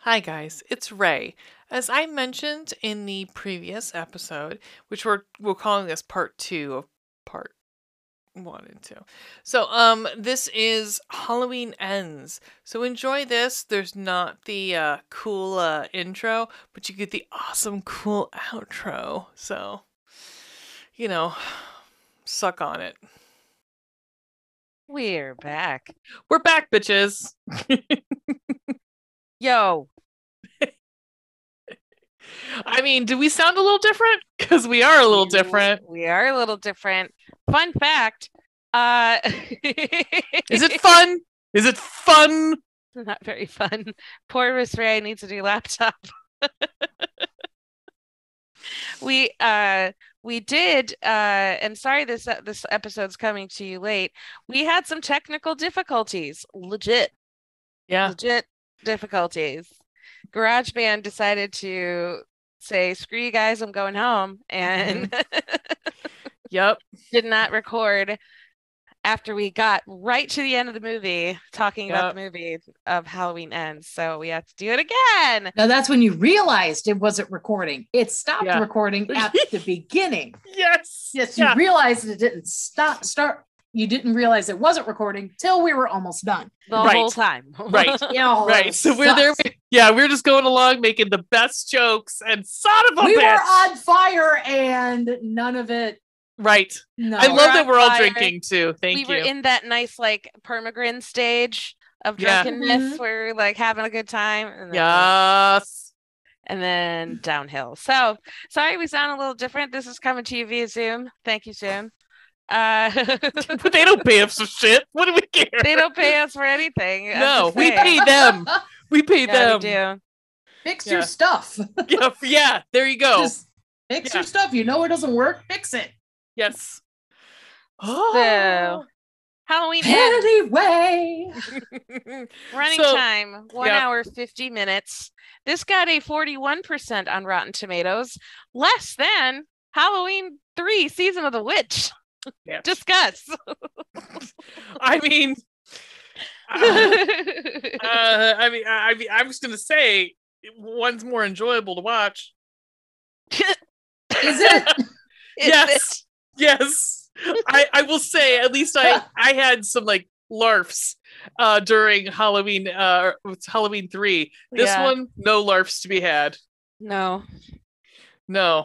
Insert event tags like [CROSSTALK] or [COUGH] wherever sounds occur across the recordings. Hi, guys, it's Ray. As I mentioned in the previous episode, which we're, we're calling this part two of part one and two. So, um, this is Halloween Ends. So, enjoy this. There's not the uh, cool uh, intro, but you get the awesome, cool outro. So, you know, suck on it. We're back. We're back, bitches. Yo, I mean, do we sound a little different? Because we are a little you- different. We are a little different. Fun fact. Uh Is [LAUGHS] it fun? Is it fun? not very fun? Poor Miss Ray needs a new laptop. [LAUGHS] we uh we did uh and sorry this uh, this episode's coming to you late. We had some technical difficulties. Legit. Yeah. legit difficulties. GarageBand decided to say, screw you guys, I'm going home, Mm-hmm. and Yep. did not record after we got right to the end of the movie talking about the movie of Halloween Ends. So we had to do it again. Now that's when you realized it wasn't recording. It stopped Yeah. recording [LAUGHS] at the beginning. Yes. Yes, you Yeah. realized it didn't stop start. You didn't realize it wasn't recording till we were [LAUGHS] almost done. The Right. whole time. [LAUGHS] Right. Yeah, Right. So we're there. sucks. Yeah, we're just going along making the best jokes and son of a We were bitch. on fire and none of it. right. No, I We're love that on we're all fire. drinking too. [LAUGHS] we Thank were you. in that nice like permagrin stage of Yeah. drunkenness Mhm. where we we're like having a good time. And then- yes. and then downhill. So sorry we sound a little different. This is coming to you via Zoom. Thank you, Zoom. Uh, [LAUGHS] But [LAUGHS] they don't pay us for shit. What do we care? [LAUGHS] they don't pay us for anything. I'm No, just we saying. pay them. We pay Yeah, we them. [GASPS] do. [LAUGHS] fix Yeah. your stuff. [LAUGHS] Yeah, f- yeah. There you go. Just fix Yeah. your stuff. You know it doesn't work. Fix it. yes. Oh. So- Halloween ends. Anyway, running So- time one yeah. hour 50 minutes. This got a 41% on Rotten Tomatoes, less than Halloween 3 Season of the Witch. Yeah. Discuss. [LAUGHS] [LAUGHS] I mean, uh, uh, I mean, I, I mean, I'm just gonna say one's more enjoyable to watch. is [LAUGHS] it? Is Yes. Yes, I, I will say at least [LAUGHS] I I had some like larfs uh, during Halloween uh, it's Halloween three. it? This Yeah. one, no larfs to be had. No. No,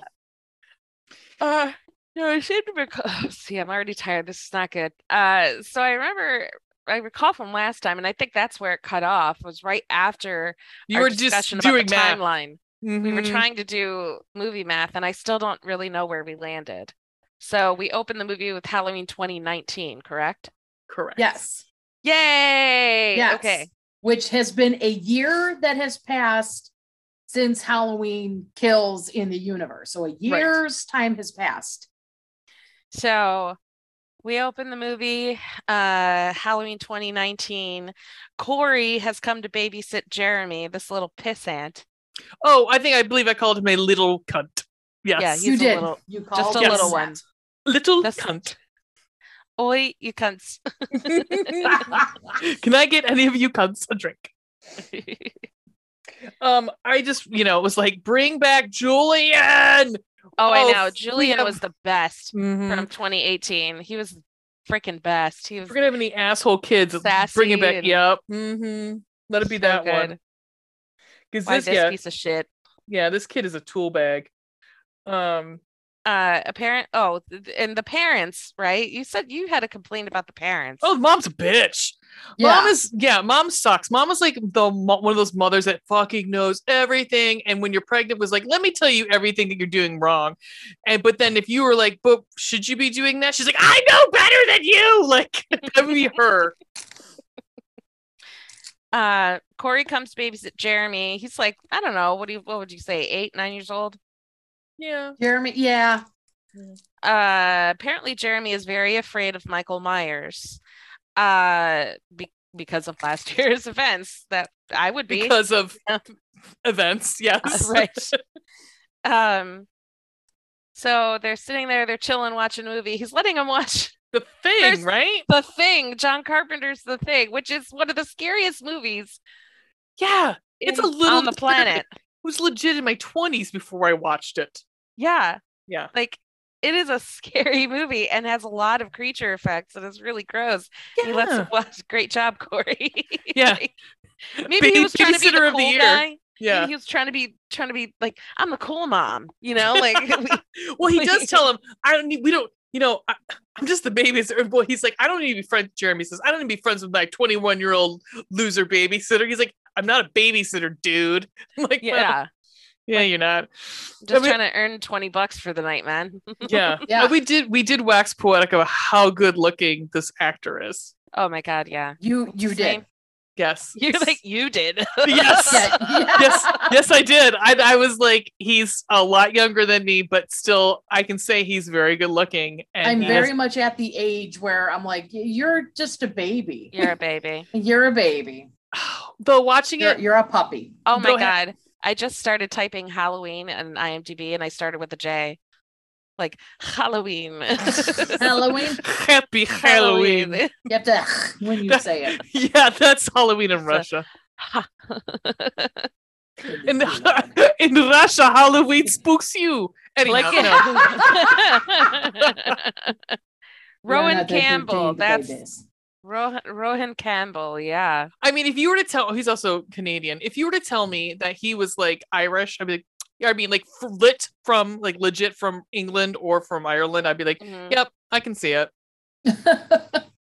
Uh, no, I seem to recall. See, I'm already tired. This is not good. Uh, so I remember, I recall from last time, and I think that's where it cut off was right after you our were just discussion doing about the math. timeline. We were Mhm. trying to do movie math, and I still don't really know where we landed. So we opened the movie with Halloween 2019, correct? correct. Yes. Yay! Yes. Okay. Which has been a year that has passed since Halloween kills in the universe. So a year's time has passed. So we open the movie uh Halloween 2019. Corey has come to babysit Jeremy, this little pissant. Oh, I think I believe I called him a little cunt. Yes, Yeah, he's you a did. little- you just called a Yes. little us. one. [LAUGHS] little That's- [LAUGHS] cunt. Oi, you [LAUGHS] cunts. Can I get any of you cunts a drink? Oh, Um, I just you know it was like bring back Julian. oh, Oh, I know. Julian freedom. was the best Mhm. from 2018. He was freaking best. He was If we're gonna have any asshole kids. Bring it Sassy back. and- Yep. Mm-hmm. Let it be so that good. one. Because Why this, this yeah, piece of shit? yeah, this kid is a tool bag. Um, Uh, a parent. Oh, th- th- and the parents, right? You said you had a complaint about the parents. oh, mom's a bitch. Mom is yeah, mom sucks. Mom is like the mo- one of those mothers that fucking knows everything. And when you're pregnant, was like, let me tell you everything that you're doing wrong. And but then if you were like, but should you be doing that? She's like, I know better than you. [LAUGHS] Like that would be her. [LAUGHS] Uh, Corey comes to babysit Jeremy. He's like, I don't know. What do you? What would you say? Eight, nine years old. Yeah. Jeremy. Yeah. Uh, apparently Jeremy is very afraid of Michael Myers. Uh, be- because of last [LAUGHS] year's events that I would be. Because of Yeah. events. [LAUGHS] Yes. [LAUGHS] right. Um, so they're sitting there, they're chilling, watching a movie. He's letting him watch [LAUGHS] The thing, There's- right? The Thing, John Carpenter's The Thing, which is one of the scariest movies Yeah. It's a in- little on the disturbing. planet. was legit in my 20s before I watched it. Yeah. Yeah. Like it is a scary [LAUGHS] movie and has a lot of creature effects and it's really gross. He lets Yeah. well, great job, Corey. [LAUGHS] Yeah. Like, maybe he Ba- was trying to be the babysitter cool of the year. guy. Yeah. Maybe he was trying to be trying to be like, I'm the cool mom, you know? [LAUGHS] [LAUGHS] Like [LAUGHS] we- well, he does tell him, I don't need, we don't, you know, I, I'm just the babysitter. [LAUGHS] Well, he's like, I don't need to be friends. Jeremy says, I don't need to be friends with my 21 year old loser babysitter. He's like, I'm not a babysitter, dude. [LAUGHS] I'm like, well, yeah. yeah, you're [LAUGHS] not. Just I mean- trying to earn 20 bucks for the night, man. [LAUGHS] yeah. Yeah. But we did, we did wax poetic about how good looking this actor is. Oh my god, yeah. You you [LAUGHS] did. Same. Yes. You're [LAUGHS] like you did. [LAUGHS] [LAUGHS] Yes. Yeah, yeah. yes, yes, I did. I, I was like, he's a lot younger than me, but still, I can say he's very good looking. And I'm he very is- much at the age where I'm like, you're just a baby. You're a baby. You're a baby. though watching You're, it. you're a puppy. [LAUGHS] Oh my Go ahead. god. I just started typing Halloween and IMDb and I started with a J. Like Halloween. [LAUGHS] Halloween. Happy Halloween. You have to [LAUGHS] when you say it. [LAUGHS] yeah, that's Halloween in So- Russia. [LAUGHS] [LAUGHS] Ha. In, [LAUGHS] in Russia, Halloween spooks you. Anyhow, like [LAUGHS] no. it. You're Rowan another Campbell. baby That's babies. Rohan, Rohan Campbell. Yeah. I mean, if you were to tell, he's also Canadian. If you were to tell me that he was like Irish, I'd be like, yeah, I mean, like f- lit from like legit from England or from Ireland, I'd be like, Mhm. yep, I can see it. [LAUGHS]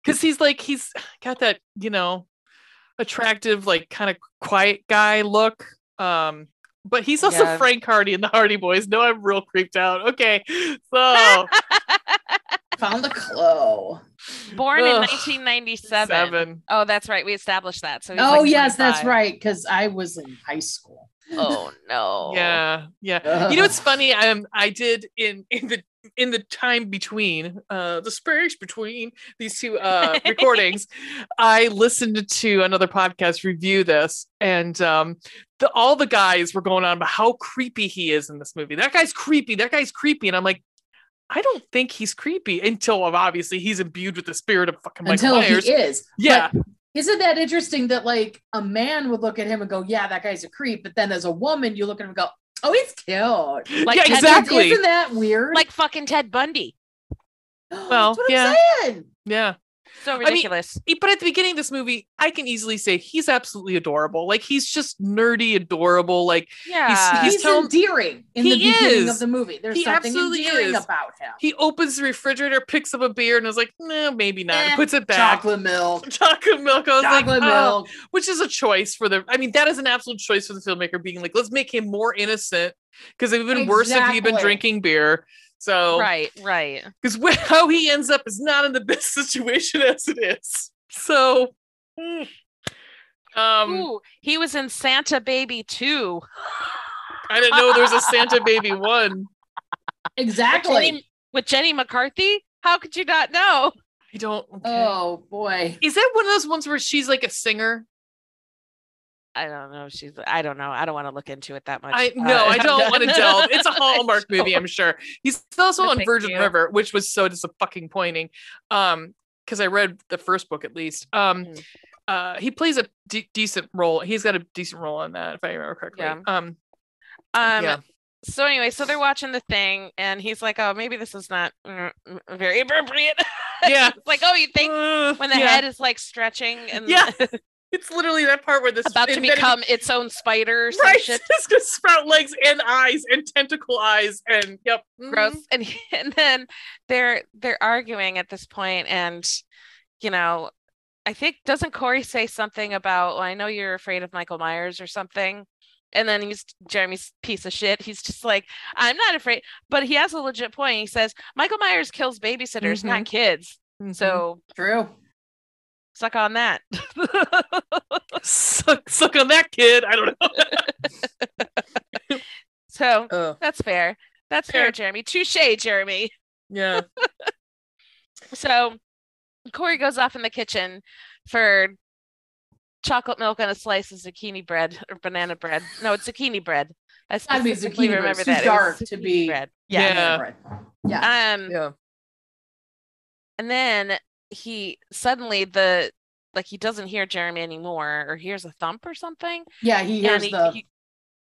because he's like he's got that you know attractive like kind of quiet guy look um but he's also Yeah. frank hardy in the hardy boys no i'm real creeped out okay so Found the clue. Born in Ugh. 1997. seven Oh, that's right. We established that. So he's Oh like yes, that's 25. right. Because I was in high school. Oh no. yeah yeah you [LAUGHS] know what's funny um i did in in the in the time between uh the space between these two [LAUGHS] uh recordings i listened to another podcast review this and um the, all the guys were going on about how creepy he is in this movie that guy's creepy that guy's creepy and i'm like I don't think he's creepy until um, obviously he's imbued with the spirit of fucking Michael until Myers. he is. yeah, Isn't that interesting that like a man would look at him and go, "Yeah, that guy's a creep," but then as a woman, you look at him and go, "Oh, he's cute." Like yeah, Ted Bundy exactly. Isn't that weird? [GASPS] Like fucking Ted Bundy. well, That's what yeah. I'm saying. Yeah, So mean- ridiculous. E- but at the beginning of this movie, I can easily say he's absolutely adorable. Like he's just nerdy adorable. Like yeah. he's He's, telling- endearing in the He beginning is. of the movie. There's He something absolutely endearing is. about him. He opens the refrigerator, picks up a beer, and is like, no, maybe not. and Eh, puts it back. Chocolate milk. [LAUGHS] Chocolate milk. I was Chocolate like, oh, milk. which is a choice for the. I mean, that is an absolute choice for the filmmaker, being like, let's make him more innocent because it would been worse if he'd been Exactly. drinking beer. So, right, right. because [LAUGHS] how he ends up is not in the [LAUGHS] best situation as it is. So, mm. um, Ooh, he was in Santa Baby 2. I didn't know there was a Santa Baby one. Exactly. Jenny- with Jenny McCarthy? How could you not know? I don't. Okay. Oh boy. Is that one of those ones where she's like a singer? I don't know. She's I don't know. I don't want to look into it that much. I Uh, [LAUGHS] no, I don't want to delve. It's a I Hallmark movie, don't. I'm sure. He's also on Oh, Thank Virgin you. River, which was so disappointing. Um, because I read the first book at least. Um, Mm. uh, he plays a de- decent role. He's got a decent role on that, if I remember correctly. Yeah. Um, Um yeah. so anyway, so they're watching the thing and he's like, "Oh, maybe this is not mm, mm, very appropriate." [LAUGHS] Yeah. [LAUGHS] It's like, "Oh, you think Uh, when the yeah. head is like stretching and Yeah. [LAUGHS] It's literally that part where this about to and then it- become its own spider or [LAUGHS] some right. shit [LAUGHS] It's gonna sprout legs and eyes and tentacle eyes and yep. gross Mhm. and [LAUGHS] he- and then they're they're arguing at this point and you know i think doesn't corey say something about well, i know you're afraid of michael myers or something and then he's jeremy's piece of shit he's just like i'm not afraid but he has a legit point he says michael myers kills babysitters not kids Mhm. so True. suck on that suck suck on that kid. I don't know. so Oh that's fair that's Fair. fair jeremy touche jeremy yeah. [LAUGHS] So Corey goes off in the kitchen for chocolate milk and a slice of zucchini bread or banana bread. No, it's zucchini bread. I gotta be specifically zucchini bread. remember It's too that. It was dark to zucchini be- bread. Yeah. Yeah. Yeah. Um Yeah. and then he suddenly the like he doesn't hear Jeremy anymore or hears a thump or something. Yeah, he hears and he, the he-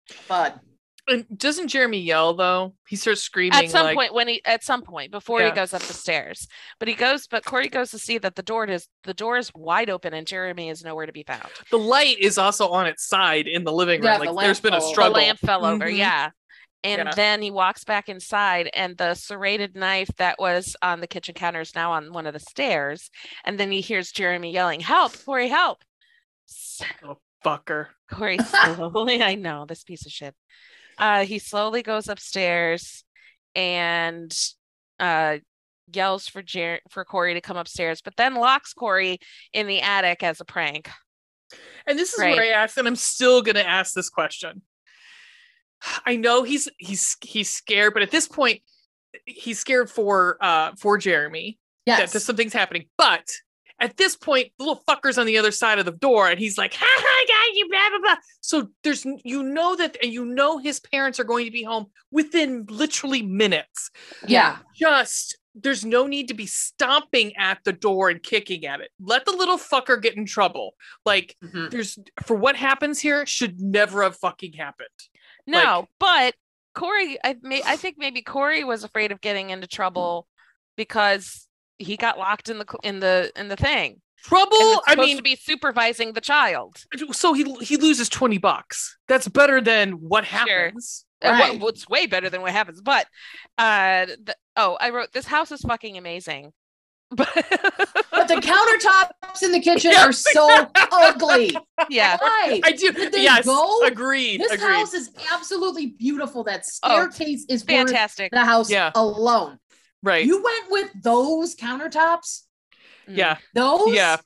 thud. And doesn't Jeremy yell though? He starts screaming at some like, point when he at some point before Yeah. he goes up the stairs. But he goes, but Corey goes to see that the door is the door is wide open and Jeremy is nowhere to be found. The light is also on its side in the living room. Yeah, the like there's been a lamp pole. The struggle. The lamp fell over. Mhm. Yeah. And Yeah. then he walks back inside, and the serrated knife that was on the kitchen counter is now on one of the stairs. And then he hears Jeremy yelling, Help, Corey, help. S- Fucker. Corey slowly, I know this piece of shit. Uh, he slowly goes upstairs and uh, yells for Jer- for Corey to come upstairs, but then locks Corey in the attic as a prank. And this is Right. where I asked, and I'm still gonna ask this question. I know he's he's he's scared, but at this point, he's scared for uh for Jeremy that Yes. that something's happening. But at this point, the little fucker's on the other side of the door, and he's like, [LAUGHS] "Ha ha, I got you!" Blah blah blah. So there's you know that and you know his parents are going to be home within literally minutes. yeah. just there's no need to be stomping at the door and kicking at it. Let the little fucker get in trouble. Like Mhm. there's for what happens here should never have fucking happened. No, but Corey, I may, I think maybe Corey was afraid of getting into trouble because he got locked in the cl- in the in the thing. Trouble. and was I supposed mean, to be supervising the child. so he he loses twenty bucks. That's better than what happens. And Right. What, Uh, what's way better than what happens. But uh, the, oh, I wrote this house is fucking amazing. [LAUGHS] But But the countertops in the kitchen Yeah. are so [LAUGHS] ugly. [LAUGHS] yeah, Why? I do. Did they Yes. go? Agreed. This agreed. house is absolutely beautiful. That Oh, staircase is worth fantastic. the house Yeah. alone. right. Mm. You went with those countertops. Mm. yeah. Those. Yeah.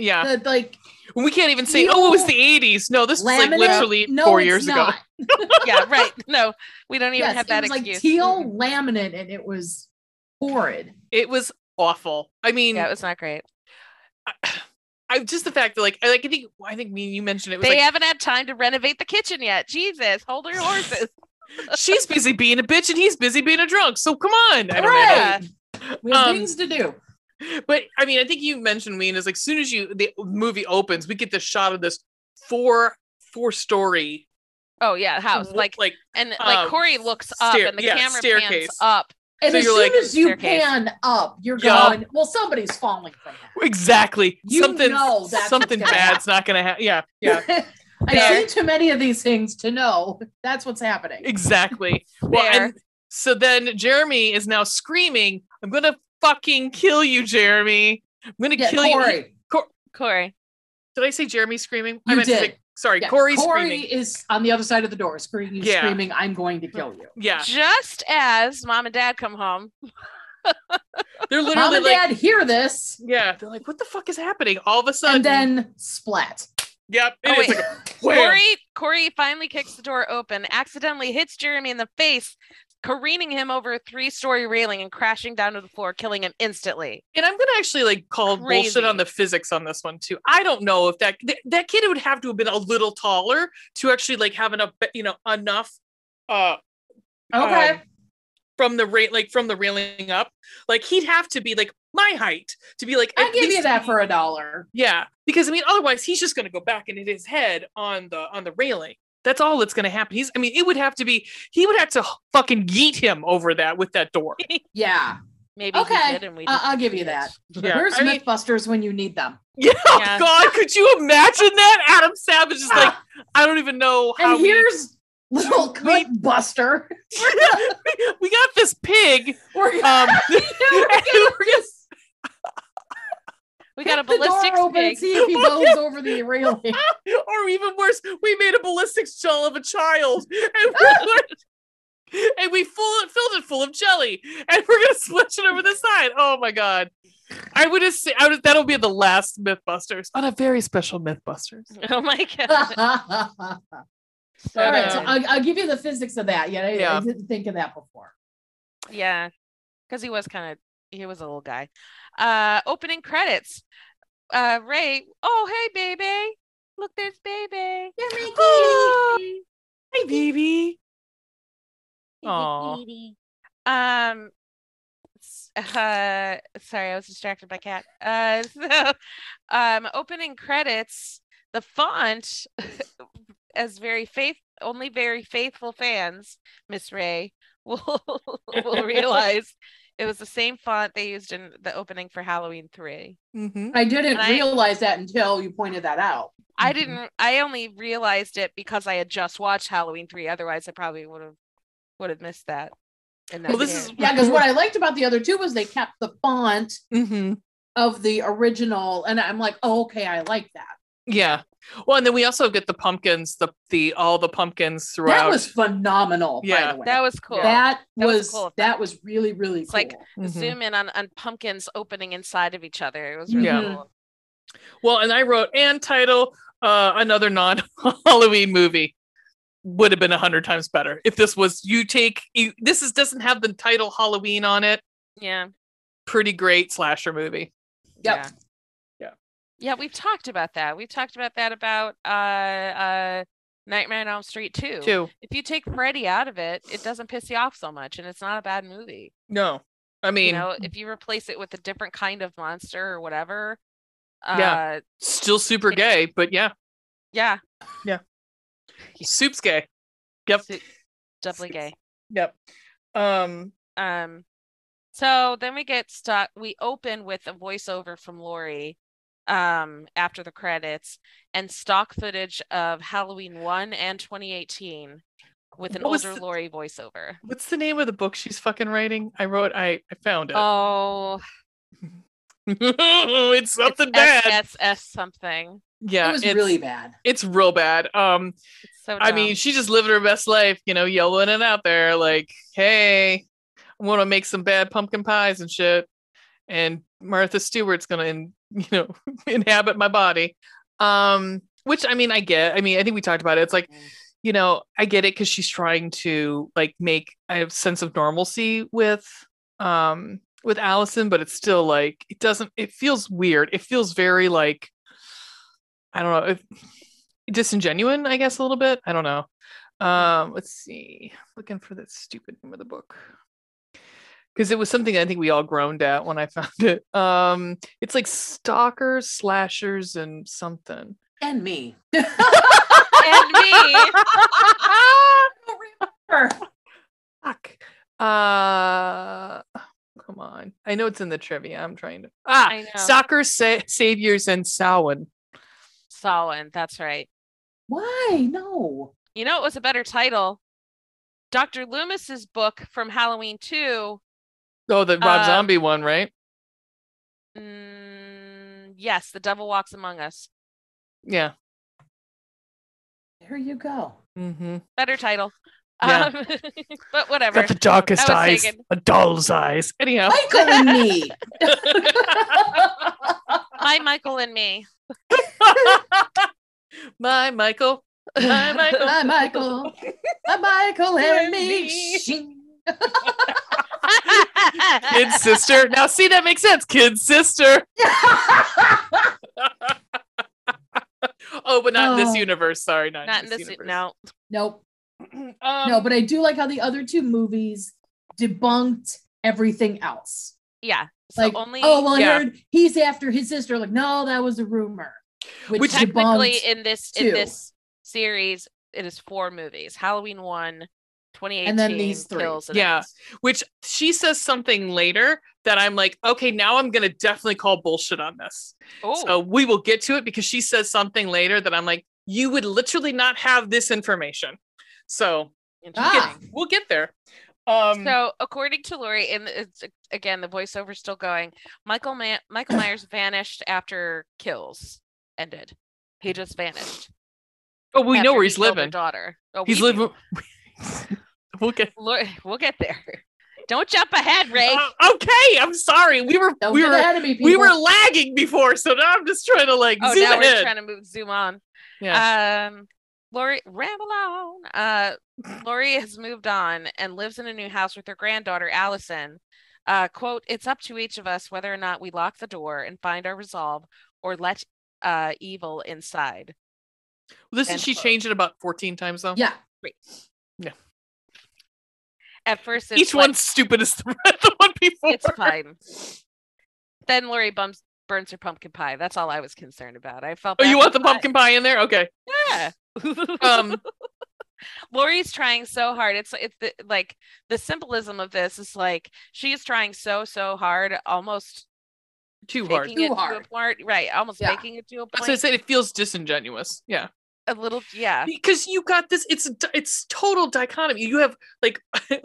Yeah. The, like we can't even say, you oh, it was know, the 80s. No, this was like laminate? literally no, four it's years not. ago. Yeah, right. [LAUGHS] No, we don't even Yes, have it that was excuse. like teal Mm-hmm. Mm-mm. laminate, and it was horrid. It was awful. I mean, Yeah, it was not great. I [SIGHS] just the fact that like I like I think I think me and you mentioned it was They like haven't had time to renovate the kitchen yet. Jesus, hold your horses. she's busy being a bitch and he's busy being a drunk. So come on. I don't Right. know. We have Um, things to do. but I mean, I think you mentioned Ween is like soon as you the movie opens, we get the shot of this four four story Oh yeah, house. Like like and like um, Corey looks up stair- and the yeah, camera staircase. pans up. And So as you're soon like- as you Staircase. pan up, you're Yeah. going, well, somebody's falling from that. exactly You something know that's what's something gonna bad's not gonna happen. Yeah, [LAUGHS] yeah, I've There. seen too many of these things to know that's what's happening. exactly. Well, There. and so then Jeremy is now screaming, "I'm gonna fucking kill you, Jeremy! I'm gonna Yeah, kill you!" Corey. Corey. Did I say Jeremy screaming? I You meant to did. say sorry, Yeah, Corey Corey screaming. is on the other side of the door screaming, Yeah. screaming, I'm going to kill you. Yeah, Just as mom and dad come home. they're literally Mom and like, dad hear this yeah, they're like, what the fuck is happening? All of a sudden, and then splat. yep, Oh, and it's wait. like, [LAUGHS] a wham. Corey Corey finally kicks the door open, accidentally hits Jeremy in the face, careening him over a three-story railing and crashing down to the floor, killing him instantly. and I'm gonna actually like call bullshit Crazy. on the physics on this one too. I don't know if that th- that kid would have to have been a little taller to actually like have enough, you know, enough uh Okay. Um, from the rate like from the railing up. Like he'd have to be like my height to be like. I at give you least- that for a dollar. Yeah, because I mean, otherwise he's just going to go back and hit his head on the on the railing. That's all that's going to happen. He's, I mean, it would have to be he would have to fucking yeet him over that with that door. [LAUGHS] Yeah. Maybe Okay, he did and we I- didn't I'll give see you it. that. Yeah, Where's I mean- Mythbusters when you need them? [LAUGHS] Yeah, oh, Yeah. God, could you imagine that? Adam Savage is [LAUGHS] like, I don't even know how Ah, and here's [LAUGHS] little we- clip [LAUGHS] buster. we, [LAUGHS] we got this pig. [LAUGHS] We're Um, [LAUGHS] We got a the ballistic door open and pig. see if he goes [LAUGHS] over the railing. [LAUGHS] or even worse, we made a ballistics shell of a child, and [LAUGHS] we and we full, filled it full of jelly, and we're gonna splish it over the side. Oh my god! I would have. I would, that'll be the last MythBusters on a very special MythBusters. [LAUGHS] Oh my god. All So, right, so Um, I'll, I'll give you the physics of that. Yeah, I, I Yeah. didn't think of that before. Yeah, because he was kind of he was a little guy. Uh, opening credits. Uh, Ray. Oh, hey, baby. Look, there's baby. Oh, [LAUGHS] hi, baby. Hey, Aw. baby. Um, s- [LAUGHS] uh sorry i was distracted by cat uh [LAUGHS] so um opening credits the font [LAUGHS] as very faith only very faithful fans miss ray [LAUGHS] will [LAUGHS] will realize it was the same font they used in the opening for halloween 3 Mm-hmm. I didn't And I- realize that until you pointed that out. i Mhm. didn't i only realized it because i had just watched halloween 3 otherwise i probably would have would have missed that and not Well, this cared. is [LAUGHS] Yeah, because what I liked about the other two was they kept the font Mm-hmm. of the original, and I'm like, oh, okay, I like that. Yeah. Well, and then we also get the pumpkins, the the all the pumpkins throughout. That was phenomenal. by Yeah. the way. that was cool that That was a was cool effect. that was really really It's cool. like- Mhm. zoom in on, on pumpkins opening inside of each other it was really Yeah. cool Well, and I wrote and title uh, another non Halloween movie would have been a hundred times better if this was you take you this is doesn't have the title Halloween on it. yeah Pretty great slasher movie. Yep. Yeah. Yeah. Yeah, we've talked about that. We've talked about that about uh uh Nightmare on Elm Street 2. Too. If you take Freddy out of it, it doesn't piss you off so much and it's not a bad movie. No, I mean You know, if you replace it with a different kind of monster or whatever, Yeah. uh still super gay, but yeah, yeah, soup's gay. Yep. so- doubly gay. Yep. Um. Um, so then we get stuck. We open with a voiceover from Lori um, after the credits and stock footage of Halloween 1 and 2018 with an What was older the- Lori voiceover. What's the name of the book she's fucking writing? I wrote. I I found it. Oh, [LAUGHS] it's something bad. SS something. yeah, it was it's, really bad. it's real bad. Um, It's so I mean, dumb. she just lived her best life, you know, yelling it out there, like, "Hey, I want to make some bad pumpkin pies and shit," and Martha Stewart's gonna, in, [LAUGHS] you know, inhabit my body. Um, which I mean, I get. I mean, I think we talked about it. It's like, you know, I get it because she's trying to like make a sense of normalcy with, um, with Allison, but it's still like it doesn't. It feels weird. It feels very like, I don't know, if, disingenuine, I guess a little bit. I don't know. Um, let's see. Looking for the stupid name of the book. Because it was something I think we all groaned at when I [LAUGHS] found it. Um, it's like stalkers, slashers, and something. And me. [LAUGHS] [LAUGHS] and me. [LAUGHS] I don't remember. Fuck. Uh, come on. I know it's in the trivia. I'm trying to. Ah, I know. stalkers, sa- saviors, and Samhain. Solid. That's right. Why? No. You know, it was a better title. Dr. Loomis's book from Halloween 2. Oh, the Rob Um, Zombie one, right? Mm, yes, The Devil Walks Among Us. Yeah. There you go. Mm-hmm. better title. Yeah. Um, [LAUGHS] but whatever. Got the darkest That was eyes, taken. a doll's eyes. Anyhow. Michael [LAUGHS] and me. [LAUGHS] [LAUGHS] Hi, Michael [LAUGHS] and me. My Michael. My [LAUGHS] Michael. Hi, Michael. Hi, Michael and And me. me. Shing. Kid sister. Now see that makes sense. Kid sister. oh, but not in Oh. this universe. Sorry, not, Not in in this. this universe. No, nope. [CLEARS THROAT] Um, No, but I do like how the other two movies debunked everything else. yeah. So Like, only oh, well, I Yeah. heard he's after his sister. Like, no, that was a rumor. Which technically debunked- in this two. in this series, it is four movies: Halloween one, 2018, then these three. Kills, and Yeah. Ends. Which she says something later that I'm like, okay, now I'm gonna definitely call bullshit on this. Oh, So we will get to it because she says something later that I'm like, you would literally not have this information. So we'll interesting. get, we'll get there. Um, So, according to Lori, and it's again the voiceover's still going. Michael Ma- Michael [CLEARS THROAT] Myers vanished after Kills ended. He just vanished. oh, we know after where he he's killed her living. Daughter. Oh, He's we do. living. [LAUGHS] we'll get. Lord, [LAUGHS] we'll get there. Don't jump ahead, Ray. Uh, okay, I'm sorry. We were Don't we get were ahead of me, people. we were lagging before, so now I'm just trying to like oh, zoom now we're ahead. trying to move zoom on. yeah. Um, Lori ramble on. Uh, Lori has moved on and lives in a new house with her granddaughter Allison. Uh, quote: "It's up to each of us whether or not we lock the door and find our resolve, or let uh evil inside." Well, this and is she close. changed it about 14 times though. yeah. at first it's Each like, one's stupid as [LAUGHS] the, the one before. [LAUGHS] it's fine. Then Lori bums burns her pumpkin pie. That's all I was concerned about. I felt Oh, you bad want the for Pat. pumpkin pie in there? [LAUGHS] Okay. [LAUGHS] Yeah. Um, Lori's trying so hard. It's it's the, like the symbolism of this is like she is trying so so hard, almost too hard. making it Too to a hard. point. Right, almost Yeah. making it to a So I point. said it feels disingenuous. Yeah. A little, yeah. because you got this it's d- it's total dichotomy you have like [LAUGHS]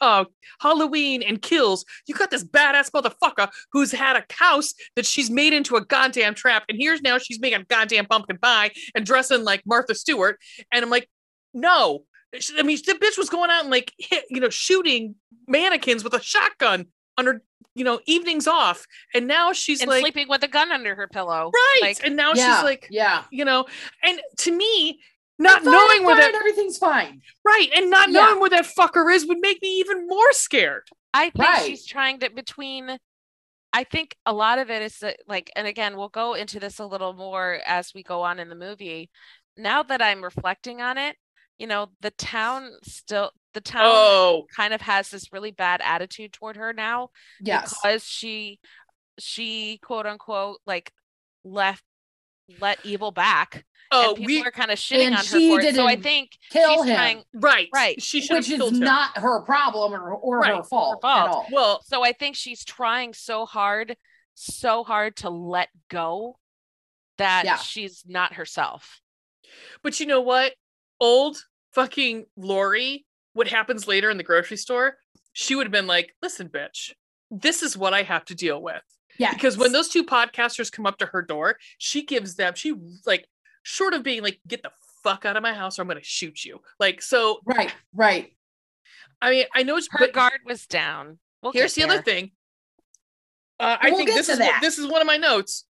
uh, halloween and kills you got this badass motherfucker who's had a house that she's made into a goddamn trap and here's now she's making goddamn pumpkin pie and dressing like martha stewart and i'm like no Sh- i mean the bitch was going out and like hit, you know shooting mannequins with a shotgun on her you know evenings off and now she's and like sleeping with a gun under her pillow. right like- and now yeah, she's like yeah. you know and to me not Fine, knowing where that fine, everything's fine. Right, and not Yeah. knowing where that fucker is would make me even more scared. I think Right. she's trying to between. I think a lot of it is that, like, and again, we'll go into this a little more as we go on in the movie. Now that I'm reflecting on it, you know, the town still, the town Oh, kind of has this really bad attitude toward her now Yes. because she, she quote unquote like left let evil back oh, and people we are kind of shitting and on her she for it. So I didn't think Kill she's him, trying right, right, She should have which killed is him. not her problem or, or Right, her fault fault. at all. well. So I think she's trying so hard, so hard to let go that Yeah. she's not herself. But you know what? Old fucking Lori. What happens later in the grocery store? She would have been like, "Listen, bitch, this is what I have to deal with." Yeah, Because when those two podcasters come up to her door, she gives them. She like, short of being like, "Get the fuck out of my house, or I'm going to shoot you." Like, so right, right, I mean, I know it's Her but- guard was down. Well, Here's the other thing. Uh, I We'll think get this to is one- that. this is one of my notes.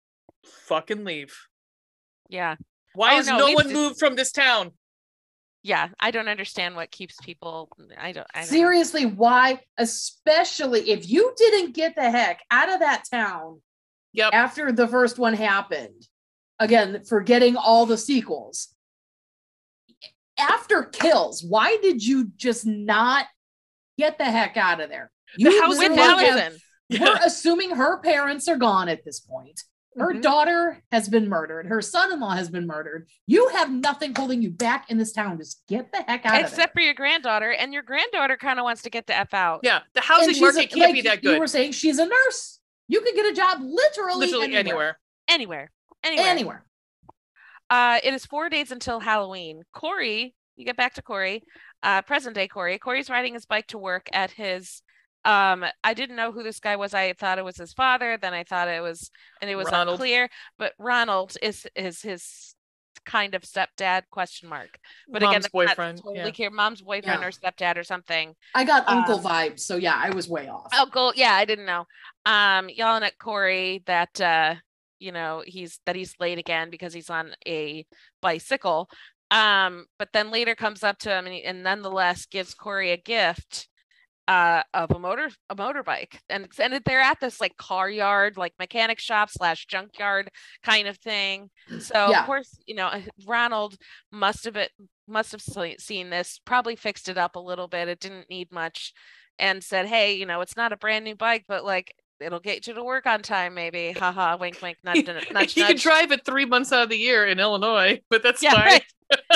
Fucking leave. Yeah, Why Oh, has no, no we've one dis- moved from this town? yeah. I don't understand what keeps people. I don't. I don't know. Seriously, why? Especially if you didn't get the heck out of that town Yep. after the first one happened. Again, forgetting all the sequels. After kills, why did you just not get the heck out of there? You house With Seriously, literally have- Allison, Yeah. [LAUGHS] We're assuming her parents are gone at this point. Her Mhm. daughter has been murdered. Her son-in-law has been murdered. You have nothing holding you back in this town. Just get the heck out except of for your granddaughter, and your granddaughter kind of wants to get the f out. [LAUGHS] Yeah. The there. And housing she's market a- can't like be that You good. were saying she's a nurse. You can get a job literally, Literally anywhere. anywhere. Anywhere, anywhere. Anywhere. Uh, it is four days until Halloween. Corey, you get back to Corey, uh, present day Corey. Corey's riding his bike to work at his. Um, I didn't know who this guy was. I thought it was his father. Then I thought it was, and it was Ronald. unclear. But Ronald is is his kind of stepdad question mark. But again, Mom's that's not boyfriend. totally yeah. clear. Mom's boyfriend Yeah. or stepdad or something. I got Um, uncle vibes, so yeah, I was way Oh, off. Uncle, Oh, yeah, I didn't know. Um, yelling at Corey that uh, you know, he's that he's late again because he's on a bicycle. Um, but then later comes up to him and, he, and nonetheless gives Corey a gift uh of a motor a motorbike. And it's- and they're at this like car yard, like mechanic shop slash junkyard kind of thing. So Yeah. of course, you know, uh, Ronald must have it must have se- seen this, probably fixed it up a little bit. It didn't need much and said, "Hey, you know, it's not a brand new bike, but like it'll get you to work on time, maybe." Haha, [LAUGHS] wink, wink, nudge, nudge, nudge. he could nudge. drive it three months out of the year in Illinois, [LAUGHS] but that's [LAUGHS] yeah, fine. right.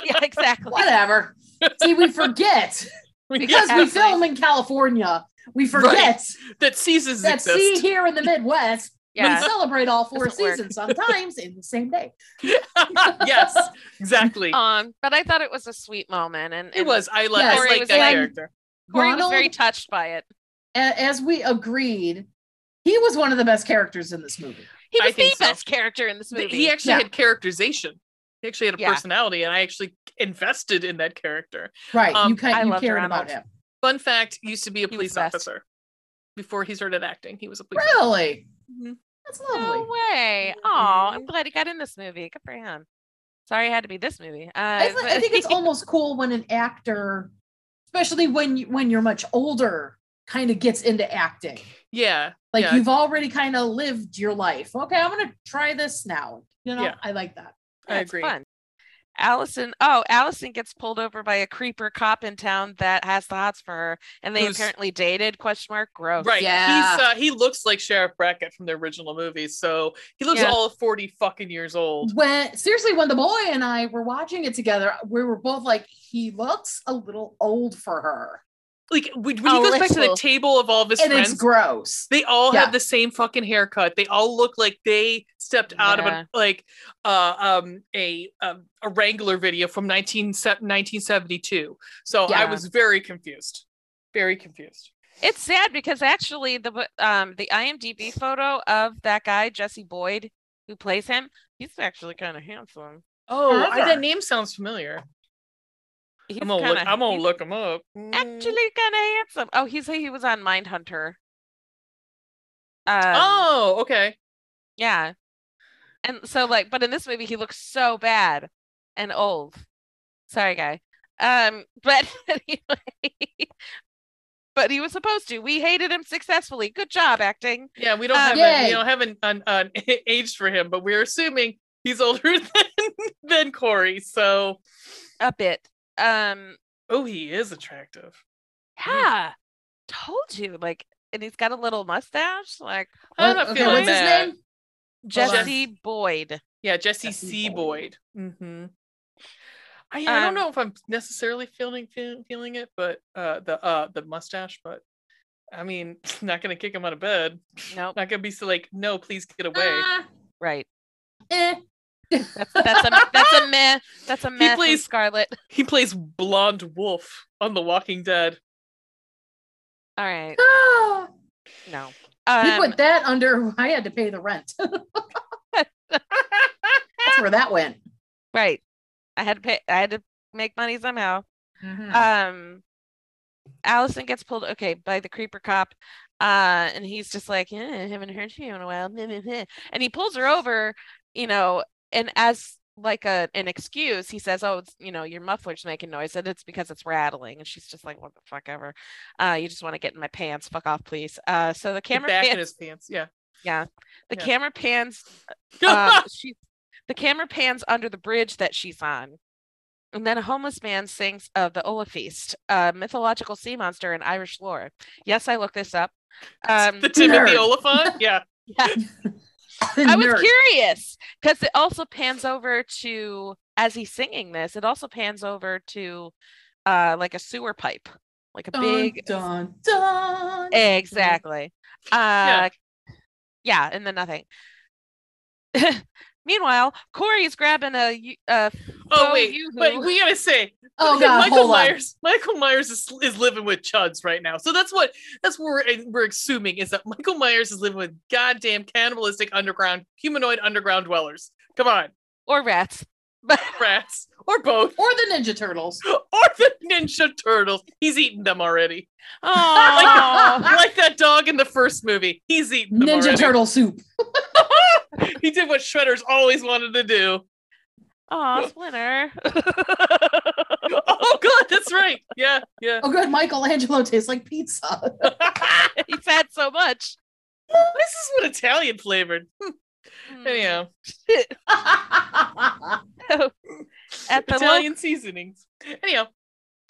yeah, [LAUGHS] exactly. Whatever. See, we forget because Yeah, we Exactly. film in California. We forget that seasons that exist. [LAUGHS] [LAUGHS] see here in the Midwest, we Yeah, [LAUGHS] celebrate all four Doesn't work. seasons sometimes in the same day. [LAUGHS] yes, exactly. um, but I thought it was a sweet moment, and, it and was. I, li- Yes. I Corey like was that like- character. Corey was very Ronald- touched by it. a- as we agreed, he was one of the best characters in this movie. He I was the think so. best character in this movie. He actually Yeah. had characterization. He actually had a Yeah. personality, and I actually invested in that character. Right. Um, you kind I you loved cared Ronald. about him. Fun fact: used to be a He was police the best. officer. Before he started acting, he was a police. Really? officer. That's no lovely. way. Oh, Mm-hmm. I'm glad he got in this movie. Good for him. Sorry, it had to be this movie. Uh, I, thi- I but- think it's almost cool when an actor, especially when you, when you're much older, kind of gets into acting. Yeah, Like Yeah. you've already kind of lived your life. Okay, I'm gonna try this now. You know, Yeah. I like that. I Yeah, it's agree. fun. Allison, oh, Allison gets pulled over by a creeper cop in town that has the hots for her, and they Who's- apparently dated? Question mark. Gross. Right. Yeah. He's uh, he looks like Sheriff Brackett from the original movie, so he looks Yeah. Mm-hmm. all of forty fucking years old. When seriously, when the boy and I were watching it together, we were both like, he looks a little old for her. Like when, when Oh, he goes back to the little. table of all of his and friends, it's gross. they all Yeah. have the same fucking haircut. They all look like they stepped out of Yeah. a like uh, um a um, a Wrangler video from 19, 1972. So I Yeah. was very confused, very confused. It's sad because actually the bu- um the IMDb photo of that guy Jesse Boyd who plays him, he's actually kind of handsome. Oh, I- However- that name sounds familiar. He's I'm gonna kinda, look, I'm gonna he's look him up. actually kind of handsome. Oh, he's he was on Mindhunter. Um, oh, okay. yeah, and so like, but in this movie he looks so bad and old. Sorry, guy. Um, [LAUGHS] but anyway, but he was supposed to. We hated him successfully. Good job acting. Yeah, we don't Uh, have a, Yay. we don't have an, an, an [LAUGHS] age for him, but we're assuming he's older [LAUGHS] than than Corey. So, a bit. Um, oh, he is attractive. yeah, told you. Like, and he's got a little mustache, like I'm What- not feeling Oh, what's that. his Hold name? on. Jesse Boyd. Yeah, Jesse Jesse C. Boyd. Boyd. hmm I, I Um, don't know if I'm necessarily feeling feel, feeling it, but uh, the uh, the mustache. But I mean, [LAUGHS] not gonna kick him out of bed. [LAUGHS] Nope. Not gonna be so like, no, please get away. Ah, Right. eh. That's that's a that's a meh. That's a meh. Please, plays- Scarlet. he plays blonde wolf on The Walking Dead. All right. Ah, No. you Um, put that under. [LAUGHS] I had to pay [LAUGHS] the rent. That's where that went. right. I had to pay. I had to make money somehow. Mhm. Um, Allison gets pulled. Okay, by the creeper cop. Uh, and he's just like, yeah, I haven't heard from you in a while. [LAUGHS] And he pulls her over, you know, and as like a an excuse, he says, Oh, it's you know, your muffler's making noise, and it's because it's rattling. And she's just like, What the fuck ever? Uh, you just want to get in my pants, fuck off, please. Uh so the Get camera back pan- in his pants. Yeah. the yeah. camera pans [LAUGHS] um, she the camera pans under the bridge that she's on. And then a homeless man sings of the Ola Feast, a mythological sea monster in Irish lore. Yes, I looked this up. Um, the [LAUGHS] Timothy Nerd. Oliphant. [LAUGHS] Yeah. I was Nerd. curious because it also pans over to, as he's singing this, it also pans over to uh, like a sewer pipe, like a Dun, big. dun, dun. Exactly. Uh, yeah, and then nothing. [LAUGHS] Meanwhile, Corey's grabbing a, y- a Oh Oh, wait, yoo-hoo. but we gotta say, Oh okay, god, Michael hold on. Myers, Michael Myers is, is living with chuds right now. So that's what that's what we're uh, we're assuming is that Michael Myers is living with goddamn cannibalistic underground humanoid underground dwellers. Come on, or rats. rats or both [LAUGHS] Or the Ninja [LAUGHS] Turtles. or the Ninja Turtles. He's eaten them already, Oh, [LAUGHS] like that dog in the first movie. He's eaten them Ninja already. Turtle soup. He did what Shredder's always wanted to do. [LAUGHS] oh, Splinter. [LAUGHS] Oh god, that's right. Yeah, [LAUGHS] yeah. Oh, good. Michelangelo tastes like pizza. [LAUGHS] He's had so much. This is what Italian flavored. Hmm. Anyhow. At the lo- Italian seasonings. Anyhow,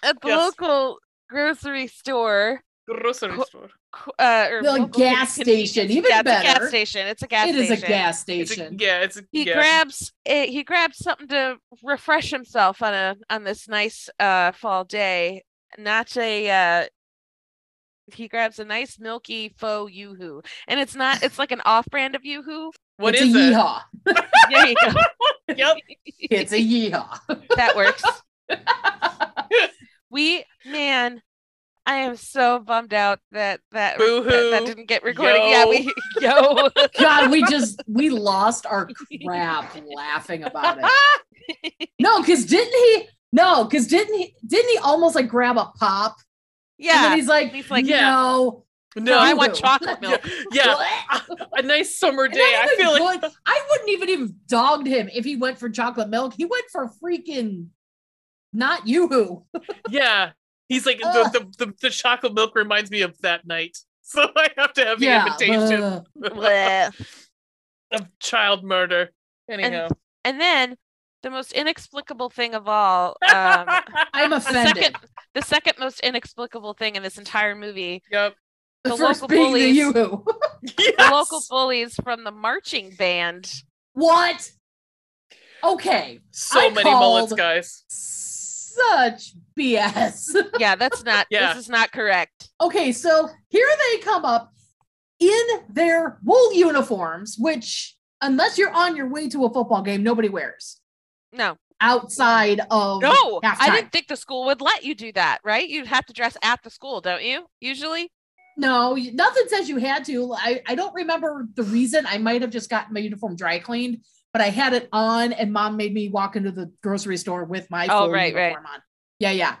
at the Yes. local grocery store, grocery Co- store. co- uh, or The local gas con- station, even yeah, it's a better. gas station. It's a gas It is station. a gas It's a, station. yeah, it's a, He yeah. grabs it, he grabs something to refresh himself on a on this nice uh fall day. Not a uh he grabs a nice milky faux yoo-hoo. And it's not it's like an off-brand of [LAUGHS] yoo-hoo. What it's is a it? [LAUGHS] yeehaw. There you go. [LAUGHS] Yep. It's a yeehaw. [LAUGHS] that works. we man, I am so bummed out that that that, that Boo-hoo. didn't get recorded. Yeah, Yo. we [LAUGHS] yo. God, we just we lost our crap laughing about [LAUGHS] it. No, because didn't he? No, because didn't he? Didn't he almost like grab a pop? And then yeah. he's like, He's like, Yeah. no, No, I No, want Yoo-hoo. chocolate milk. yeah, a What? nice summer And day. I even feel like would, I wouldn't even have dogged him if he went for chocolate milk. He went for freaking not yoo-hoo. [LAUGHS] yeah. He's like Ugh. the, the, the the chocolate milk reminds me of that night. [LAUGHS] So I have to have the invitation ugh. [LAUGHS] Bleh. of child murder. Anyhow, [LAUGHS] And then the most inexplicable thing of all. Um, [LAUGHS] I'm the offended. second, the second most inexplicable thing in this entire movie: yep. the, the first local being bullies- the Yoo-Hoo. the Yes! local bullies from the marching band. what? Okay, so I many mullets, called- guys. such BS. Yeah, that's not. [LAUGHS] Yeah. This is not correct. Okay, so here they come up in their wool uniforms, which, unless you're on your way to a football game, nobody wears No, outside Oh, of. no. I halftime. didn't think the school would let you do that. Right? You'd have to dress at the school, don't you? Usually. No, you- nothing says you had to. I, I don't remember the reason. I might have just gotten my uniform dry cleaned, but I had it on, and mom made me walk into the grocery store with my Oh, full right, right. uniform on. Yeah, yeah.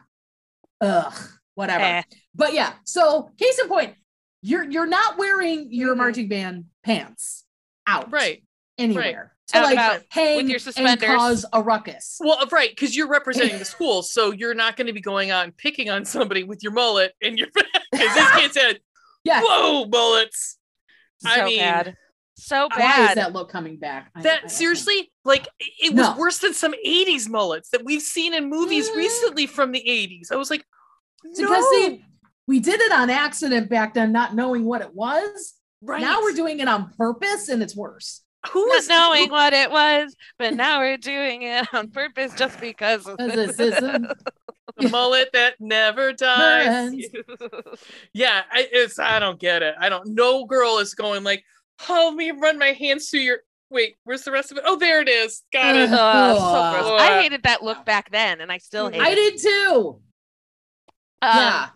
Ugh, whatever. Eh. But yeah, so case in point, you're you're not wearing your Mhm. marching band pants out Right. anywhere to Out and like about hang your and suspenders. cause a ruckus. Well, uh, right, because you're representing the school, so you're not going to be going out and picking on somebody with your mullet and your because this kid said, [LAUGHS] Yeah, "Whoa, mullets!" So I mean, bad. So [LAUGHS] why is bad. that look coming back? I- I don't know. That seriously, like, it- it was No. worse than some '80s mullets that we've seen in movies Mm. recently from the '80s. I was like, It's because "No." they we did it on accident back then, not knowing what it was. right Now we're doing it on purpose, and it's worse. who Not is [LAUGHS] knowing what it was, but now we're doing it on purpose just because. of 'Cause [LAUGHS] this isn't- the mullet that never dies. Burns. [LAUGHS] Yeah, I, it's I don't get it. I don't. No girl is going like, "Oh, me run my hands through your." Wait, where's the rest of it? Oh, there it is. Got it. Ugh. Ugh, oh, so gross. I Ugh. hated that look back then, and I still hate Mm, I it. did too. Uh, Um, yeah.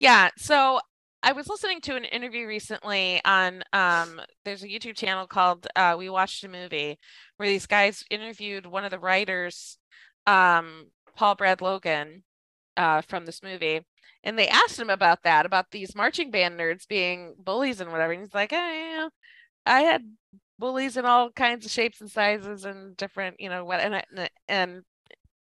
Yeah. So I was listening to an interview recently on um there's a YouTube channel called uh We Watched a Movie where these guys interviewed one of the writers, um, Paul Brad Logan, uh, from this movie. And they asked him about that, about these marching band nerds being bullies and whatever. And he's like, I, you know, I had bullies in all kinds of shapes and sizes and different, you know, what and I- and, and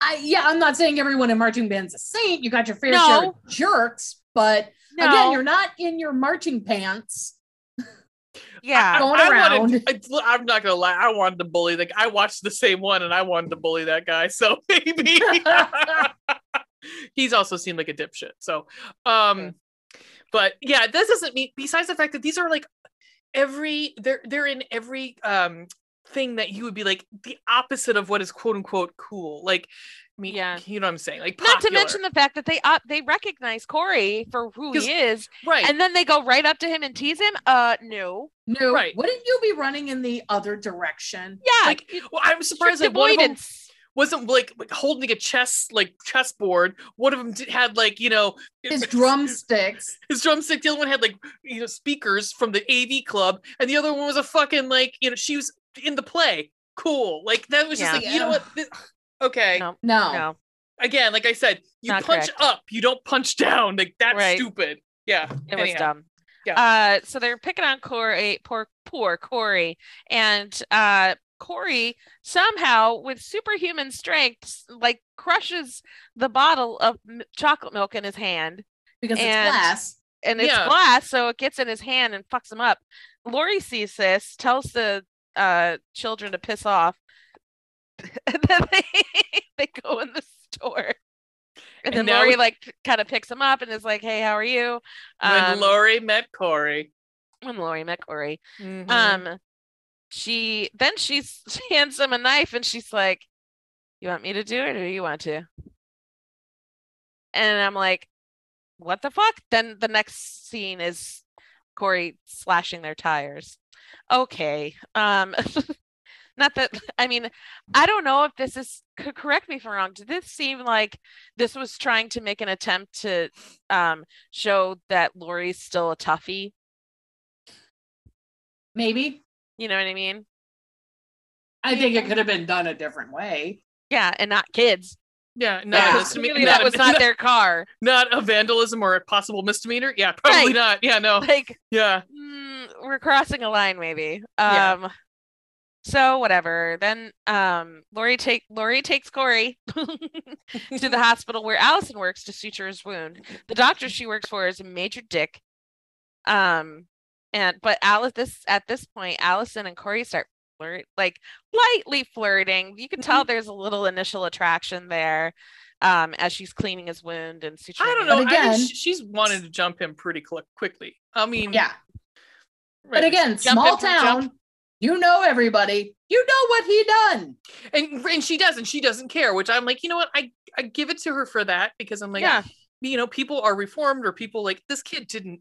I yeah, I'm not saying everyone in marching band's a saint. You got your fair No. share of jerks, but again, no, you're not in your marching pants. yeah. Going Wanted, I, am not gonna lie. I wanted to bully the. I watched the same one, and I wanted to bully that guy. So [LAUGHS] [LAUGHS] maybe he's also seemed like a dipshit. So, um, but yeah, this doesn't mean. Besides the fact that these are like every they're they're in every um thing that you would be like the opposite of what is quote unquote cool. Like, I mean, Yeah. you know what I'm saying? Like, Not to popular. mention the fact that they up they recognize Corey for who 'Cause- he is, right. and then they go right up to him and tease him. Uh, no, No, Right. wouldn't you be running in the other direction? yeah, Like, well, I'm strict surprised that one of them avoidance. wasn't like, like holding a chess like chessboard. One of them did, had like you know [LAUGHS] His drumsticks. his drumstick. The other one had like you know speakers from the AV club, and the other one was a fucking like you know she was in the play. Cool, like that was just Yeah. like you know what. This, okay, No. Oh. No. no, again, like I said, you Not punch correct. up, you don't punch [LAUGHS] down. Like that's Right. stupid. Yeah, it was anyhow. dumb. Yeah. Uh, so they're picking on Corey, poor, poor Corey, and uh, Corey somehow with superhuman strength, s- like crushes the bottle of m- chocolate milk in his hand, Because And- it's glass. and it's Yeah. glass, so it gets in his hand and fucks him up. Lori sees this, tells the uh, children to piss off, [LAUGHS] and then they [LAUGHS] they go in the store. And, And then now Lori we- like kind of picks him up and is like, "Hey, how are you?" When Um, Lori met Corey, when Lori met Corey, Mhm. um, she then she s- [LAUGHS] she hands him a knife and she's like, "You want me to do it or you want to?" And I'm like, "What the fuck?" Then the next scene is Corey slashing their tires. Okay, um, [LAUGHS] not that [LAUGHS] I mean, I don't know if this is c- correct me if I'm wrong. Did this seem like this was trying to make an attempt to um show that Lori's still a toughie? Maybe. You know what I mean? I think it could have been done a different way. Yeah, and not kids. yeah, no, Yeah. misdeme- Clearly that a- [LAUGHS] was not their car. not a vandalism or a possible misdemeanor. Yeah, probably Right. not. Yeah, no, Like yeah, mm, we're crossing a line, maybe. Yeah. Um, so whatever. Then um, Lori take Lori takes Corey [LAUGHS] to [LAUGHS] the hospital where Allison works to suture his wound. The doctor she works for is a major dick. Um, and but Alice this at this point, Allison and Corey start flirt, like lightly flirting. You can Mm-hmm. tell there's a little initial attraction there um, as she's cleaning his wound and suturing. I don't it. know. But I again- mean, sh- she's wanted to jump him pretty cl- quickly. I Mm. mean, Yeah. But right. again, Jump small in from jump. town. You know everybody. You know what he done. and and she doesn't. She doesn't care. Which I'm like, you know what? I I give it to her for that because I'm like, yeah. you know, people are reformed or people like this kid didn't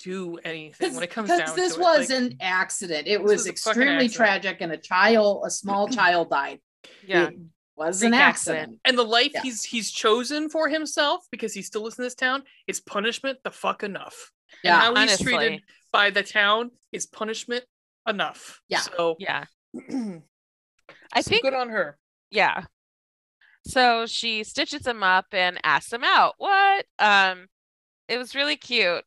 do anything when it comes down Because this to it. was Like, an accident. It This was was a fucking extremely accident. tragic, and a child, [CLEARS THROAT] a small child died. Yeah. It was Freak an accident. accident. and the life Yeah. he's he's chosen for himself because he still lives in this town is punishment the fuck enough. Yeah. and how honestly. he's treated by the town is punishment enough. Yeah. So Yeah. [CLEARS THROAT] I I think good on her. yeah. So she stitches him up and asks him out. What? Um, it was really cute.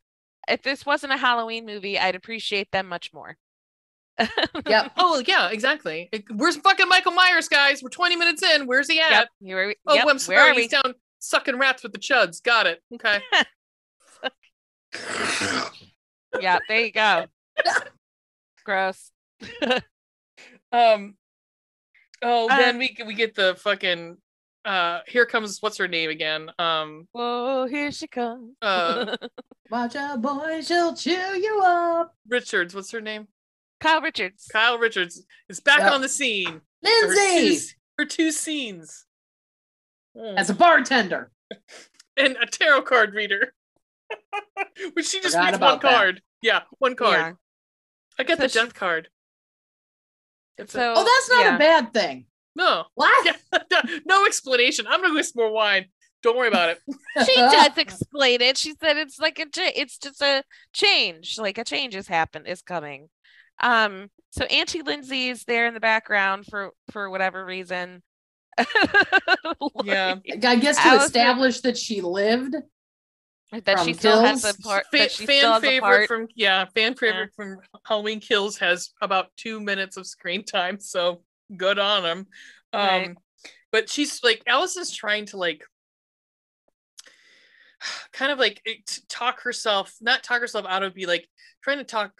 If this wasn't a Halloween movie, I'd appreciate them much more. Yep. [LAUGHS] Oh yeah, exactly. It- Where's fucking Michael Myers, guys? We're 20 minutes in. Where's he at? Yep. Here we, Oh, yep, I'm Where sorry. are we? He's down sucking rats with the chuds. Got it. Okay. yeah, there [LAUGHS] you go. Gross. Um. Oh, then Um, we we get the fucking. Uh, here comes what's her name again? Um. Whoa, Oh, here she comes. [LAUGHS] Uh, Watch out, boy, she'll chew you up. Richards. What's her name? [LAUGHS] Kyle Richards. Kyle Richards is back Yep. on the scene. for two, Lindsay s- for two scenes. Mm. as a bartender. and a tarot card [LAUGHS] reader. Which she just Forgot reads one about that. card. Yeah, one card. Yeah. I get So the she- death card. That's it. So Oh, that's not yeah. a bad thing. [LAUGHS] no, [LAUGHS] What? [LAUGHS] yeah, no explanation. I'm gonna whisk more wine. Don't worry about it. [LAUGHS] she does explain it. She said it's like a cha- it's just a change, like a change has happened is coming. Um, so Auntie Lindsay is there in the background for for whatever reason. [LAUGHS] Lori, Yeah. I guess to Allison- establish that she lived. that she From still has Hills. a part. Fa- that she still fan has a favorite part. from yeah, fan favorite from Halloween Kills has about two minutes of screen time, so good on him. Um, Right. but she's like Allison's trying to like [SIGHS] kind of like it- t- talk herself, not talk herself out of be like trying to talk,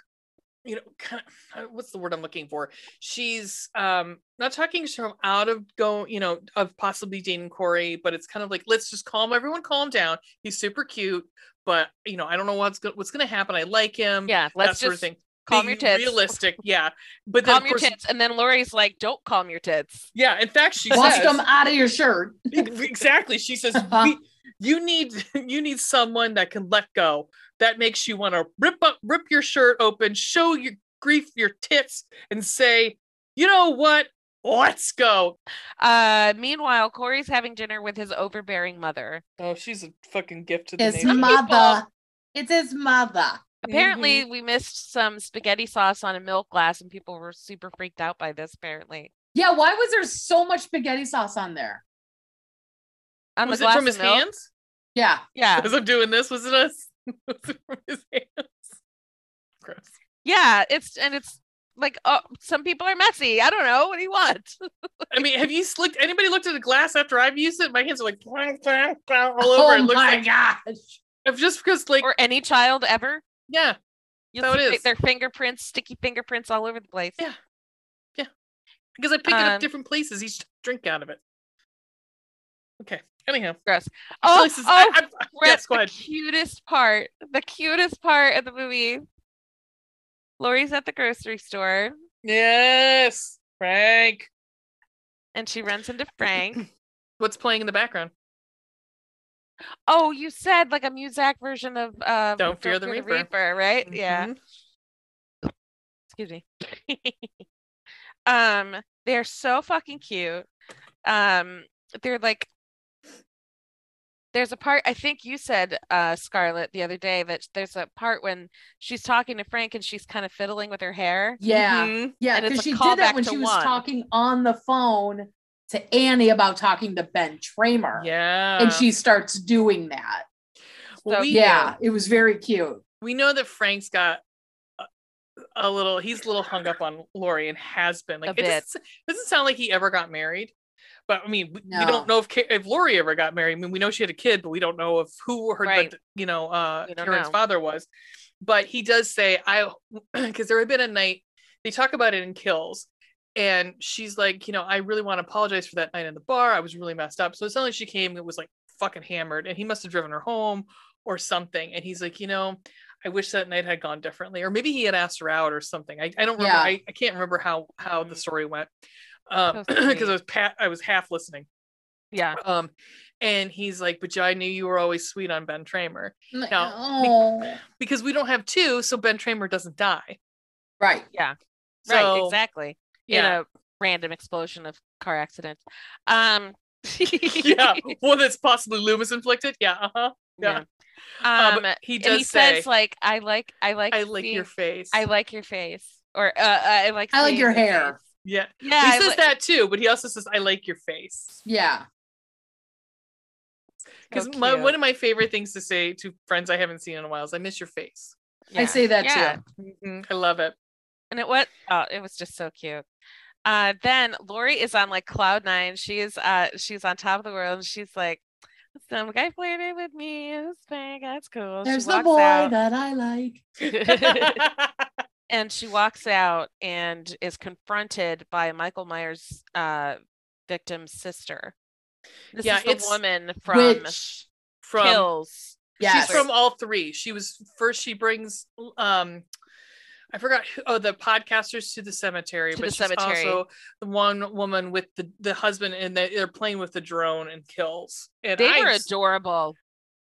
you know, kind of uh, what's the word I'm looking for? She's um not talking herself out of going, you know, of possibly dating Corey, but it's kind of like let's just calm everyone, calm down. He's super cute, but you know, I don't know what's go- what's gonna happen. I like him. yeah, let's that sort just of thing. calm Being your tits. Realistic, yeah. But then Calm of your course, tits, and then Lori's like, "Don't calm your tits." yeah. In fact, she Bust says, them out of your shirt. exactly she [LAUGHS] says Uh-huh. "We- you need you need someone that can let go that makes you want to rip up rip your shirt open show your grief your tits and say you know what let's go Uh, meanwhile, Corey's having dinner with his overbearing mother. oh she's a fucking gift to the His nation mother. It's his mother. Mm-hmm. Apparently, we missed some spaghetti sauce on a milk glass, and people were super freaked out by this. Apparently, Yeah, why was there so much spaghetti sauce on there? on was it the glass from of his milk. hands Yeah. Yeah, as i'm doing this was it us [LAUGHS] was it from his hands Gross. yeah. It's and it's like, oh, some people are messy. I don't know. What do you want? [LAUGHS] I mean, have you s- looked? Anybody looked at a glass after I've used it? My hands are like [LAUGHS] blank, blank, blank, all over. oh it looks my like gosh. I've just because, like, or any child ever? yeah, You'll So it see fi- is. their fingerprints, sticky fingerprints all over the place. Yeah. because I pick it Um, up different places each drink out of it. Okay. Anyhow, Oh, places- I- oh I- I- [LAUGHS] we're yes, at go the ahead. cutest part. The cutest part of the movie. Lori's at the grocery store, Yes, Frank. and she runs into Frank. What's playing in the background? Oh, you said like a Muzak version of uh, Don't Fear the Reaper. right? Yeah. Mhm. Excuse me. [LAUGHS] um, they're so fucking cute. Um, they're like there's a part I think you said, uh, Scarlett, the other day that there's a part when she's talking to Frank and she's kind of fiddling with her hair. Yeah. Mhm. Yeah. And it's Because a she did callback that when to she was one. talking on the phone to Annie about talking to Ben Tramer. Yeah. And she starts doing that. Well, so- we, Yeah. It was very cute. We know that Frank's got a, a little. He's a little hung up on Lori and has been. Like A it doesn't, s- doesn't sound like he ever got married. But I mean, we, we No. don't know if Ca- if Lori ever got married. I mean, we know she had a kid, but we don't know if who her Right. the, you know uh, We don't Karen's know. father was. [CLEARS THROAT] But he does say I because there had been a night they talk about it in Kills and she's like, you know, I really want to apologize for that night in the bar. I was really messed up. So suddenly she came and was like fucking hammered, and he must have driven her home or something. And he's like, you know, I wish that night had gone differently, or maybe he had asked her out or something. I, I don't remember. Yeah. I, I can't remember how how the Mhm. story went [CLEARS THROAT] because So I sweet. was pa- I was half listening. Yeah. Um, and he's like, but I knew you were always sweet on Ben Tramer I'm like, No. "Oh." because we don't have two, so Ben Tramer doesn't die. Right. So, right. Exactly. Yeah, In a random explosion of car accident. Um. [LAUGHS] [LAUGHS] [LAUGHS] yeah, one that's possibly Loomis inflicted. Yeah, uh huh. Yeah. Um. Uh, but he and does he say, says like, I like, I like, "I like your seeing- face." I like your face, or uh, uh, I like, I like seeing your hair. face. yeah, Yeah. he I says li- that too, but he also says, "I like your face." Yeah. Because So my, cute. one of my favorite things to say to friends I haven't seen in a while is, "I miss your face." I Yeah. say that Yeah. too. I love [LAUGHS] it. And it was oh, it was just so cute. Uh then Lori is on like cloud nine. She is uh she's on top of the world and she's like, some guy flirted with me. It was fake. That's cool. She There's the walks boy out that I like. and she walks out and is confronted by Michael Myers uh victim's sister. This Yeah, is the it's- woman from Which from Kills. yes. she's from all three. She was first. She brings um, I forgot. Who, oh, the podcasters to the cemetery, To but the she's cemetery. also the one woman with the the husband, and they- they're playing with the drone and kills. And They I, were adorable.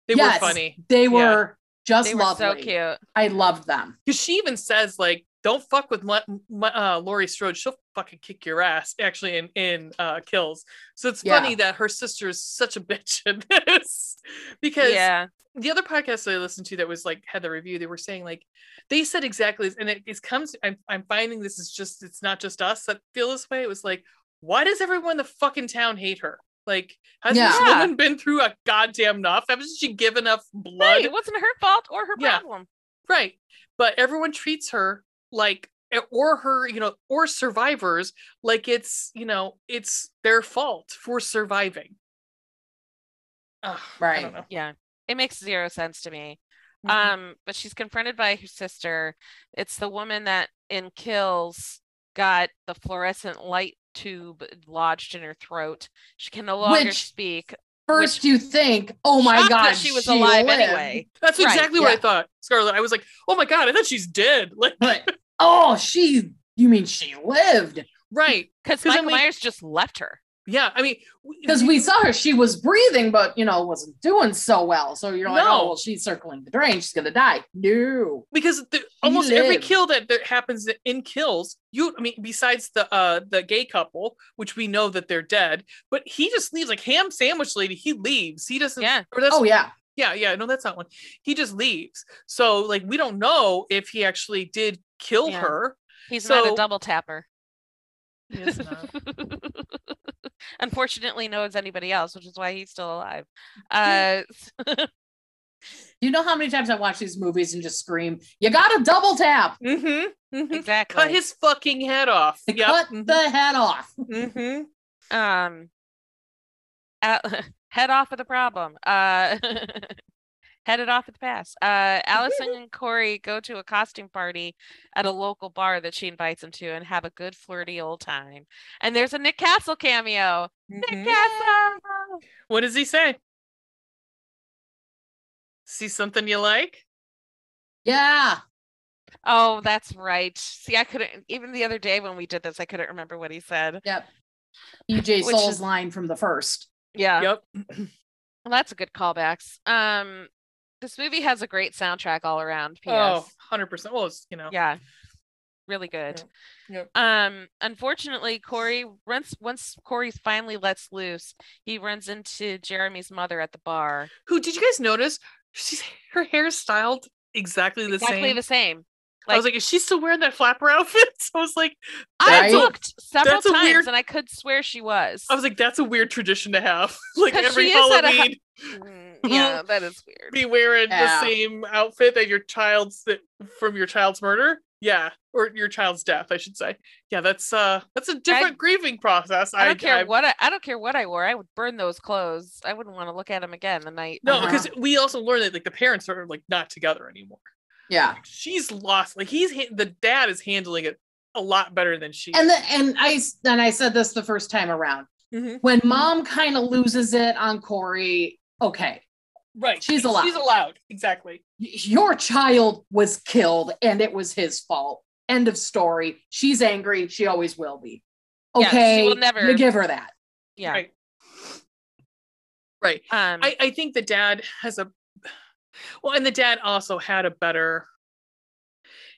they Yes. were funny They were just They were lovely. so cute. I loved them. because she even says like, "Don't fuck with my, my, uh, Lori Strode; she'll fucking kick your ass." Actually, in in uh, kills, so it's Yeah. funny that her sister is such a bitch in [LAUGHS] this because Yeah. the other podcast that I listened to that was like had the review, they were saying like they said exactly this, and it, it comes. I'm I'm finding this is just it's not just us that feel this way. It was like, why does everyone in the fucking town hate her? Like, has this Yeah. woman been through a goddamn enough? Hasn't she given enough blood? Right. It wasn't her fault or her Yeah. problem. Right. But everyone treats her like eh, or her, you know, or survivors like it's, you know, it's their fault for surviving. Ugh, I Right. don't know. Yeah, it makes zero sense to me. Mm-hmm. Mhm. Um, but she's confronted by her sister. It's the woman that in Kills got the fluorescent light tube lodged in her throat. She can no longer Which- speak. First, you think, oh my Shocked that God, she was alive lived. anyway. That's Right, exactly what I yeah. thought, Scarlett. I was like, oh my god, I thought she's dead. Like, But, oh, she, you mean she lived? right? Because 'Cause I Michael mean- Myers just left her. Yeah. I mean, w- Because we saw her, she was breathing, but, you know, wasn't doing so well. So you're like, No. oh, well, she's circling the drain. She's going to die. No. because the, almost every lived. kill that, that happens in kills, you I mean, besides the uh the gay couple, which we know that they're dead, but he just leaves like ham sandwich lady. He leaves. He doesn't. Yeah. Or that's Oh, yeah. yeah yeah no that's not one he just leaves so like we don't know if he actually did kill Yeah. her He's not So- a double tapper. He is [LAUGHS] not. [LAUGHS] Unfortunately, no one's anybody else, which is why he's still [LAUGHS] alive. Uh, You know how many times I watch these movies and just scream, you got a double tap. Mhm, Mm-hmm, mhm. exactly. cut his fucking head off They Yep, Cut mhm, the head off. mhm. um Al- [LAUGHS] head off of the problem uh [LAUGHS] headed off at the pass uh [LAUGHS] allison and corey go to a costume party at a local bar that she invites them to and have a good flirty old time and there's a nick castle cameo nick Mhm. castle What does he say? See something you like? Yeah. oh that's right see i couldn't even the other day when we did this i couldn't remember what he said Yep. EJ Which Soul's is- line from the first. yeah Yep. well, that's a good callbacks um this movie has a great soundtrack all around PS. Oh, 100%. Well, it's, you know. yeah really good Yep. um unfortunately corey runs once corey finally lets loose he runs into jeremy's mother at the bar Who did you guys notice? She's her hair is styled exactly the exactly same. the same I was like- like, is she still wearing that flapper outfit? [LAUGHS] I was like, i Right? looked several That's a times weird- and i could swear she was I was like, that's a weird tradition to have. [LAUGHS] like 'Cause every she is at a hu- Halloween, [LAUGHS] Mm, yeah that is weird be wearing Yeah. the same outfit that your child's that from your child's murder. Yeah, or your child's death, I should say. Yeah, that's uh, that's a different grieving process. i don't care I, what I, I don't care what i wore i would burn those clothes i wouldn't want to look at them again the night No, Uh-huh. because we also learned that like the parents are like not together anymore. Yeah. She's lost. Like he's ha- the dad is handling it a lot better than she. And the, and I and I said this the first time around. Mhm. When mom kind of loses it on Corey, okay, Right. she's allowed. She's allowed. Exactly. your child was killed and it was his fault. End of story. She's angry. She always will be. Yes, she Okay. will never- You give her that. Yeah. Right. Right. Um, I, I think the dad has a well, and the dad also had a better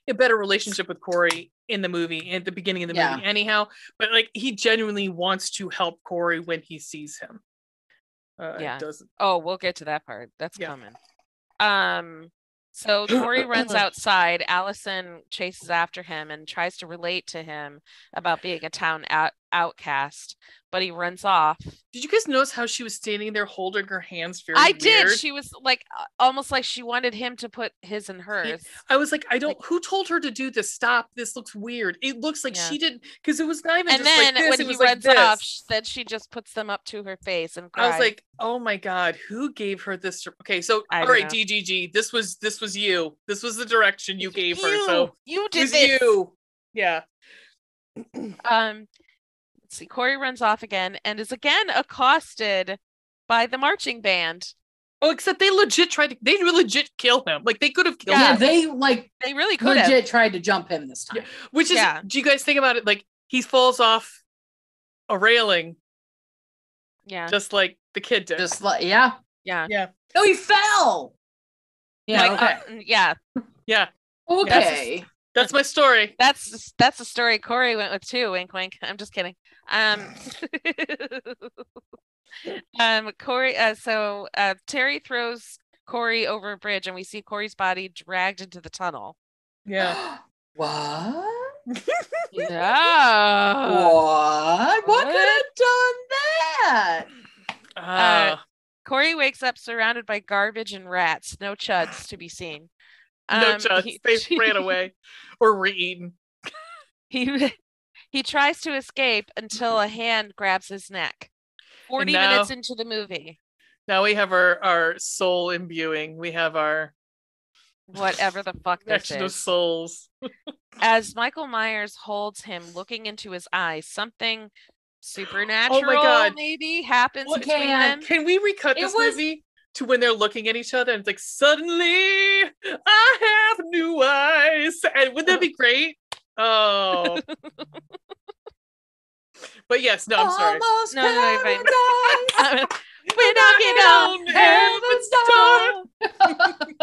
a better relationship with Corey in the movie at the beginning of the Yeah. movie, anyhow. But like he genuinely wants to help Corey when he sees him. Uh, Yeah. yeah. Doesn't Oh, we'll get to that part. That's Yeah. coming. Um, so [CLEARS THROAT] Corey runs outside. Allison chases after him and tries to relate to him about being a town out- outcast, but he runs off. did you guys notice how she was standing there holding her hands very I did. weird? She was like uh, almost like she wanted him to put his and hers. I was like, I don't. Who told her to do this? Stop! This looks weird. It looks like Yeah. she didn't because it was not even. And just then like this, when it he was like runs off, this. sh- then she just puts them up to her face and I was cries. like, oh my god, who gave her this? dir- Okay, so I all don't right, know. DGG, this was this was you. This was the direction you gave her. you, So you it did was this. you. Yeah, Um, let's see. Corey runs off again and is again accosted by the marching band. Oh, except they legit tried to. They legit kill him. Like they could have killed Yeah. Yeah, him. they like They really could have. legit tried to jump him this time. Which is, Yeah. do you guys think about it? Like he falls off a railing, Yeah. just like the kid did. Just like yeah. Yeah. No, he fell. Yeah. Like, okay. uh, yeah. yeah, that's okay. that's my story. That's that's a story Corey went with too. Wink, wink. I'm just kidding. Um, [LAUGHS] um, Corey. Uh, so uh, Terry throws Corey over a bridge, and we see Corey's body dragged into the tunnel. [LAUGHS] Yeah, [GASPS] Uh, what? Yeah. what? What could have what? done that? uh, Corey wakes up surrounded by garbage and rats. No chuds to be seen. no Um, chance. he- [LAUGHS] They ran away or were eaten. He [LAUGHS] he tries to escape until a hand grabs his neck. 40 now- minutes into the movie, Now we have our our soul imbuing. We have our whatever the fuck this Action of is. Souls. As Michael Myers holds him looking into his eyes, something supernatural God. maybe happens What between can- [LAUGHS] them. Can we recut It this was- movie to when they're looking at each other and it's like suddenly I have new eyes? And wouldn't that be great? [LAUGHS] Oh. but yes, no, I'm sorry. Almost No, no, no, you're fine. [LAUGHS] paradise. We're knocking on Heaven's door.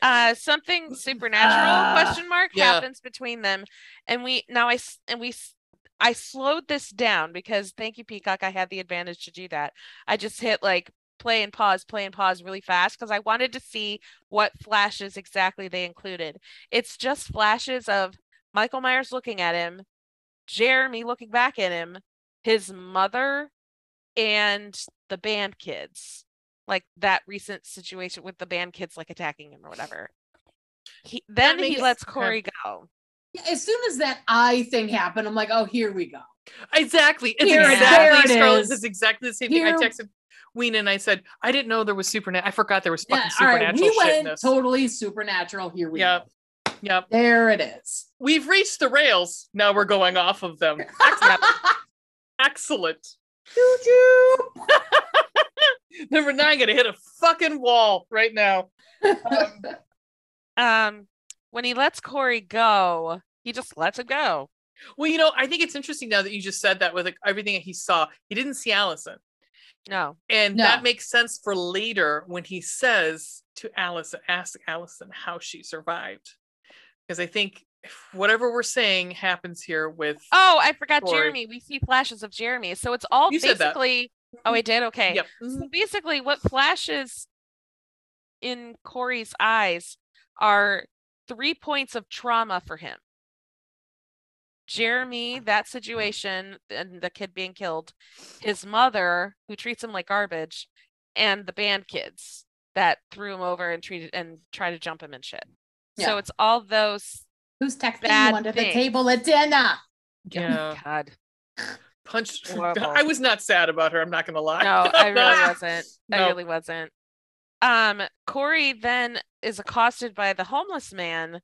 uh something supernatural Ah, question mark yeah. happens between them and we now i s- and we s- i slowed this down because thank you peacock i had the advantage to do that i just hit like play and pause play and pause really fast because i wanted to see what flashes exactly they included it's just flashes of michael myers looking at him jeremy looking back at him his mother and the band kids like that recent situation with the band kids like attacking him or whatever he then he makes- lets okay. corey go Yeah, as soon as that eye thing happened, I'm like, oh, here we go. Exactly. It's Here it is. exactly There it Scarlet. is. It's exactly the same Here- thing. I texted Ween and I said, I didn't know there was supernatural. I forgot there was fucking Yeah, all right, supernatural we shit in went this. totally supernatural. Here we Yep. go. Yep. There it is. We've reached the rails. Now we're going off of them. [LAUGHS] Excellent. Choo-choo. Number nine gonna hit a fucking wall right now. um when he lets corey go he just lets him go Well, you know, I think it's interesting now that you just said that with like everything that he saw. He didn't see Allison. no And No. that makes sense for later when he says to Allison, ask Allison how she survived. Because I think whatever we're saying happens here with oh i forgot Corey. jeremy we see flashes of jeremy so it's all You said that. Mm-hmm. basically oh i did okay Yep. So basically, what flashes in Corey's eyes are three points of trauma for him. Jeremy, that situation, and the kid being killed, his mother, who treats him like garbage, and the band kids that threw him over and treated and try to jump him and shit. Yeah. So it's all those. Who's texting Bad you under thing. the table at dinner? Yeah. God, Punch Horrible. [LAUGHS] I was not sad about her, I'm not gonna [LAUGHS] lie. No, [LAUGHS] I I'm not- really wasn't. I No. really wasn't. Um, Corey then is accosted by the homeless man,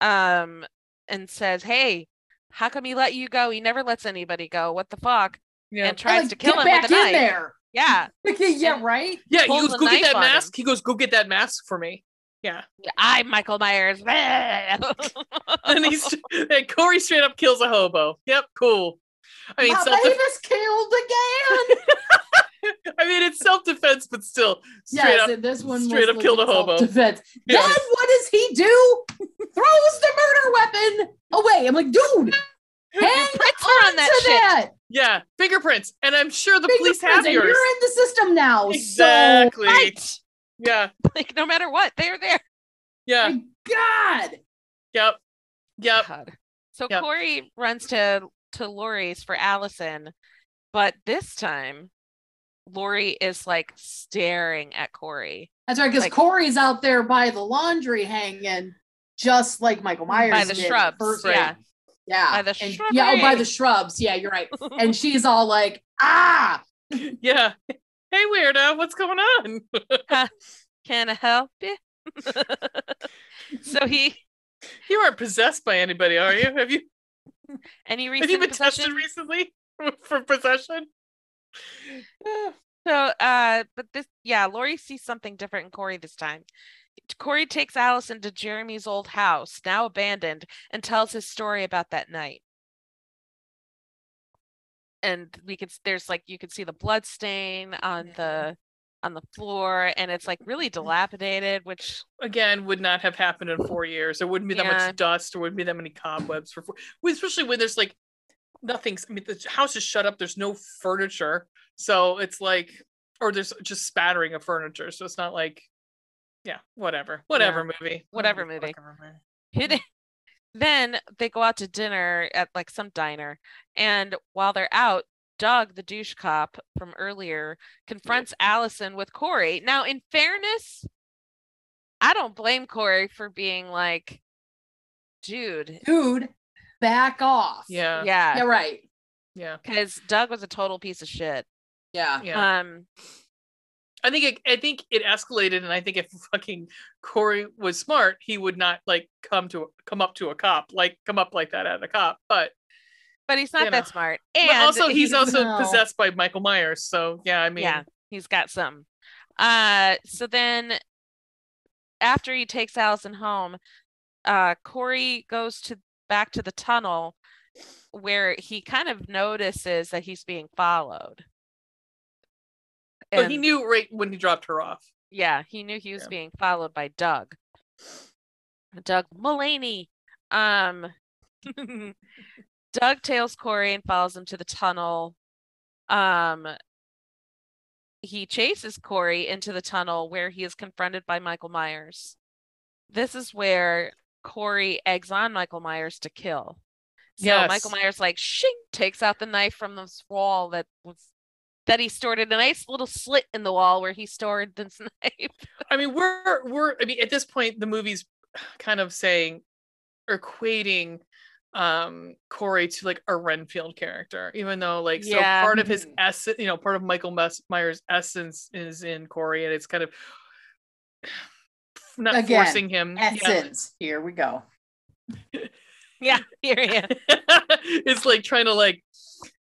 um, and says, "Hey, how come he let you go? He never lets anybody go. What the fuck?" Yeah. And tries Like, to kill get him back with a in knife. there. [LAUGHS] Yeah, yeah, right. Yeah, he pulls goes, a go get knife that on him. mask. He goes, go get that mask for me. Yeah. I'm Michael Myers. [LAUGHS] [LAUGHS] And he's and Corey straight up kills a hobo. Yep, cool. I mean, My self baby's killed again. [LAUGHS] I mean it's self defense, but still [LAUGHS] straight yes, up. and this one was straight up killed a legit hobo. self-defense. Yeah. Then what does he do? [LAUGHS] Throws the murder weapon away. I'm like, dude, hang prints are [LAUGHS] on on that to that. [LAUGHS] Yeah, fingerprints, and I'm sure the police Fingerprints, have and yours. You're in the system now. exactly. right. Yeah, [LAUGHS] Like no matter what, they're there. So, yeah, my God. yep, [LAUGHS] yep. [LAUGHS] God. So Yep. Corey runs to to Lori's for Allison, but this time Lori is like staring at Corey That's right, because Like- Corey's out there by the laundry hanging, just like Michael Myers by the did shrubs. first- Yeah. yeah, By the and, yeah, oh, by shrubbery. the shrubs. Yeah, you're right. And she's all like, ah, Yeah. Hey, weirdo, what's going on? [LAUGHS] Can I help you? [LAUGHS] so he You aren't possessed by anybody, are you? Have you any have you recent been tested possession? recently [LAUGHS] for possession? Yeah. So uh but this yeah, Lori sees something different in Corey this time. Corey takes Allison to Jeremy's old house, now abandoned, and tells his story about that night. And we could s- there's like you can see the blood stain on Mhm. the on the floor and it's like really dilapidated, which Again, would not have happened in four years. There wouldn't be that Yeah. much dust. There wouldn't be that many cobwebs for four. well, Especially when there's like nothing's. I mean, the house is shut up. There's no furniture, so it's like, or there's just spattering of furniture. So it's not like, yeah, whatever, whatever movie, Whatever movie. Whatever movie. hidden. [LAUGHS] then they go out to dinner at like some diner and while they're out Doug, the douche cop from earlier, confronts Allison with Corey. Now, in fairness, I don't blame Corey for being like, dude, dude, back off. Yeah, yeah, yeah, Yeah, right. yeah. because Doug was a total piece of shit. Yeah. yeah. Um, I think it, I think it escalated, and I think if fucking Corey was smart, he would not like come to come up to a cop, like come up like that at a cop. But, but he's not You that know. smart. but And also, he's also No. possessed by Michael Myers. So yeah, I mean, yeah, he's got some. Uh, so then after he takes Allison home, uh, Corey goes to back to the tunnel where he kind of notices that he's being followed. but And- Oh, he knew right when he dropped her off. yeah, he knew he was Yeah. being followed by Doug. Doug Mullaney. Um [LAUGHS] Doug tails Corey and follows him to the tunnel. Um he chases Corey into the tunnel where he is confronted by Michael Myers. This is where Corey eggs on Michael Myers to kill. So Michael Yes. Myers like shing takes out the knife from this wall that was that he stored in a nice little slit in the wall where he stored this [LAUGHS] knife. I mean, we're we're I mean at this point the movie's kind of saying or equating um Corey to like a Renfield character, even though like Yeah. so part of his Mhm. essence, you know, part of Michael Mes- Myers' essence is in Corey, and it's kind of [SIGHS] not Again, forcing him. yeah. Essence. Here we go. Yeah, here he is. [LAUGHS] it's like trying to like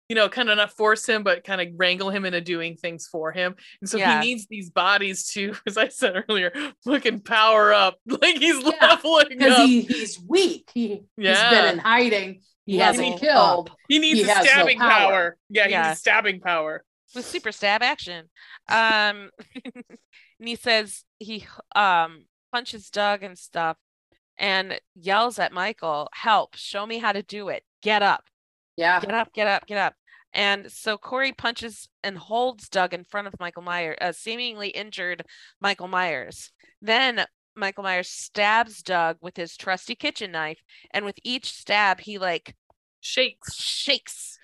you know kind of not force him but kind of wrangle him into doing things for him and so Yeah. he needs these bodies to [LAUGHS] as i said earlier fucking power up [LAUGHS] like he's Yeah, leveling Because up he, he, he's weak. He, Yeah. He's been in hiding. He Level hasn't killed. needs he the has no stabbing power. power. yeah he Yeah. needs stabbing power with super stab action. Um, [LAUGHS] and he says he um punches Doug and stuff, and yells at Michael, "Help! Show me how to do it. Get up! Yeah. Get up! Get up! Get up!" And so Corey punches and holds Doug in front of Michael Myers, uh, seemingly injured Michael Myers. Then Michael Myers stabs Doug with his trusty kitchen knife, and with each stab, he like shakes shakes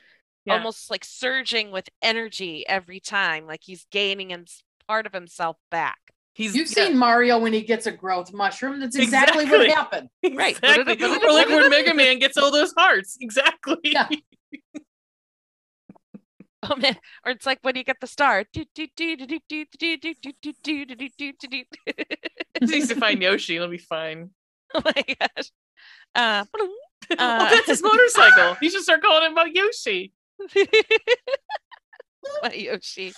Yeah. almost like surging with energy every time like he's gaining him part of himself back [LAUGHS] he's You've yeah, [LAUGHS] seen Mario when he gets a growth mushroom. That's exactly, what Exactly. happened. Right. exactly. or like when mega man gets all those hearts exactly [LAUGHS] Yeah. oh man or it's like when you get the star Do, do, do, do, do, do, do, do, do, do, do, do, do, do, do, do. [LAUGHS] [LAUGHS] he needs to find yoshi it'll be fine oh my gosh uh well, that's [LAUGHS] his motorcycle. He should start calling him about Yoshi. [LAUGHS] what Yoshi?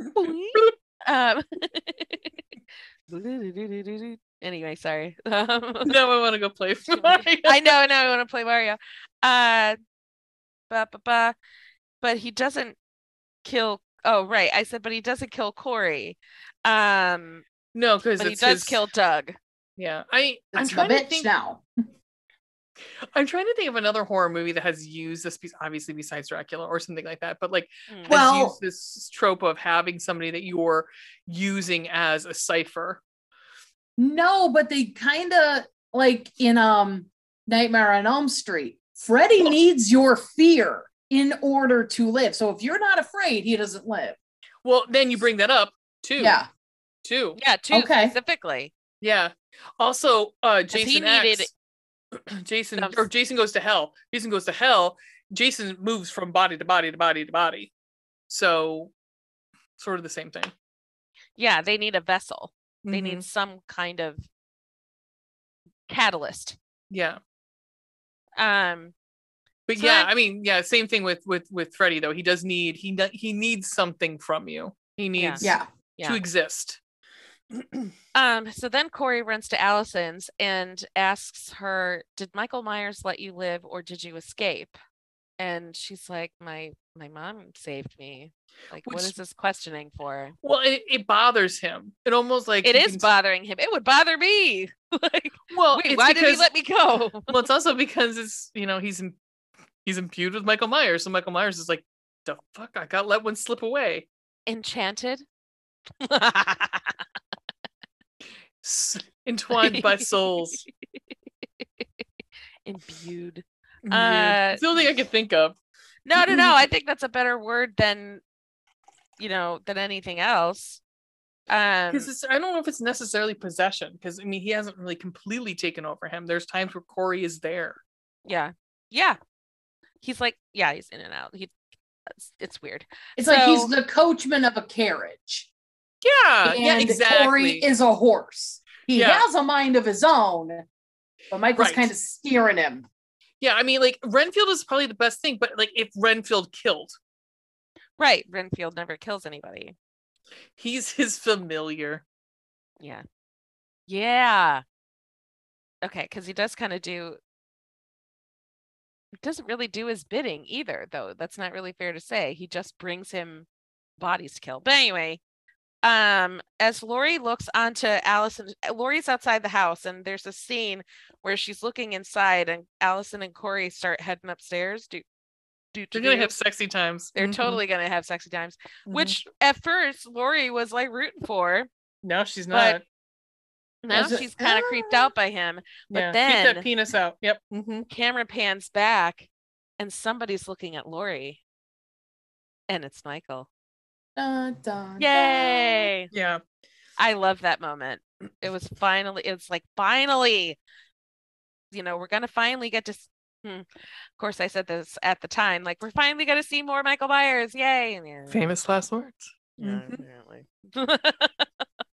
Boing. um, [LAUGHS] anyway, sorry. [LAUGHS] Um, No, I want to go [LAUGHS] play for Mario. I know, now I want to play Mario. Uh, ba ba ba. But he doesn't kill. Oh, right. I said, but he doesn't kill Corey. Um, No, because but he does kill Doug. Yeah, I I'm It's my trying to bitch think. now. I'm trying to think of another horror movie that has used this piece, obviously besides Dracula or something like that. But like, Hmm. Well- has used this trope of having somebody that you're using as a cipher. No, but they kind of like in um Nightmare on Elm Street. Freddy needs your fear in order to live. So if you're not afraid, he doesn't live. Well, then you bring that up too. Yeah. too. yeah, two Okay. specifically. Yeah. Also, uh, 'Cause he Jason needed needed- [CLEARS THROAT] Jason Some- or Jason goes to hell. Jason goes to hell. Jason moves from body to body to body to body. So, sort of the same thing. Yeah, they need a vessel. They Mhm. need some kind of catalyst. yeah. Um, But So yeah, I'm- I mean, yeah, same thing with with with Freddy though. He does need he ne- he needs something from you. He needs Yeah. to yeah. [CLEARS THROAT] exist. Um, so then Corey runs to Allison's and asks her, "Did Michael Myers let you live, or did you escape?" And she's like, "My my mom saved me." Like, what Which- is this questioning for? Well, it, it bothers him. It almost like It you is can- bothering him. It would bother me. like, Well, wait, it's why did he because- let me [LAUGHS] go? well, it's also because it's you know he's in, he's imputed with Michael Myers, so Michael Myers is like, the fuck, I got let one slip away. Enchanted. [LAUGHS] S- Entwined [LAUGHS] by souls. Imbued. Yeah. [LAUGHS] Uh, it's the only thing I could think of. No, no, [LAUGHS] no. I think that's a better word than, you know, than anything else. Um, Because it's I don't know if it's necessarily possession. Because I mean, he hasn't really completely taken over him. There's times where Corey is there. yeah, yeah. He's like, yeah, he's in and out. He, it's, it's weird. It's like he's So- the coachman of a carriage. Yeah, and Uh, yeah, exactly. Corey is a horse. He Yeah. has a mind of his own, but Michael's Right. kind of steering him. yeah, I mean, like Renfield is probably the best thing, but like if Renfield killed, Right. Renfield never kills anybody. he's his familiar. Yeah. Yeah. Okay, because he does kind of do. he Doesn't really do his bidding either, though. That's not really fair to say. He just brings him bodies to kill. But anyway, um, as Lori looks onto Allison, eh, Lori's outside the house, and there's a scene where she's looking inside, and Allison and Corey start heading upstairs. Do, do, do, They're gonna do. have sexy times. They're Mhm, totally gonna have sexy times, mhm. which at first Lori was like rooting for. now she's but- not. Now Is it- she's kind of creeped out by him. But yeah, keep then- that penis out. Yep. Mm-hmm. camera pans back and somebody's looking at Lori. And it's Michael. Dun, dun, dun. Yay! Yeah. I love that moment. It was finally, it's like finally, you know, we're going to finally get to. s- Hmm. Of course, I said this at the time. Like, we're finally going to see more Michael Myers. Yay. And yeah, Famous last words. yeah, Mhm. apparently. [LAUGHS]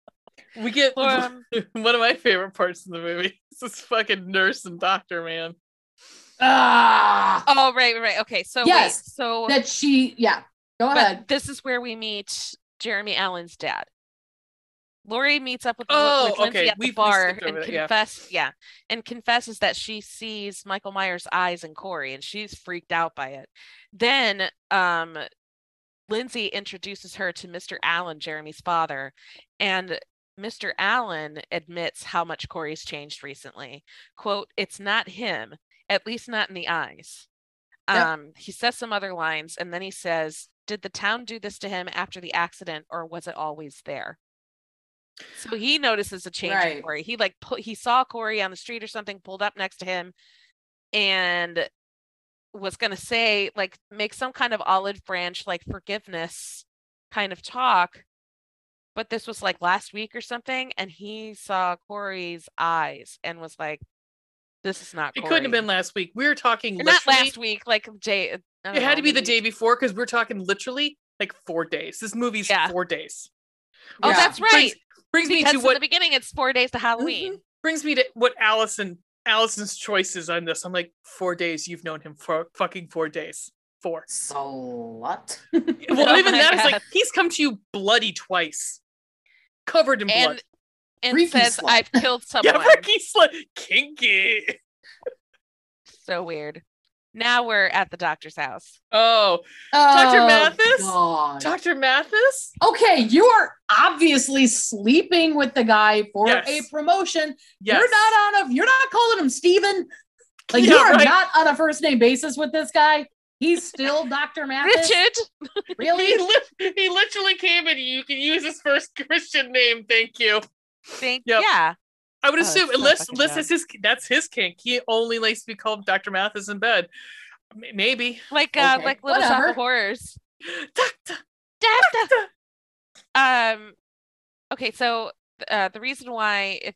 We get Um, [LAUGHS] one of my favorite parts of the movie. [LAUGHS] It's this fucking nurse and doctor man. Ah, oh, right, right, right. Okay. So, wait, Yes, so that she, yeah. Go ahead. but this is where we meet Jeremy Allen's dad. Lori meets up with, Lin- Oh, with Lindsay okay. at the We- we bar skipped and over that, yeah. confess, yeah. and confesses that she sees Michael Myers' eyes in Corey, and she's freaked out by it. Then, um, Lindsay introduces her to Mr. Allen, Jeremy's father, and Mr. Allen admits how much Corey's changed recently. "Quote: It's not him, at least not in the eyes." Yep. Um, he says some other lines, and then he says, "Did the town do this to him after the accident, or was it always there?" So he notices a change in Right. Corey. He like put, he saw Corey on the street or something, pulled up next to him, and was going to say like make some kind of olive branch like forgiveness kind of talk but this was like last week or something and he saw corey's eyes and was like this is not It couldn't have Corey." been last week. We were talking Or literally. not last week like day it it had to be the day before because we're talking literally like four days. This movie's Yeah. four days. oh Yeah. that's Brings- right Brings, me because to in what Mm-hmm. the beginning it's four days to halloween brings me to what Allison Allison's choices on this. I'm like, four days. You've known him for fucking four days. Four. So what? [LAUGHS] Well, [LAUGHS] Oh even my that is God. like he's come to you bloody twice, covered in blood. and and Freaky says slut. [LAUGHS] I've killed someone. Yeah, Ricky Slut, kinky. So weird. Now we're at the doctor's house. Oh, Oh, Mathis? God. Dr. Mathis? okay, you are obviously sleeping with the guy for Yes. a promotion. Yes. You're not on a. You're not calling him Steven. Like you Yeah, are right. not on a first name basis with this guy. He's [LAUGHS] still Doctor Mathis. Richard, He, Really? li- he literally came and you can use his first [LAUGHS] Christian name. Thank you. think Yep. yeah. I would Oh, that's assume so unless fucking unless dumb. is his that's his kink. He only likes to be called Dr. Mathis in bed. M- maybe. [GASPS] Like uh Okay, like little shop whatever. of horrors. Doctor. Dad, [LAUGHS] um okay, so uh the reason why if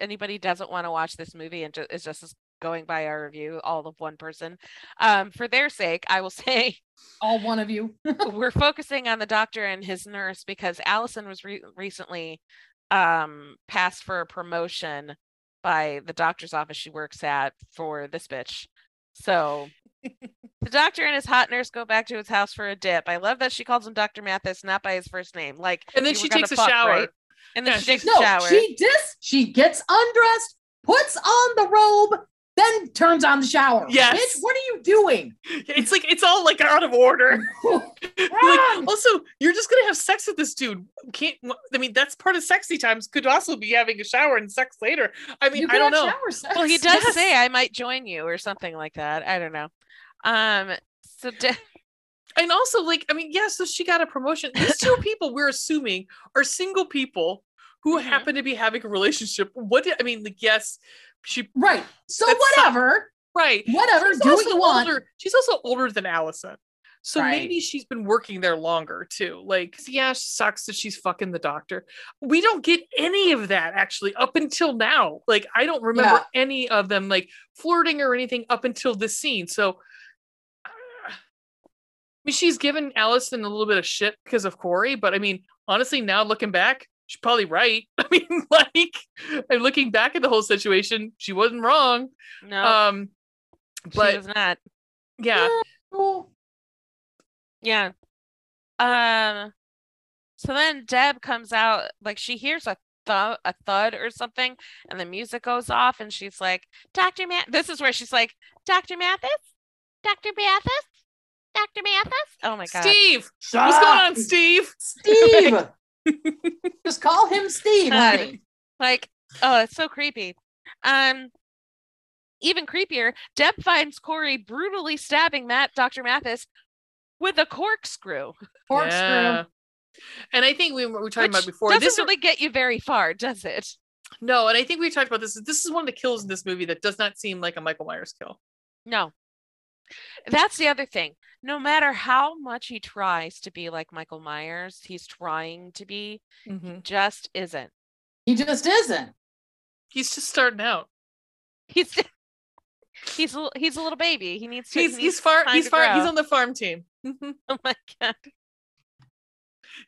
anybody doesn't want to watch this movie and ju- is just as- going by our review, all of one person, um, for their sake, I will [LAUGHS] say All one of you. we're focusing on the doctor and his nurse because Allison was re- recently um, passed for a promotion by the doctor's office she works at for this bitch. [LAUGHS] So the doctor and his hot nurse go back to his house for a dip. I love that she calls him Dr. Mathis, not by his first name. Like, And then you she were gonna takes a fuck, shower. right? and then Yeah, she takes No, a shower. she dis. She gets undressed, puts on the robe, then turns on the shower. Yes. Bitch, what are you doing? It's like it's all like out of order. [LAUGHS] Wrong. Like, also, you're just gonna have sex with this dude. Can't I mean that's part of sexy times. Could also be having a shower and sex later. I mean, [LAUGHS] you I could don't have know. shower sex. well, he does say I might join you or something like that. I don't know. Um, so da- and also like i mean yeah so she got a promotion these [LAUGHS] two people we're assuming are single people who Mm-hmm. Mhm. happen to be having a relationship what do- i mean like yes she Right. So That's so- whatever. right Whatever. She's Do what also you want. older she's also older than allison so Right. maybe she's been working there longer too like 'cause, yeah she sucks that she's fucking the doctor we don't get any of that actually up until now like i don't remember any of them like flirting or anything up until this scene so uh, I mean, she's given Allison a little bit of shit because of Corey, but I mean, honestly, now looking back, she's probably right. [LAUGHS] I mean, like, I'm looking back at the whole situation, she wasn't wrong. [LAUGHS] no, Um, she but was not. yeah, Cool. Yeah. Um so then Deb comes out like she hears a thud a thud or something and the music goes off and she's like, "Dr. Math This is where she's like, "Dr. Mathis? Dr. Mathis? Dr. Mathis?" Oh my god. Steve, Ah! what's going on, Steve? Steve? [LAUGHS] Just call him Steve, Hi. honey. Like, oh, it's so creepy. Um even creepier, Deb finds Corey brutally stabbing Matt Dr. Mathis with a corkscrew, Corkscrew. Yeah. And I think we were we were talking which about before. doesn't This really get you very far, does it? no, and I think we talked about this. This is one of the kills in this movie that does not seem like a Michael Myers kill. No. That's the other thing. No matter how much he tries to be like Michael Myers, he's trying to be, Mm-hmm. just isn't. He just isn't. He's just starting out. He's [LAUGHS] he's a, he's a little baby. He needs to. he He's needs he's far time he's to far he's grow. on the farm team. Oh [LAUGHS] my god. [LAUGHS]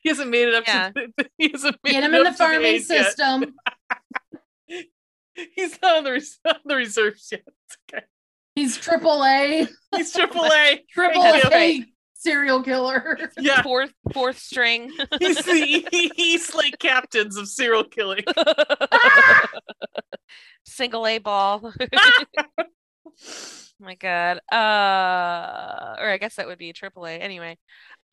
He hasn't made it up Yeah. to the, [LAUGHS] he hasn't made Get him it in up to the farming A's yet. [LAUGHS] system. He's not on the, res- on the reserves yet. He's triple A, [LAUGHS] He's triple A. triple Thank you. A serial killer. Yeah, Fourth fourth string. [LAUGHS] he's the [LAUGHS] he- he's like captains of serial [LAUGHS] killing. Single A ball. [LAUGHS] Oh my god. Uh or I guess that would be triple A anyway. Um [LAUGHS]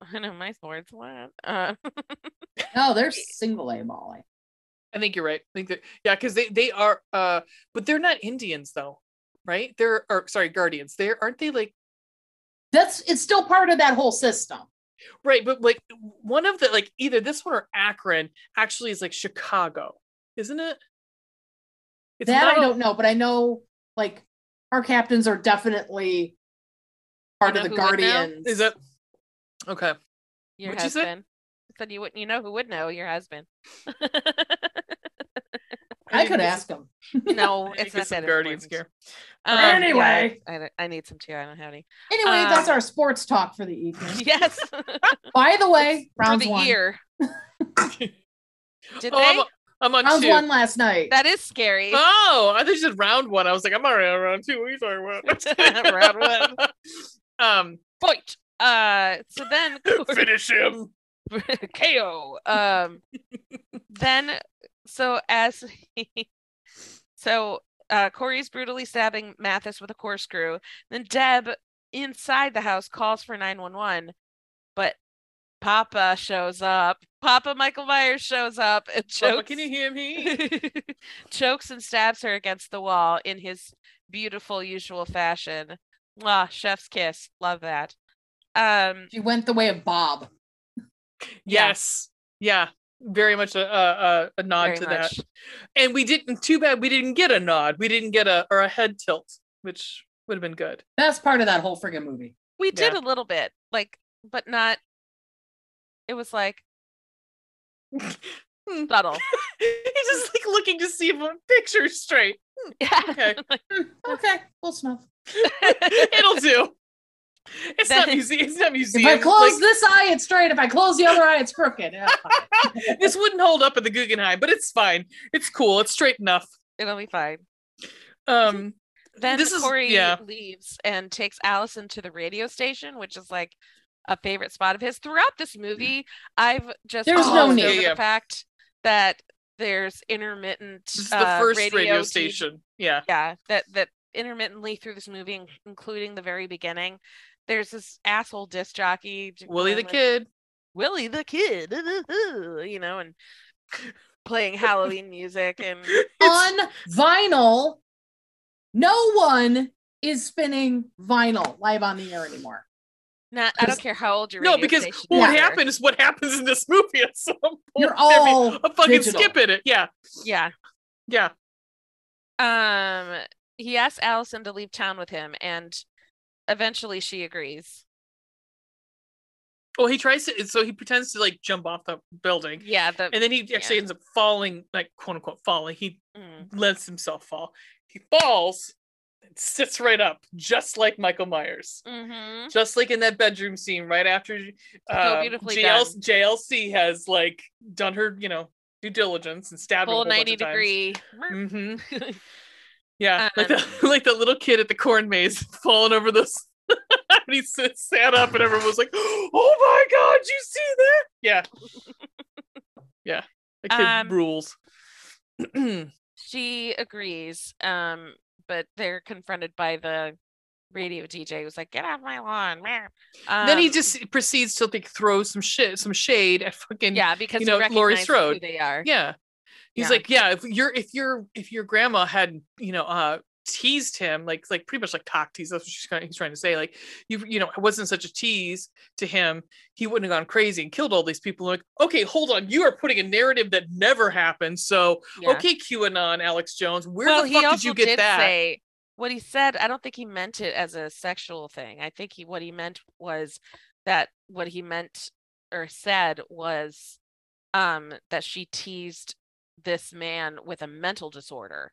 I know my sports what? Uh, [LAUGHS] No, they're single A Molly. I think you're right. I think that yeah, because they they are uh, but they're not Indians though, right? They're or sorry, Guardians. They aren't they like That's it's still part of that whole system. right? But like one of the like either this one or Akron actually is like Chicago, isn't it? It's that not I a- don't know, but I know like our captains are definitely part You of know the who would know? Guardians. Is it okay? Your What'd you say? husband. I said you wouldn't you know who would know your [LAUGHS] husband. [LAUGHS] I mean, could this- ask them. no, I it's guess not some that Guardians important. care. Um, Anyway. yeah, I, don't- I need some too. I don't have any. Anyway, Uh, Um, that's our sports talk for the evening. Yes, By the way, [LAUGHS] for round the one. year. Did Oh, they? I'm- I'm on Round two. one last night. That is scary. Oh, I think you said round one. I was like, I'm already on round two. What are you talking about? [LAUGHS] Round one. [LAUGHS] Um, Point. Uh, so then [LAUGHS] Corey- finish him. KO. Um, then so as he, so uh, Corey's brutally stabbing Mathis with a corkscrew. Then Deb inside the house calls for nine one one, but Papa shows up. Papa Michael Myers shows up and chokes. Papa, can you hear me? [LAUGHS] chokes and stabs her against the wall in his beautiful usual fashion. Ah, chef's kiss. Love that. Um She went the way of Bob. yes. Yeah. Very much a a, a- a nod very to that. much. And we didn't. Too bad we didn't get a nod. We didn't get a or a head tilt, which would have been good. [LAUGHS] That's part of that whole friggin' movie. We did Yeah. a little bit, like, but not it was like [LAUGHS] Hmm. subtle. He's just like looking to see if a picture's straight. Yeah. [LAUGHS] [LAUGHS] Okay, Hmm, okay, we'll snuff. it'll do. It's not That- museum. It's not museum. If I close Like, this eye, it's straight. If I close the other eye, it's [LAUGHS] crooked. Yeah, fine. this wouldn't hold up at the Guggenheim, but it's fine. It's cool. It's straight enough. It'll be fine. Um, Then This is- Corey yeah. leaves and takes Allison to the radio station, which is like a favorite spot of his throughout this movie. I've just There's no glossed need. Yeah, over Mm. yeah. the fact that there's intermittent this is the uh, first radio, TV station. Yeah, yeah that that intermittently through this movie in- including the very beginning there's this asshole disc jockey j- Willie the playing, like, Kid. willie the kid [LAUGHS] you know and playing halloween music [LAUGHS] and It's- on vinyl, no one is spinning vinyl live on the air anymore. not i don't Because- care how old you're no, because well, what is. happened is what happens in this [LAUGHS] movie at some point. [LAUGHS] You're I mean, all I'm fucking digital. skipping it. Yeah, yeah yeah. um he asks allison to leave town with him and eventually she agrees Well, he tries to, so he pretends to like jump off the building, yeah the and then he actually Yeah. ends up falling, like quote unquote falling. He mm, lets himself fall. He falls and sits right up, just like Michael Myers. mhm. Just like in that bedroom scene right after uh, beautifully JL- done. JLC has like done her, you know, due diligence and stabbed full him a whole 90 bunch of degree merp. times. Mhm. Yeah, like Um, the [LAUGHS] like the little kid at the corn maze [LAUGHS] falling over those. and he s- sat up, and everyone was like, [GASPS] "Oh my god, you see that?" Yeah, [LAUGHS] yeah. The kid [CLEARS THROAT] Um, rules. [LAUGHS] she agrees um but they're confronted by the radio dj who's like get off my lawn Um, man then he just proceeds to like throw some shit, some shade at fucking yeah because you he know, Laurie recognizes who Strode. they are Yeah. He's Yeah. like, yeah, if your if your if your grandma had, you know, uh teased him, like like pretty much like cock tease, that's what she's kind of, he's trying to say. Like, you you know, it wasn't such a tease to him, he wouldn't have gone crazy and killed all these people. Like, okay, hold on, you are putting a narrative that never happened. So Yeah. okay, QAnon, Alex Jones, where well the he fuck also did you get did that? say what he said i don't think he meant it as a sexual thing i think he what he meant was that what he meant or said was um that she teased this man with a mental disorder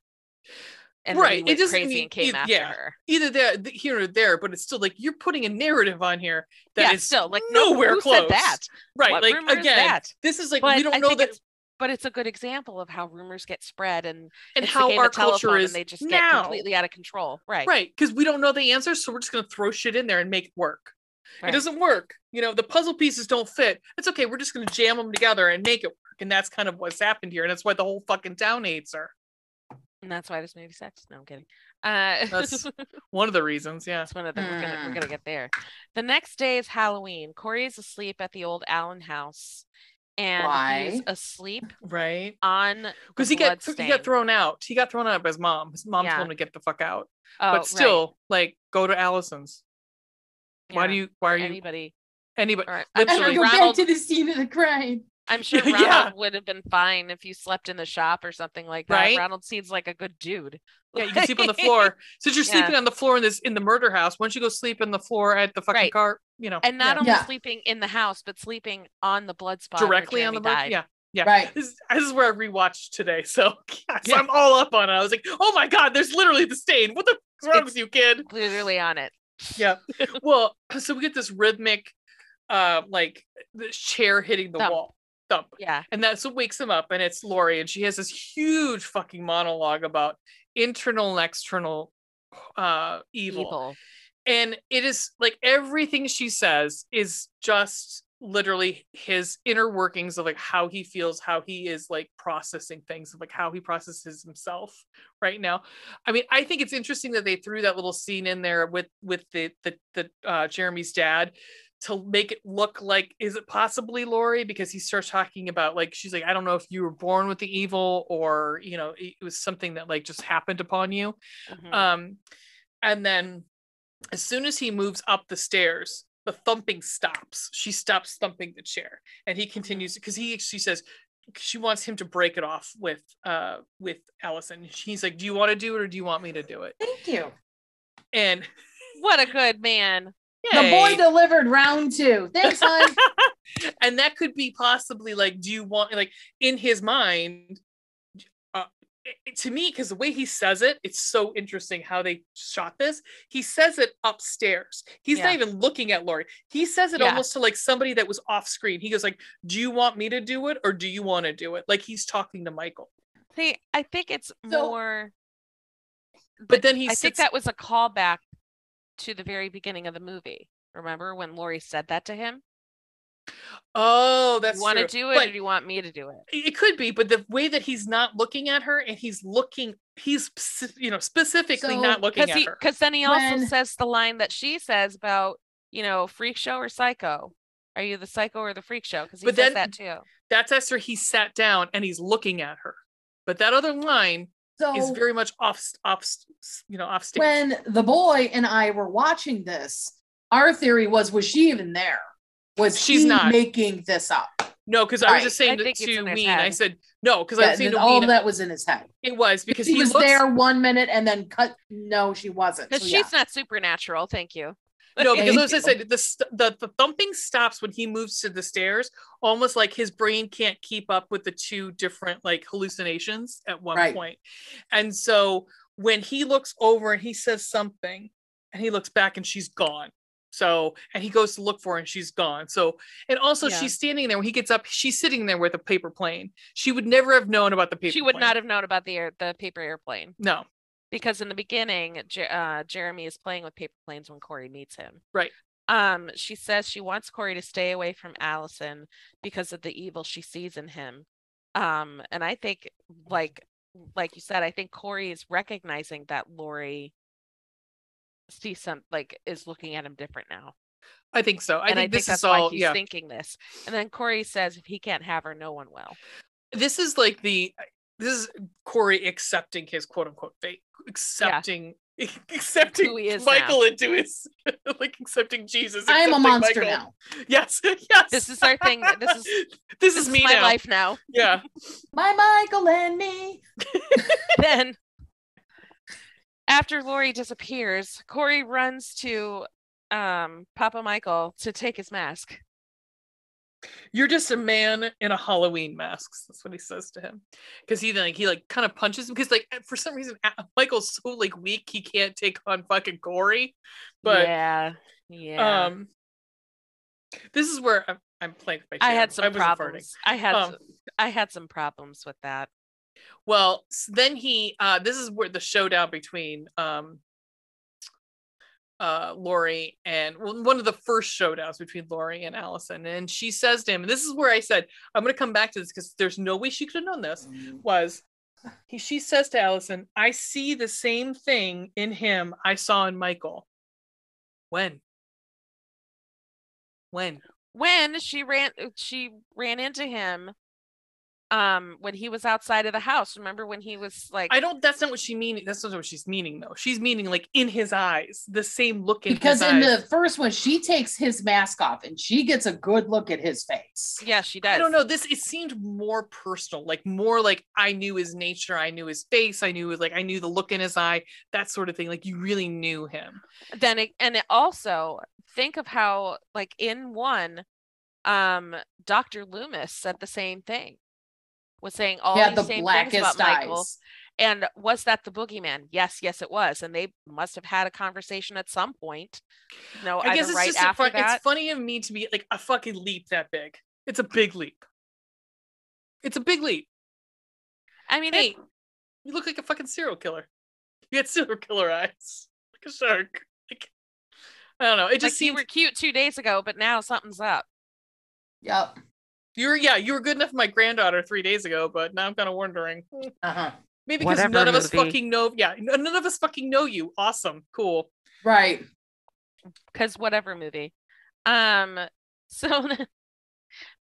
and then he Right, it went doesn't crazy mean- and came it- after yeah. her Either that th- here or there, but it's still like you're putting a narrative on here that is yeah, still like no, nowhere who close. Said that? Right. What like rumor is again, that? this is like but we don't I know think that it's, but it's a good example of how rumors get spread and and it's the how game our of telephone culture is and they just get now. completely out of control. Right. Right, because we don't know the answer, so we're just gonna throw shit in there and make it work. It Right. doesn't work. You know, the puzzle pieces don't fit. It's okay. We're just gonna jam them together and make it work. And that's kind of what's happened here, and that's why the whole fucking town hates her. And that's why this movie sucks. No, I'm kidding. Uh, That's- One of the reasons, yeah. that's one of them. We're gonna we're Mm. gonna get there. The next day is Halloween. Corey is asleep at the old Allen house, and he's Why? asleep Right, on oh, because he got he bloodstain. got thrown out. He got thrown out by his mom. His mom Yeah. told him to get the fuck out. Oh, right. but still, like, go to Allison's. Why Yeah. do you? Why are you? anybody? anybody? All right. I'm I'm I That's sure right. go back Ronald to the scene of the crime. I'm sure [LAUGHS] Yeah. Ronald would have been fine if you slept in the shop or something like that. Right? Ronald seems like a good dude. Yeah, you can sleep on [LAUGHS] the Like- floor. Since you're Yeah. sleeping on the floor in this in the murder house, why don't you go sleep on the floor at the fucking Right. car? You know, And not yeah. only Yeah. sleeping in the house, but sleeping on the blood spot. where directly on the Jeremy murder. died. Yeah, Yeah. Right. this, this is where I rewatched today. So, [LAUGHS] yeah, so Yeah. I'm all up on it. I was like, oh my God, there's literally the stain. What the f- is wrong with It's- you, kid? Literally on it. Yeah. [CLEARS THROAT] well, so we get this rhythmic, uh, like this chair hitting the Thump. wall. up. Yeah. And that's what wakes him up. And it's Lori. And she has this huge fucking monologue about internal and external uh, evil. Evil. And it is like everything she says is just literally his inner workings of like how he feels, how he is like processing things, of like how he processes himself right now. I mean, I think it's interesting that they threw that little scene in there with with the the the uh, Jeremy's dad to make it look like is it possibly Lori because he starts talking about like she's like I don't know if you were born with the evil or you know it, it was something that like just happened upon you Hmm. Mhm. um and then as soon as he moves up the stairs the thumping stops she stops thumping the chair and he continues because he she says she wants him to break it off with uh with Allison he's like do you want to do it or do you want me to do it Thank you. and what a good man. The boy yay. delivered round two. Thanks, [LAUGHS] hon. and that could be possibly like do you want like in his mind uh, it- to me because the way he says it it's so interesting how they shot this he says it upstairs he's not Yeah. even looking at lori he says it Yeah. almost to like somebody that was off screen he goes like do you want me to do it or do you want to do it like he's talking to michael See, I think it's So- more but then he I think sits that was a callback to the very beginning of the movie. Remember when Lori said that to him? oh that's you want to true. do it But- or do you want me to do it? it could be but the way that he's not looking at her and he's looking he's speci- you know specifically So- not looking Because at he her because then he also When- says the line that she says about, you know, freak show or psycho. Are you the psycho or the freak show? Because he But says then- that too. that's after he sat down and he's looking at her but that other line is Oh. So very much off off you know off stage when the boy and I were watching this, our theory was, was she even there? Was She's he not. making this up? no because i was Right. just saying I to, think it's to in his ween head. i said no because i That, was saying to all ween that was in his head. it was because She he was looks, there one minute and then cut. No, she wasn't. Because So, yeah. she's not supernatural. Thank you. [LAUGHS] no because Thank as i you. said the, st- the the thumping stops when he moves to the stairs almost like his brain can't keep up with the two different like hallucinations at one Right. point. and so when he looks over and he says something and he looks back and she's gone so and he goes to look for her and she's gone so and also Yeah. she's standing there when he gets up she's sitting there with a paper plane she would never have known about the paper she would plane. not have known about the air, the paper airplane no because in the beginning, Jer- uh, Jeremy is playing with paper planes when Corey meets him. Right. Um, she says she wants Corey to stay away from Allison because of the evil she sees in him. Um, and I think, like, like you said, I think Corey is recognizing that Lori sees some like is looking at him different now. i think so i and think I think this that's is all why he's yeah thinking this. And then Corey says, if he can't have her, no one [LAUGHS] will. this is like the this is Corey accepting his quote unquote fate, accepting [LAUGHS] accepting Who he is Michael into his [LAUGHS] like accepting Jesus. I'm a accepting monster Michael. now. Yes, [LAUGHS] yes. This is our thing. This is [LAUGHS] this, is, me my now. life now. [LAUGHS] Yeah, My Michael and me. then after Lori disappears, Corey runs to um Papa Michael to take his mask. you're just a man in a Halloween mask. That's what he says to him, because he like he like kind of punches him because like eh, for some reason A- Michael's so like weak he can't take on fucking Corey, but yeah, yeah. um, this is where I'm, I'm playing with my. I had chair. some wasn't farting. problems. I had Um, s- I had some problems with that. Well, s- then he uh this is where the showdown between um uh Lori and well, one of the first showdowns between Lori and Allison. And she says to him, and this is where I said, I'm gonna come back to this because there's no way she could have known this, was he she says to Allison, I see the same thing in him I saw in Michael. When? When? When she ran uh, she ran into him um when he was outside of the house. Remember when he was like I don't that's not what she meaning. That's not what she's meaning though. She's meaning like in his eyes, the same look in Because his in eyes. the first one, she takes his mask off and she gets a good look at his face. Yeah, she does. I don't know. This it seemed more personal, like more like I knew his nature, I knew his face, I knew like I knew the look in his eye, that sort of thing. Like you really knew him. then it, and it also think of how like in one um dr loomis said the same thing was saying all yeah, these the same things about blackest michael eyes. and was that the boogeyman yes yes it was and they must have had a conversation at some point you know I guess either it's right just a after fun, that it's funny of me to be like a fucking leap that big. It's a big leap. It's a big leap. I mean, Hey, it, you look like a fucking serial killer. You got serial killer eyes, like a shark. Like, I don't know. It like just you seemed were cute two days ago, but now something's up. Yep. you were yeah you were good enough for my granddaughter three days ago, but now I'm kind of wondering. Hmm. Uh-huh. Maybe because Whatever none of us movie. fucking know. Yeah, n- none of us fucking know you. Awesome, cool. Right. because whatever movie. Um, [LAUGHS] so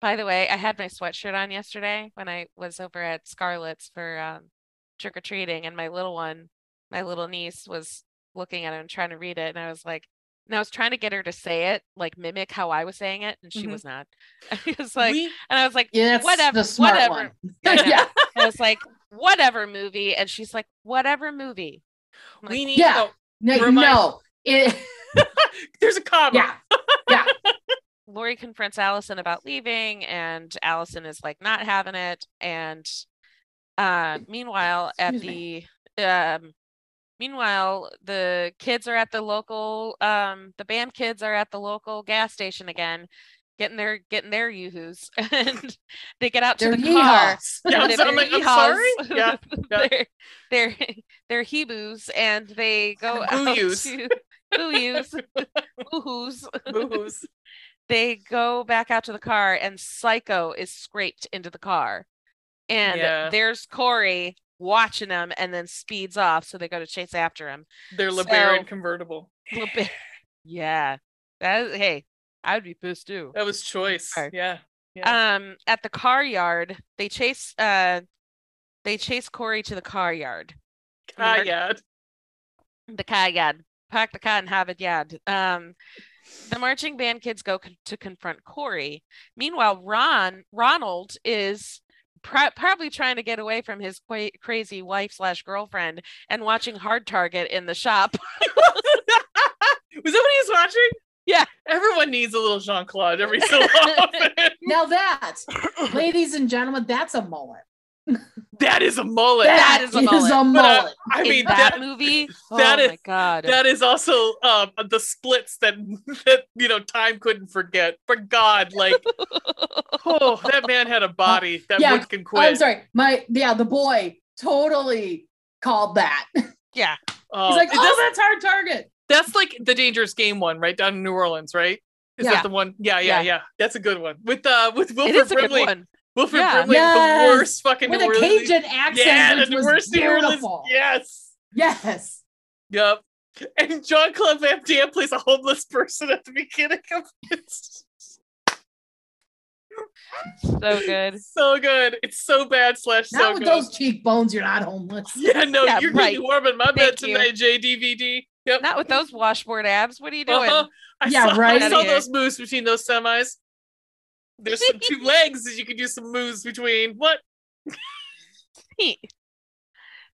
by the way, I had my sweatshirt on yesterday when I was over at Scarlett's for um, trick or treating, and my little one, my little niece, was looking at it and trying to read it, and I was like, and I was trying to get her to say it, like mimic how I was saying it, and she Mhm. was not. [LAUGHS] I was like, we and I was like, Yeah, that's Whatever- the smart whatever. [LAUGHS] one. I know. [LAUGHS] yeah. I was like, whatever movie, and she's like, whatever movie. I'm like, we need. Yeah. oh, No, Remind- no. It, there's a comma. yeah. Lori confronts Allison about leaving, and Allison is like not having it. And uh, meanwhile, at Excuse the um, meanwhile, the kids are at the local. Um, the band kids are at the local gas station again, getting their getting their yoo-hoos, [LAUGHS] and they get out to They're the [LAUGHS] car. yeehaws. [LAUGHS] Yeah, I'm, They're so- I'm like, I'm sorry. yeehaws. [LAUGHS] Yeah, yeah. they're they're they're hebus, and they [LAUGHS] go out Boo-yous. to [LAUGHS] boo-yous, boo-hoos booze. they go back out to the car and psycho is scraped into the car and Yeah. there's corey watching him and then speeds off so they go to chase after [LAUGHS] him Their So- LeBaron convertible. Little bit- yeah that is, hey i'd be pissed too That was choice. Sorry. Yeah. Oh, Yeah. um at the car yard they chase uh they chase corey to the car yard ah, remember- yeah. the car yard park the car and have it yard um the marching band kids go con- to confront corey meanwhile ron ronald is pro- probably trying to get away from his qua crazy wife slash girlfriend and watching hard target in the shop Was that what he was watching? Yeah. Everyone needs a little Jean Claude every [LAUGHS] so often. Now that, ladies and gentlemen, that's a mullet. that is a mullet. That is a mullet. But, uh, mullet. I In mean that, that. movie [LAUGHS] that oh is- my god that is also um, the splits that [LAUGHS] that you know time couldn't forget. For God, [LAUGHS] like oh, that man had a body that Yeah, would can Oh, I'm quit. sorry. My yeah, the boy totally called that. [LAUGHS] He's yeah Oh, like, it- oh, that's, that's hard target. that's like the dangerous game one, right down in New Orleans, right? Is Yeah. that the one? Yeah, yeah, Yeah. yeah, That's a good one with uh with it Wilford is a good Brimley. one Wilford Yeah. Brimley, Yes. the worst fucking With New a Orleans. Cajun accent, yeah, which the was worst New Orleans. beautiful. Yes. Yes. Yep. And John Claude Van Damme plays a homeless person at the beginning of it. so good So good. It's so bad slash Not so with good. those cheekbones, you're [LAUGHS] not homeless. Yeah, no, Yeah, you're right. gonna be warm in my bed Thank you. tonight, JDVD. Yep. not with those washboard abs what are [LAUGHS] you doing Uh-huh. I Yeah, saw, right. I saw Outta here. those moves between those semis. There's some [LAUGHS] two legs that you can do some moves between. What?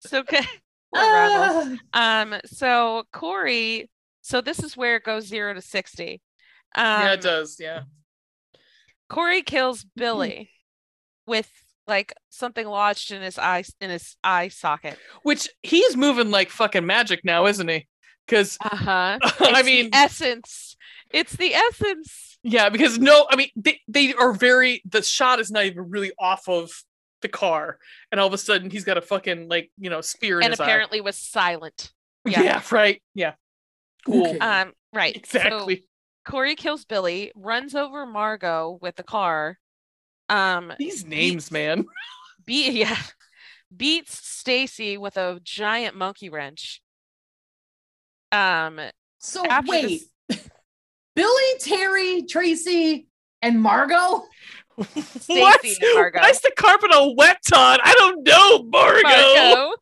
so [LAUGHS] good [LAUGHS] Poor Ronald. Uh. Ah, Um, so Corey, so this is where it goes zero to 60. Um, yeah, it does. Yeah. Corey kills Billy with like something lodged in his eye in his eye socket. Which he's moving like fucking magic now, isn't he? Because [LAUGHS] Uh-huh. [LAUGHS] I mean, essence. It's the essence. Yeah, because no, I mean they, they are very the shot is not even really off of the car, and all of a sudden he's got a fucking like you know spear in And his apparently was silent. eye. [LAUGHS] yeah. right. [LAUGHS] Yeah, cool. Okay. Um, right. So Exactly. Corey kills Billy, runs over Margot with the car. Um, These names, man. beat [LAUGHS] yeah beats stacy with a giant monkey wrench um so after wait, this- [LAUGHS] Billy, Terry, Tracy, and Margot. What? Stacy and Margo. Why's the carpet all wet, Todd? I don't know, Margo. Margo,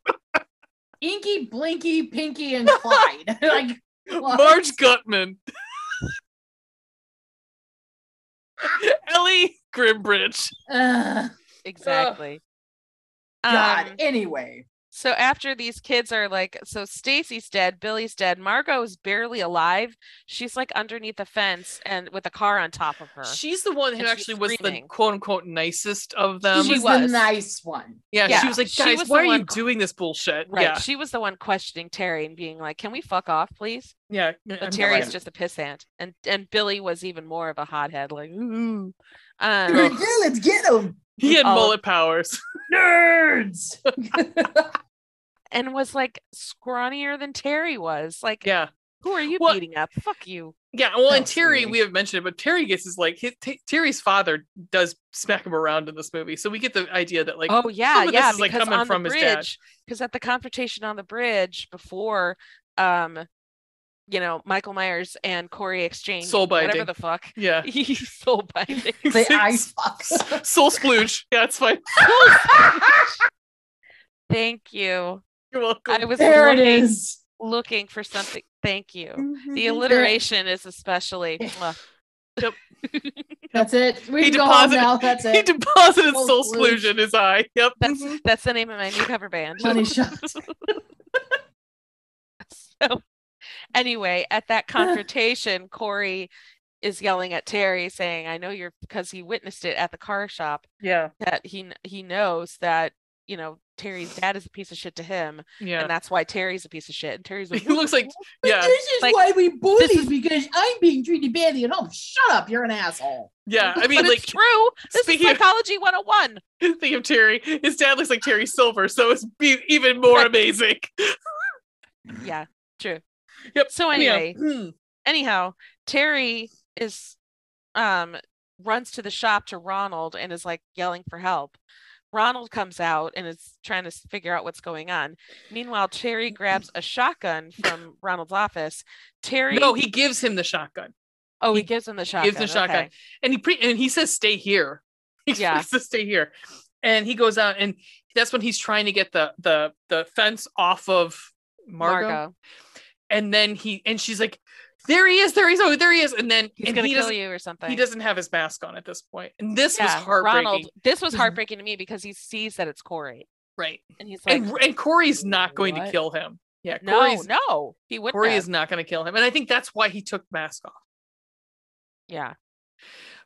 Inky, Blinky, [LAUGHS] Pinky, and Clyde. [LAUGHS] like what? Marge [LAUGHS] Gutman. Ellie Grimbridge. ugh, exactly God. Um, anyway, so after these kids are like so stacy's dead billy's dead margot is barely alive she's like underneath the fence and with a car on top of her She's the one who And she's actually was the screaming. quote unquote nicest of them. she was, the was. nice one. Yeah, Yeah, she was like, she guys, was the why are you one- doing this bullshit? right she was the one questioning terry and being like can we fuck off please Yeah, yeah. but I'm Terry's glad. just a pissant, and and Billy was even more of a hothead. Like, ooh, um, [LAUGHS] Oh. yeah, [LAUGHS] let's get him. He had all of- mullet [LAUGHS] powers. Nerds. and was like scrawnier than Terry was. Like, yeah. who are you Well- beating up? Fuck you. Yeah, well, and That's Terry, weird. we have mentioned it, but Terry gets his like his T- Terry's father does smack him around in this movie, so we get the idea that like oh yeah, of this yeah. is, like, because coming on from the his dad. bridge, because at the confrontation on the bridge before, um, you know, Michael Myers and Corey exchange Soul whatever binding. [LAUGHS] the fuck. [LAUGHS] yeah, He's soul binding. [LAUGHS] They eye fuck. soul splooge. Yeah, it's fine. Thank you. You're welcome. I was There it looking, is. Mm-hmm. looking for something. Thank you. The Mhm. alliteration is [LAUGHS] especially. Mwah. That's it. We He can go home deposited- now. That's he it. deposited Soul soul splooge splooge. in his eye. Yep. That's Mm-hmm. that's the name of my new cover band. Money shot. [LAUGHS] so anyway, at that confrontation, Corey is yelling at Terry, saying, "I know you're because he witnessed it at the car shop Yeah. that he kn- he knows that you know Terry's dad is a piece of shit to him, Yeah. [LAUGHS] and that's why Terry's a piece of shit." And Terry's like, He looks like yeah. This is Like, why we bully this is- because I'm being treated badly at home. Shut up. You're [LAUGHS] an asshole. Yeah. I mean, "But like [LAUGHS] it's true. This is speaking of- psychology 101." think of Terry. His dad looks like Terry Silver, so it's be- even more Right. amazing. [LAUGHS] Yeah, true. Yep, So Anyhow, anyway, anyhow, Terry is um runs to the shop to Ronald and is like yelling for help. Ronald comes out and is trying to s- figure out what's going on. Meanwhile, Terry grabs a shotgun from Ronald's office. Terry no, he gives him the shotgun. oh, he, he gives him the shotgun. gives the shotgun. okay. and he pre and he says stay here [LAUGHS] he Yeah. says to stay here and he goes out and that's when he's trying to get the the the fence off of margo, Margo, and then he and she's like there he is there he is oh there he is and then he's and gonna he kill doesn't you or something. he doesn't have his mask on at this point and this yeah, was heartbreaking Ronald, this was Mhm. heartbreaking to me because he sees that it's Corey. right And he's like, and and corey's not going what? to kill him yeah No, corey's no, he wouldn't. corey have. is not going to kill him and i think that's why he took mask off yeah.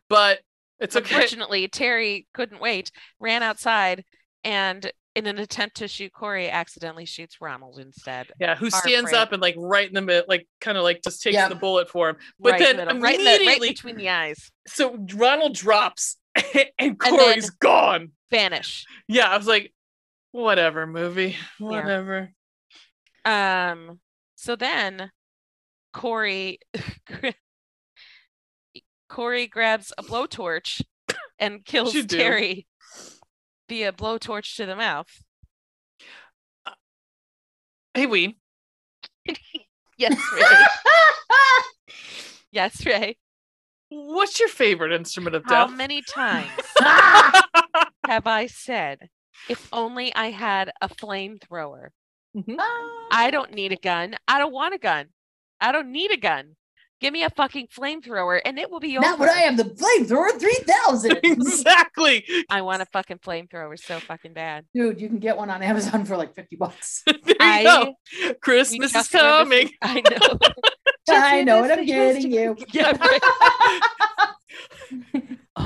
but it's okay Unfortunately, Terry couldn't wait, ran outside, and in an attempt to shoot Corey, accidentally shoots Ronald instead. [LAUGHS] yeah, who stands Heartbreak. up and like right in the middle, like kind of like just takes Yeah. the bullet for him. But right in then the middle, right, in the- right immediately, between the eyes, so Ronald drops [LAUGHS] and then- Corey's gone. vanish. Yeah, I was like, whatever, movie, whatever. Um, so then Corey, [LAUGHS] Corey grabs a blowtorch and kills You do. Terry via blowtorch to the mouth. Hey, we. [LAUGHS] Yes, Ray. yes, Ray. What's your favorite instrument of How death? [LAUGHS] many times? have I said, if only I had a flamethrower? I don't need a gun. I don't want a gun. I don't need a gun. Give me a fucking flamethrower and it will be over. [LAUGHS] Not when I have the flamethrower 3000. [LAUGHS] exactly. I want a fucking flamethrower so fucking bad. [LAUGHS] Dude, you can get one on Amazon for like 50 bucks. There you I go. we Christmas is just learned coming. this is- [LAUGHS] I know. [LAUGHS] I know what I'm Yes, getting you. [LAUGHS] Yeah, right.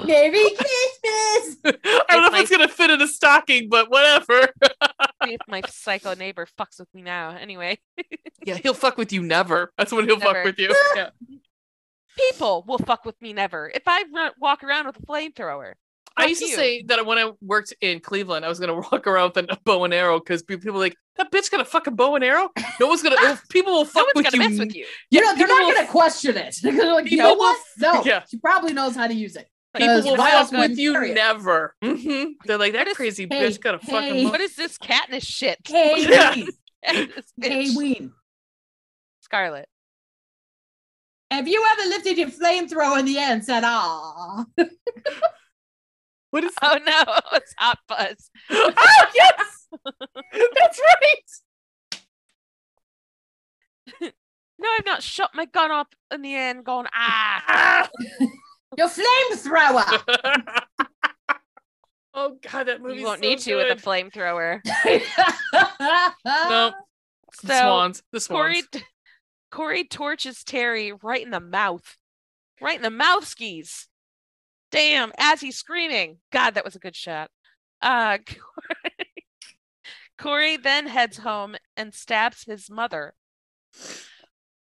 Merry Christmas. I don't know if my- it's gonna fit in a stocking, but [LAUGHS] whatever. See if my psycho neighbor fucks with me now. Anyway, Yeah, he'll fuck with you never. That's when he'll Never. fuck with [LAUGHS] you. Yeah. people will fuck with me never if I run, walk around with a flamethrower. [LAUGHS] I Fuck used to you. say that when I worked in Cleveland, I was gonna [LAUGHS] walk around with a bow and arrow because people were like, "That bitch got a fucking bow and arrow." No one's gonna. [LAUGHS] people will No fuck one's with, gonna you. mess with you. Yeah, You know, they're people not will- going to question it. [LAUGHS] They're gonna like, you People know what? No, Yeah. she probably knows how to use it. People Because will why else fuck would with you carry it? never. hmm Mm-hmm. They're like that What is- crazy Hey, bitch got a hey. fucking. What is this catnip shit? [LAUGHS] Hey, Yeah. Ween. This hey, bitch. Ween. Scarlet. Have you ever lifted your flamethrower in the air and said, ah? what is? Oh no, [LAUGHS] it's hot fuzz. oh yes, [LAUGHS] that's right. No, I've not shot my gun up in the air and gone, [LAUGHS] ah. [LAUGHS] Your flamethrower. oh god, that movie. You won't need to with a flamethrower. [LAUGHS] [LAUGHS] no. the So swans. The swans. Corey, [LAUGHS] Corey torches Terry right in the mouth, right in the mouth skis. Damn, as he's screaming. God, that was a good shot. Uh, [LAUGHS] Corey, Corey then heads home and stabs his mother.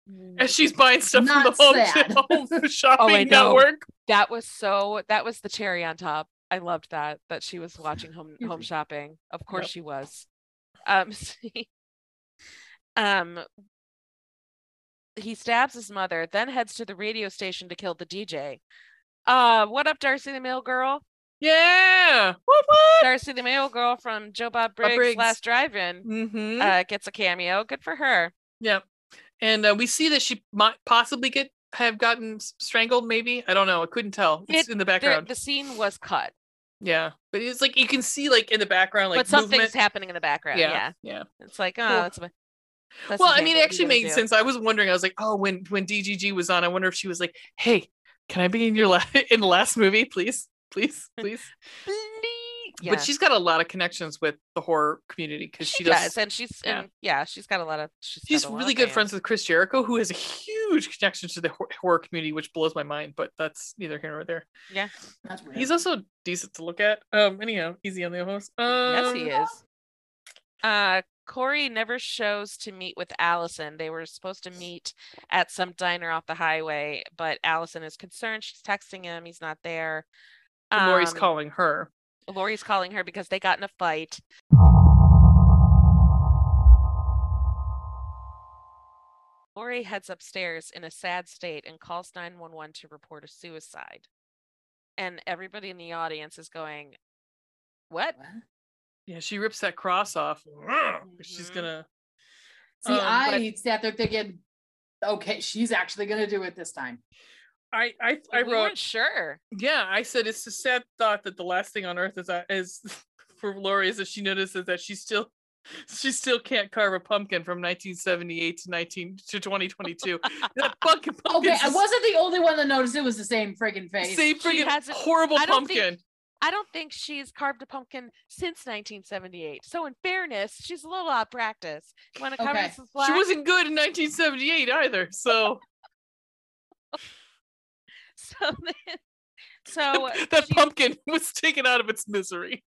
Hmm. and she's buying stuff from Not the [LAUGHS] home, [LAUGHS] sad. Oh, home shopping I know. network. That was so, that was the cherry on top. I loved that that she was watching home Excuse Mm-hmm. home me. shopping. Of course Yep. she was. Um, [LAUGHS] see- um, he stabs his mother, then heads to the radio station to kill the DJ. Uh, what up, Darcy the Mail Girl? Yeah. What? What? Darcy the Mail Girl from Joe Bob Briggs, Briggs. Last Drive-In Mm-hmm. uh, gets a cameo. Good for her. yeah. And uh, we see that she might possibly get have gotten s- strangled. Maybe I don't know. I couldn't tell. It's in the The, background. the scene was cut, yeah, but it's like you can see like in the background, like but something's movement. happening in the background. Yeah, Yeah. Yeah. it's like oh, Well- it's a- that's well, I mean, exactly what it you actually gotta made do. sense. I was wondering. I was like, oh, when when DGG was on, I wonder if she was like, hey, can I be in your la- [LAUGHS] in the last movie, please, please, [LAUGHS] please. Yeah. But she's got a lot of connections with the horror community because she, she does. does, and she's yeah. yeah. And, yeah, she's got a lot of she's, got She's a lot really of good fans. friends with Chris Jericho, who has a huge connection to the hor- horror community, which blows my mind. But that's neither here nor there. That's weird. He's also decent to look at. Um, anyhow, easy on the host. Um, Yes, he is. Uh, Corey never shows to meet with Allison. They were supposed to meet at some diner off the highway, but Allison is concerned. She's texting him. He's not there. And Lori's Um, calling her. Lori's calling her because they got in a fight. Lori heads upstairs in a sad state and calls 911 to report a suicide. And everybody in the audience is going, What? What? Yeah, she rips that cross off. She's Mhm. gonna. See, Um, I sat there thinking, okay, she's actually gonna do it this time. I I, I Like, we wrote. weren't sure. Yeah, I said it's a sad thought that the last thing on earth is uh, is [LAUGHS] for Lori is that she notices that she still [LAUGHS] she still can't carve a pumpkin from 1978 to 19 to 2022. that [LAUGHS] fucking Okay, pumpkin. I wasn't the only one that noticed it was the same friggin' face. Oh, Same She freaking hasn't- horrible I don't think- pumpkin. I don't think she's carved a pumpkin since 1978. So, in fairness, she's a little out of practice. Want to cover Okay. this in [LAUGHS] black? She wasn't good in 1978 [LAUGHS] either. So [LAUGHS] So, then, so that she- pumpkin [LAUGHS] was taken out of its misery.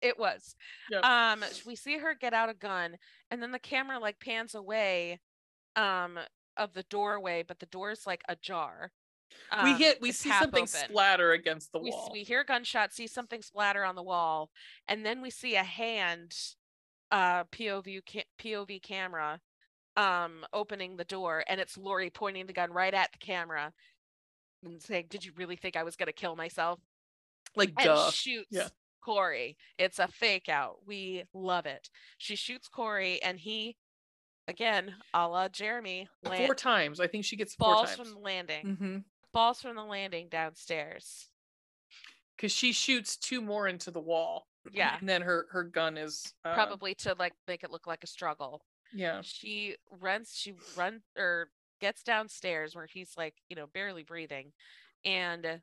it was. Yep. Um, sh- we see her get out a gun, and then the camera like pans away, um, of the doorway, but the door's like ajar. we Um, hit. We it's see half something open. splatter against the we, s- wall. we hear a gunshot, see something splatter on the wall, and then we see a hand, uh, POV ca- POV camera, um, opening the door, and it's Lori pointing the gun right at the camera and saying, "Did you really think I was gonna kill myself?" like and duh. shoots Corey. It's a fake out. We love it. She shoots Corey, and he, again, a la Jeremy, land- Four times. I think she gets four balls times. from the landing, mm-hmm. balls from the landing downstairs. Because she shoots two more into the wall. Yeah. And then her her gun is uh, probably to like make it look like a struggle. yeah. She runs, she runs or gets downstairs where he's like, you know, barely breathing, and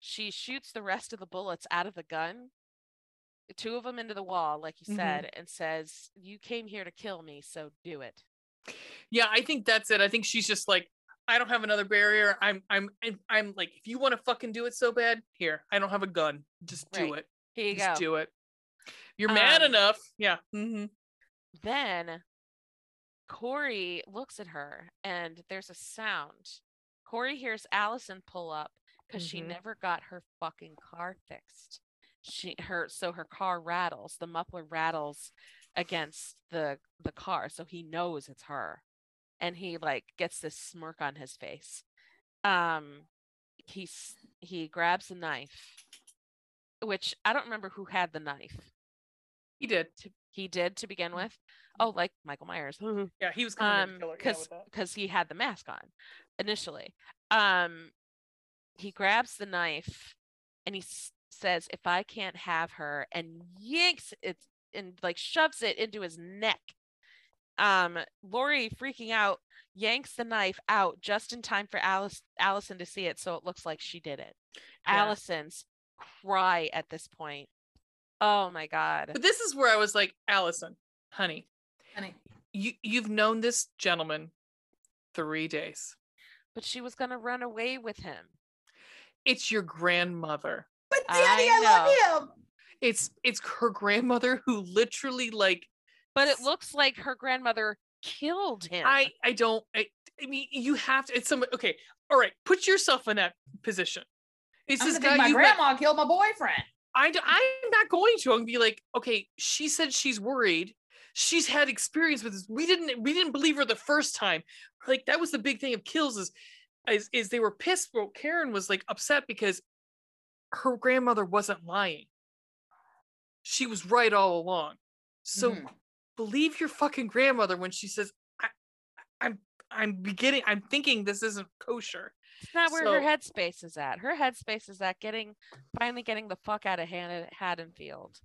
she shoots the rest of the bullets out of the gun, two of them into the wall, like you Mhm. said, and says, "You came here to kill me, so do it." Yeah, I think that's it. I think she's just like, I don't have another barrier. I'm I'm I'm, I'm like, if you want to fucking do it so bad, here. I don't have a gun. Just do Right. it. Here you Just go. do it. You're mad Um, enough. Yeah. Mm-hmm. Then Corey looks at her, and there's a sound. Corey hears Allison pull up because she Mhm. never got her fucking car fixed. She her so her car rattles. The muffler rattles against the the car, so he knows it's her, and he like gets this smirk on his face. Um, he's he grabs a knife, which I don't remember who had the knife. He did. To, he did to begin with. Oh, like Michael Myers. Yeah, he was coming in Um, to kill her. Yeah, because with that. because he had the mask on initially. Um, he grabs the knife and he s- says, "If I can't have her," and yanks it and like shoves it into his neck. Um, Lori freaking out, yanks the knife out just in time for Alice Allison to see it, so it looks like she did it. Yeah. Allison's cry at this point. Oh my god. But this is where I was like, Allison, honey, Honey, you you've known this gentleman three days. But she was gonna run away with him. It's your grandmother. But I Daddy, I, love him. It's it's her grandmother who literally like But it looks like her grandmother killed him. I I don't I, I mean you have to it's some okay all right put yourself in that position. It's I'm this gonna think guy my you grandma killed my boyfriend. I, d- I'm not going to. I'm gonna be like, okay, she said she's worried. She's had experience with this. We didn't we didn't believe her the first time. Like that was the big thing of kills is is, is they were pissed. Well, Karen was like upset because her grandmother wasn't lying. She was right all along. So Mm-hmm. Mhm. believe your fucking grandmother when she says, I, I'm I'm beginning I'm thinking this isn't kosher. It's not where her So- headspace is at. Her headspace is at getting finally getting the fuck out of Han- uh, Haddonfield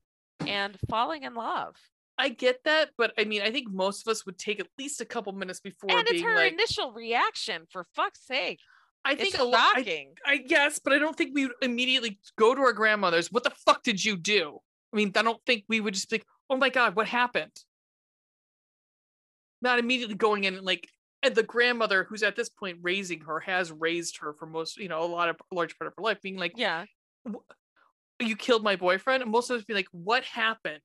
and falling in love. I get that, but I mean I think most of us would take at least a couple minutes before and it's being her like initial reaction. For fuck's sake, I it's think a lot I shocking. I guess, but I don't think we would immediately go to our grandmothers. What the fuck did you do? I mean, I don't think we would just be like, oh my God, what happened? Not immediately going in and like, and the grandmother who's at this point raising her has raised her for most, you know, a lot of a large part of her life, being like, "Oh, yeah, you killed my boyfriend. And most of us be like, what happened?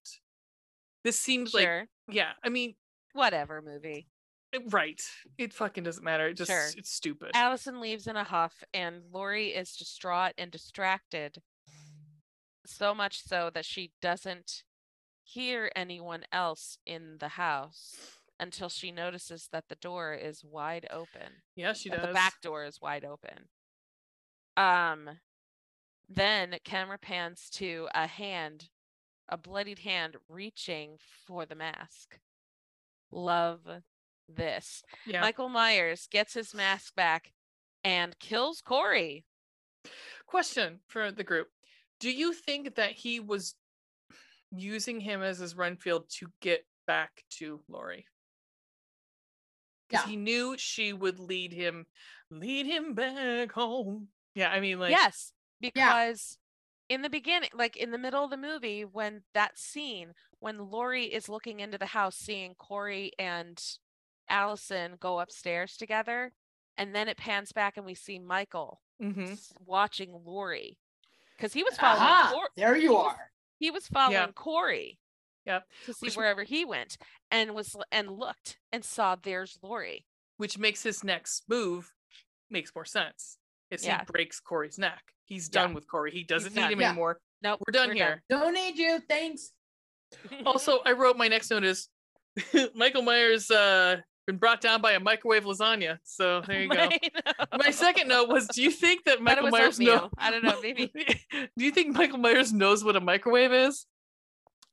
This seems like, sure, yeah, I mean, whatever movie. it- right. It fucking doesn't matter. It just, Sure. it's stupid. Allison leaves in a huff, and Lori is distraught and distracted. So much so that she doesn't hear anyone else in the house until she notices that the door is wide open. yeah, she that does. The back door is wide open. Um, then camera pans to a hand, a bloodied hand reaching for the mask. Love this. yeah. Michael Myers gets his mask back and kills Corey. question for the group do you think that he was using him as his renfield to get back to lori because Yeah. he knew she would lead him lead him back home yeah i mean like yes, because in the beginning, like in the middle of the movie, when that scene, when Lori is looking into the house, seeing Corey and Allison go upstairs together, and then it pans back and we see Michael mhm. s- watching Lori because he was following. Ah! Aha, Cor- there you [LAUGHS] he was- are. he was following Corey. Yep. To see Which- wherever he went, and was l- and looked and saw there's Lori. which makes his next move makes more sense is Yeah. he breaks corey's neck he's Yeah. done with corey he doesn't need done. him Yeah. anymore Nope, we're done here Don't need you. Thanks. [LAUGHS] also i wrote my next note is [LAUGHS] michael myers uh been brought down by a microwave lasagna so there [LAUGHS] you go my second note was do you think that Michael michael myers [LAUGHS] knows I don't know. Maybe do you think michael myers knows what a microwave is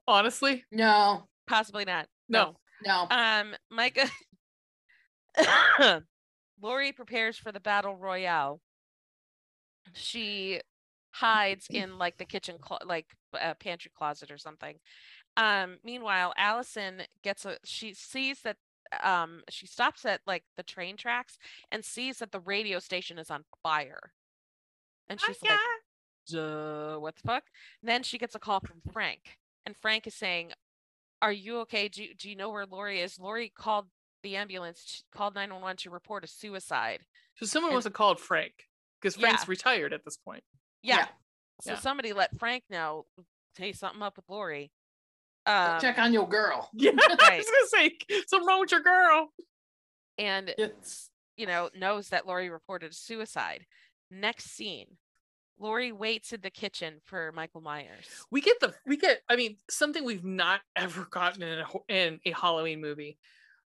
honestly No, possibly not. No. no. Um, Micah. [COUGHS] Lori prepares for the battle royale. She hides in like the kitchen, clo- like a pantry closet or something. Um, meanwhile, Allison gets a. She sees that. Um, she stops at like the train tracks and sees that the radio station is on fire, and she's like, duh, what the fuck? then she gets a call from Frank, and Frank is saying, "Are you okay? Do you, do you know where Lori is? Lori called the ambulance, t- called nine one one to report a suicide. so someone And- must have called frank because frank's Yeah. retired at this point [LAUGHS] Yeah. Yeah. So Yeah. somebody let Frank know. Hey, something up with Lori. Uh, Um, Check on your girl. yeah i [LAUGHS] Right. was gonna say something wrong with your girl and Yes. you know, knows that Lori reported suicide. Next scene, Lori waits in the kitchen for Michael Myers. we get the we get i mean something we've not ever gotten in a, ho- in a halloween movie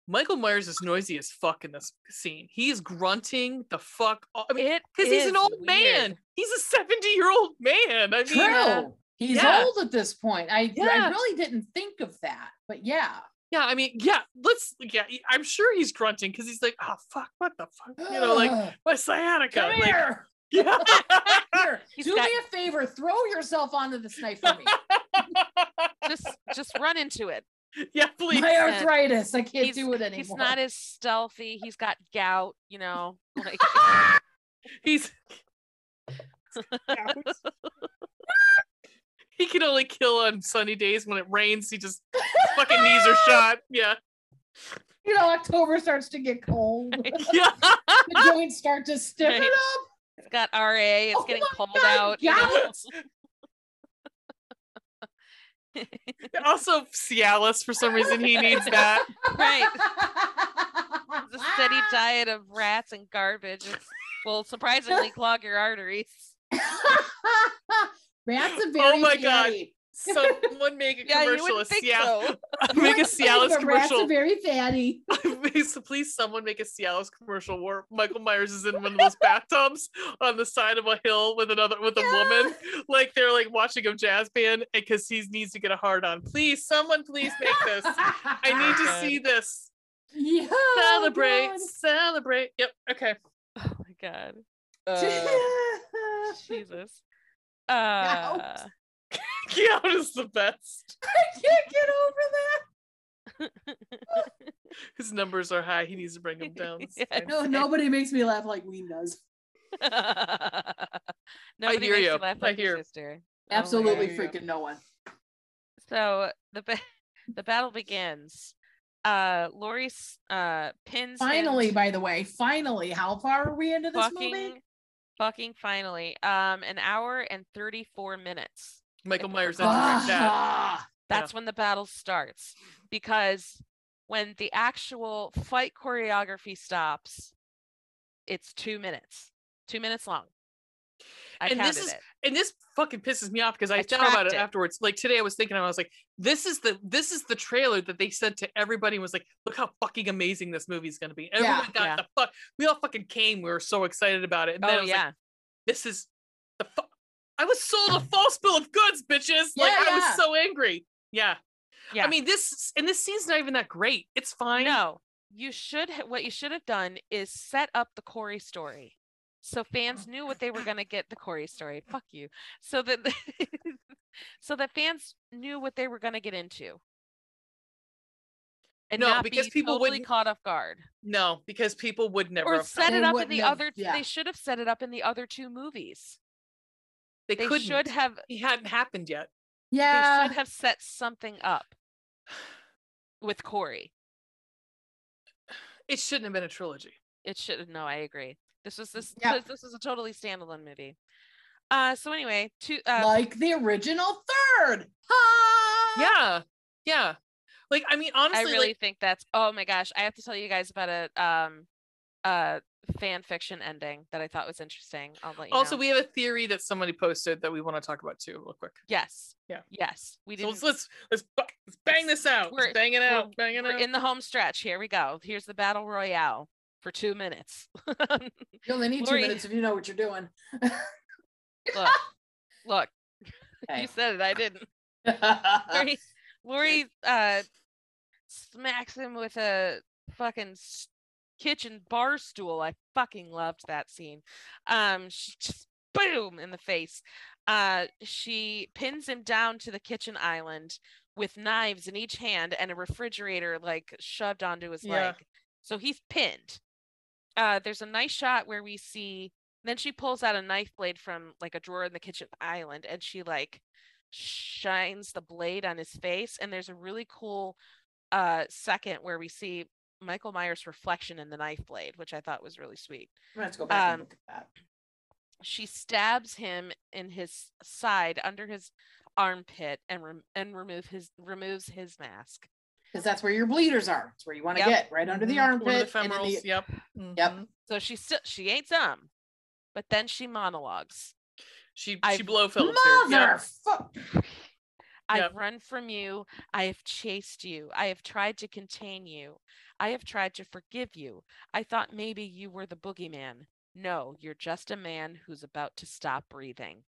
michael myers is noisy as fuck in this scene he is grunting the fuck o- i mean It because he's an is old weird. man he's a 70 year old man i mean True. He's Yeah. old at this point. I, Yeah. I really didn't think of that, but yeah. Yeah, I mean, yeah, let's. Yeah, he- I'm sure he's grunting because he's like, "Oh fuck, what the fuck," [SIGHS] you know, [GASPS] like my sciatica. come like, [LAUGHS] here. Yeah. Here, He's do got- me a favor. Throw yourself onto this [LAUGHS] knife for me. Just, just run into it. yeah, please. My arthritis. I can't He's- do it anymore. He's not as stealthy. He's got gout. You know, like He's. he can only kill on sunny days. When it rains, he just fucking knees are shot. Yeah, you know, October starts to [LAUGHS] get cold. the yeah. joints start to stiffen Right. up. It's got RA. It's Oh getting my cold God, out. you know? Also, Cialis for some reason he needs that. Right. The steady [LAUGHS] diet of rats [LAUGHS] and garbage is- will surprisingly clog your arteries. Rats are Oh very my God. fatty. Someone make a Yeah, you commercial. would of think Cialis. so. [LAUGHS] [LAUGHS] Make a But Cialis Rats are commercial. very fatty. Please, please, someone make a Cialis commercial where Michael Myers is in one of those bathtubs on the side of a hill with another with a woman, like they're like watching a jazz band because he needs to get a hard on. Please, someone, please [LAUGHS] make this. I need to God. see this. Yeah, oh, Celebrate, God. celebrate. Yep. Okay. Oh my god. [LAUGHS] Uh, Jesus. [LAUGHS] Uh, Keanu is the best. [LAUGHS] I can't get over that. His numbers are high. He needs to bring them [LAUGHS] down. It's Yes. fine. No, nobody makes me laugh like Ween does. Nobody hear makes you. you laugh I like your hear. sister. Oh my Absolutely God. freaking no one. So the ba- [LAUGHS] the battle begins. Uh, Lori s- uh pins him Finally, to by the way, finally, how far are we into this fucking, movie? fucking finally. Um, an hour and thirty four minutes. Michael Myers. Something entered that. Ah, That's when the battle starts because when the actual fight choreography stops, it's two minutes, two minutes long. I And counted this is- it. and this fucking pisses me off because I, I thought about it, tracked it. afterwards. Like today, I was thinking, I was like, "This is the this is the trailer that they sent to everybody." and Was like, "Look how fucking amazing this movie is going to be." Everyone got Yeah. the fuck. We all fucking came. We were so excited about it. And then I Oh was yeah, like, "This is the fu- I was sold a false bill of goods, bitches. Like Yeah, I yeah. was so angry. Yeah. Yeah. I mean, this and this scene's not even that great. It's fine. No, you should. ha- What you should have done is set up the Corey story, so fans knew what they were going to get. The Corey story. Fuck you. So that, the- [LAUGHS] so that fans knew what they were going to get into. And No, not because be people totally wouldn't- caught off guard, No, because people would never. or have set known. it They up in wouldn't the have- other. yeah. They should have set it up in the other two movies. They, They couldn't. should have. He hadn't happened yet. They yeah. should have set something up with Corey. It shouldn't have been a trilogy. It should no, I agree. This was this Yeah. this- this was a totally standalone movie. Uh so anyway, two uh like the original third. Ha! Yeah. Yeah. Like I mean, honestly, I really like, think that's oh my gosh, I have to tell you guys about a um uh fan fiction ending that I thought was interesting. I'll let you also know. we have a theory that somebody posted that we want to talk about too, real quick. yes. Yeah. Yes. We So let's didn't let's let's, bu- let's bang this out. Let's We're- bang it out. Bang it we're out. in the home stretch. Here we go. Here's the battle royale for two minutes. You only need Lori- two minutes if you know what you're doing. look, [LAUGHS] look, Okay. you said it, I didn't. [LAUGHS] [LAUGHS] Lori, [LAUGHS] Lori uh, smacks him with a fucking s- kitchen bar stool. I fucking loved that scene. Um, she just boom in the face. Uh, she pins him down to the kitchen island with knives in each hand and a refrigerator like shoved onto his Yeah. leg. So he's pinned. Uh, there's a nice shot where we see. Then she pulls out a knife blade from like a drawer in the kitchen island, and she like shines the blade on his face and there's a really cool uh second where we see michael myers reflection in the knife blade which i thought was really sweet Let's go back Um, and look at that. she stabs him in his side under his armpit and rem and remove his removes his mask Because that's where your bleeders are. That's where you want to Yep. get, right under the Mhm. armpit. One of the and in the- [LAUGHS] femorals. Yep. Yep. Mhm. so she still she ain't dumb but then she monologues She she I've- blow Phillips here. Yep. Motherfucker. I've Yep. run from you. I have chased you. I have tried to contain you. I have tried to forgive you. I thought maybe you were the boogeyman. No, you're just a man who's about to stop breathing.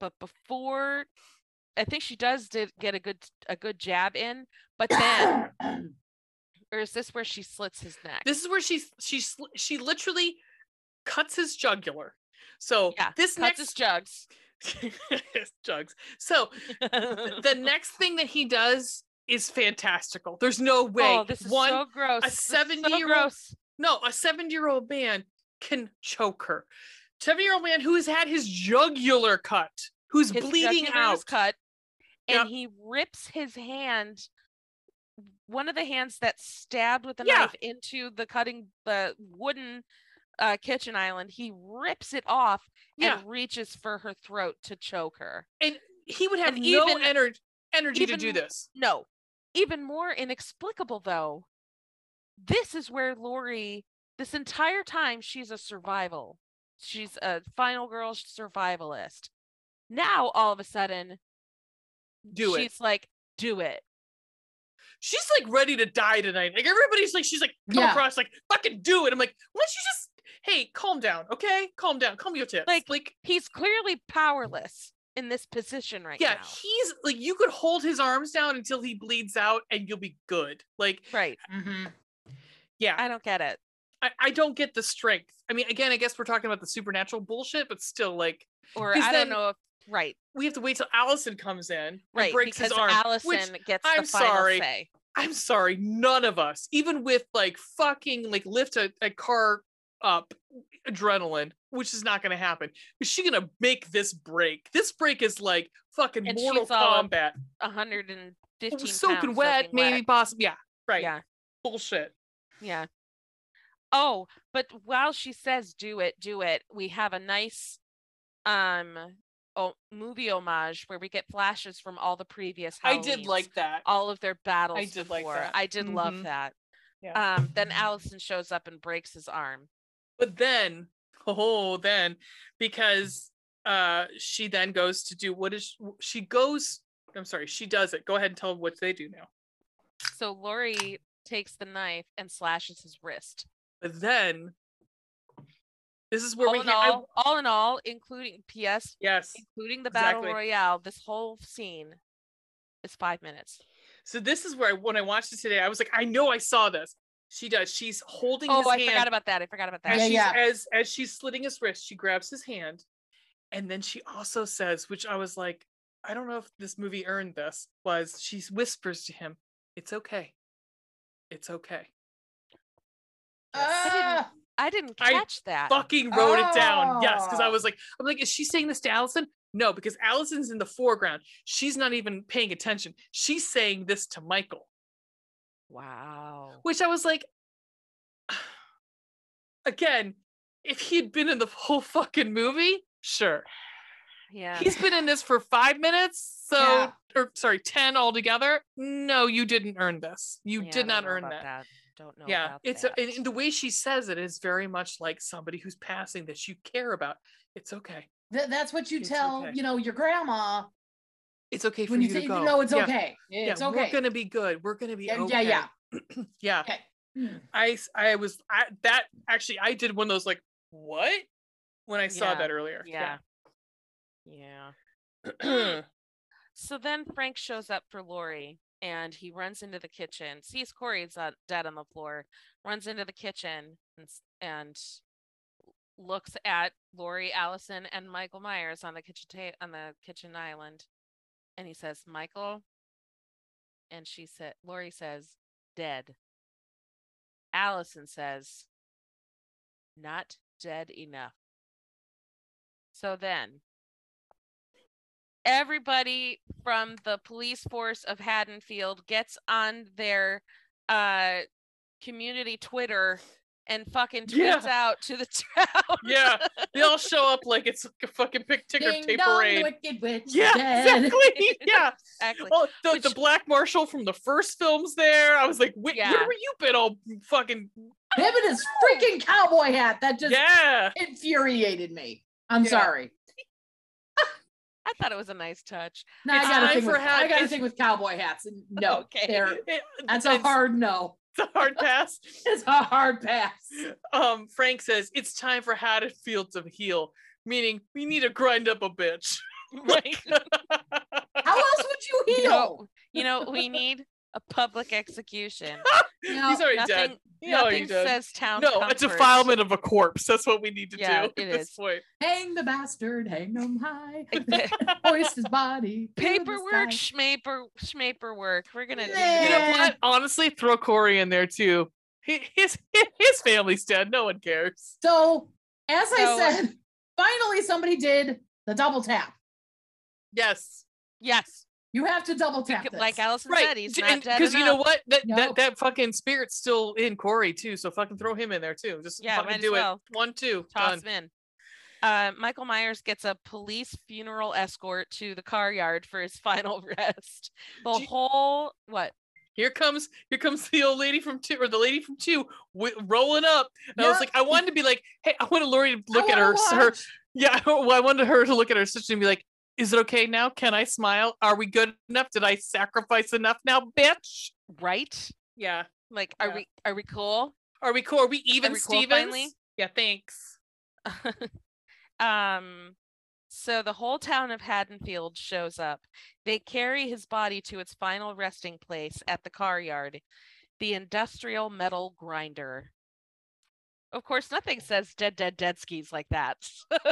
But before, I think she does did get a good a good jab in. But then, or is this where she slits his neck? This is where she she sl- she literally cuts his jugular. So yeah, this cuts next his jugs. [LAUGHS] jugs. [LAUGHS] So the next thing that he does is fantastical. There's no way oh, this is one so gross. This is so 70-year-old gross. No, a 70 year old man can choke her. 70 year old man who has had his jugular cut, who's his bleeding jugular is out. cut Yep. and he rips his hand one of the hands that stabbed with a Yeah. knife into the cutting the wooden uh, kitchen island he rips it off Yeah. and reaches for her throat to choke her He would have and no even- ener- energy to even do this. no even more inexplicable though this is where lori this entire time she's a survival she's a final girl survivalist Now all of a sudden, Do it. she's like, "Do it." She's like ready to die tonight. Like everybody's like, she's like, come Yeah. across like, fucking do it. I'm like, why don't you just, hey, calm down, okay? Calm down, calm your tits. Like- like He's clearly powerless in this position right Mm. yeah, now. he's like, you could hold his arms down until he bleeds out and you'll be good. Like, right. Mhm. yeah, I don't get it. I, I don't get the strength. I mean, again, I guess we're talking about the supernatural bullshit, but still, like, Or I 'Cause don't then- know if right, we have to wait till Allison comes in right, and breaks because his arm. Allison which gets I'm the final sorry. say. I'm sorry, none of us, even with like fucking like lift a, a car up adrenaline, which is not going to happen, is she going to make this break? This break is like fucking And Mortal she's all up Kombat. A hundred and It fifteen. was soaking pounds wet, soaking maybe possible. Yeah, right. Yeah, Bullshit. yeah. Oh, but while she says "do it, do it," we have a nice, um, oh, movie homage where we get flashes from all the previous. I did Halloweens, like that. all of their battles. I did like before. that. I did love Mhm. that. Yeah. Um, then Allison shows up and breaks his arm. But then, oh, then, Mm. because uh she then goes to do what is she goes. I'm sorry, she does it. Go ahead and tell them what they do now. So Lori takes the knife and slashes his wrist. But then, this is where All we in ha- I- all, all in all, including P.S. yes. including the battle Exactly. royale, this whole scene is five minutes. So this is where I, when I watched it today, I was like, I know I saw this. She does. She's holding Oh, his I hand forgot about that. I forgot about that. as, Yeah, she's, yeah. as as she's slitting his wrist. She grabs his hand, and then she also says, which I was like, I don't know if this movie earned this. Was she whispers to him, "It's okay, it's okay." Ah, I didn't I catch that. Fucking wrote it down. Yes, because I Uh, Oh. was like, I'm like, is she saying this to Allison? No, because Allison's in the foreground. She's not even paying attention. She's saying this to Michael. Wow. which I was like, [SIGHS] again, if he'd been in the whole fucking movie, sure. Yeah. He's been in this for five minutes, so Yeah. or sorry, ten altogether. No, you didn't earn this. You Yeah, I did don't not know earn about that. Don't know. Yeah, about it's that. and and the way she says it is very much like somebody who's passing that you care about. It's okay. th- that's what you It's tell okay. you know your grandma It's okay for when you, you say to you go. know it's Yeah, okay. Yeah, It's we're okay. gonna be good. We're gonna be Hmm. yeah, yeah, okay. yeah. yeah. Mm. I s- I was I, that actually I did one of those like what when I saw Yeah. that earlier. yeah. Yeah. Yeah. So then Frank shows up for Lori and he runs into the kitchen, sees Corey's uh, dead on the floor, runs into the kitchen and, s- and looks at Lori, Allison, and Michael Myers on the kitchen ta- on the kitchen island. And he says, Michael. And she said, Lori says, dead. Allison says, not dead enough. So then everybody from the police force of Haddonfield gets on their uh community Twitter and fucking tweets [LAUGHS] out to the town. [LAUGHS] yeah. [CLEARS THROAT] [LAUGHS] They all show up like it's like a fucking pick ticker Ding tape dong, parade. wicked witch is yeah, [LAUGHS] dead. exactly. Yeah. Exactly. Oh, the, the Which- black marshal from the first film's there. I was like, Wait, Yeah. where were you been all fucking [LAUGHS] Him and his freaking cowboy hat that [LAUGHS] just Yeah. infuriated me. I'm Yeah. sorry. I thought it was a nice touch. No, I It's got a time thing for with hat- I got a it's- thing with cowboy [LAUGHS] hats. And No, Okay. they're- It- that's a it's- hard no. it's a hard pass. [LAUGHS] It's a hard pass. Um, Frank says it's time for Haddonfield to heal, meaning we need to grind up a [LAUGHS] bitch. [LAUGHS] Right. How else would You you heal? know, you know [LAUGHS] what we need a public execution. No, he's already dead. Nothing, You know nothing he does. says town. no, comfort. a defilement of a corpse. That's what we need to Yeah, do [LAUGHS] at it this is. point. Hang the bastard, hang him high, [LAUGHS] [LAUGHS] Like, hoist his body. to the Paperwork, sky. schmaper, schmaper work. We're gonna. do You that. know Yeah. what? Honestly, throw Corey in there too. His his, [LAUGHS] his family's dead. No one cares. So, as So- I said, finally somebody did the double tap. Yes, Yes, You have to double tap. This. like Allison said, he's D- not and- dead you know enough. what? That, Nope. that that fucking spirit's still in Corey too. So fucking throw him in there too. Just Yeah, might fucking as do well. it. One, two, done. Toss him in. Uh, Michael Myers gets a police funeral escort to the car yard for his [LAUGHS] final rest. The Do you- whole what? Here comes here comes the old lady from two or the lady from two wi- rolling up. And I was Yep. like, I [LAUGHS] wanted to be like, hey, I wanted Lori to look I at her wanna her watch. Yeah, I- well, I wanted her to look at her sister and be like, Is it okay now? Can I smile? Are we good enough? Did I sacrifice enough now, bitch? right? Yeah. Like, are Yeah. we are we cool? Are we cool? Are we even, Are we cool Stevens? finally? Yeah, [LAUGHS] thanks. [LAUGHS] um, so the whole town of Haddonfield shows up. They carry his body to its final resting place at the car yard, the industrial metal grinder. Of course, nothing says dead, dead, dead skis like that. [LAUGHS]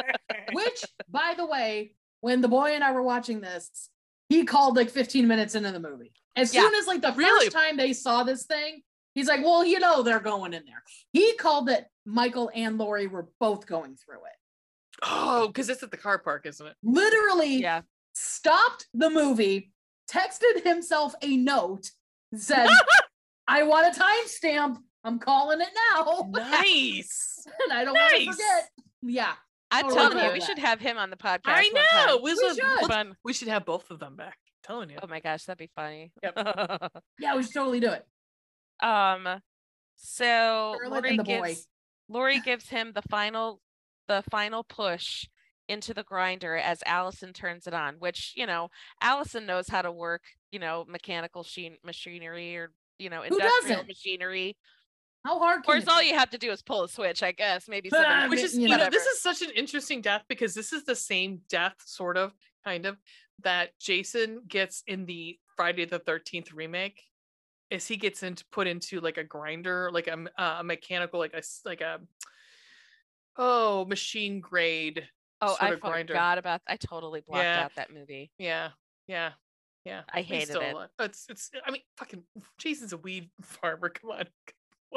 [LAUGHS] Which, by the way, when the boy and I were watching this, he called like 15 minutes into the movie. As Yeah. soon as like the Really? first time they saw this thing, he's like, "Well, you know, they're going in there." He called that Michael and Lori were both going through it. oh, because it's at the car park, isn't it? Literally yeah. stopped the movie, texted himself a note, [LAUGHS] said, "I want a timestamp. I'm calling it now, [LAUGHS] Nice. and I don't want to Nice. forget." Yeah, I'm Totally telling you, love we that. should have him on the podcast. I one time. know. We, We should. should. Fun. we should have both of them back. telling you. Oh my gosh, that'd be funny. [LAUGHS] yeah, we should totally do it. um, Oh, so Scarlett Lori and the boy. gives, Lori gives him the final the final push into the grinder as Allison turns it on, which, you know, Allison knows how to work, you know, mechanical sheen- machinery or, you know, industrial doesn't? machinery. How hard? Of course, can it all be? you have to do is pull a switch, I guess. Maybe But, [LAUGHS] somebody I which mean, is you you know, know this whatever. is such an interesting death because this is the same death sort of kind of that jason gets in the friday the 13th remake is he gets into put into like a grinder like a, m- uh, a mechanical like a s- like a oh machine grade Oh, sort I of grinder. forgot about I totally blocked Yeah. out that movie. yeah yeah yeah I He's hated still it. alive. it's it's i mean fucking [LAUGHS] jason's a weed [LAUGHS] farmer come on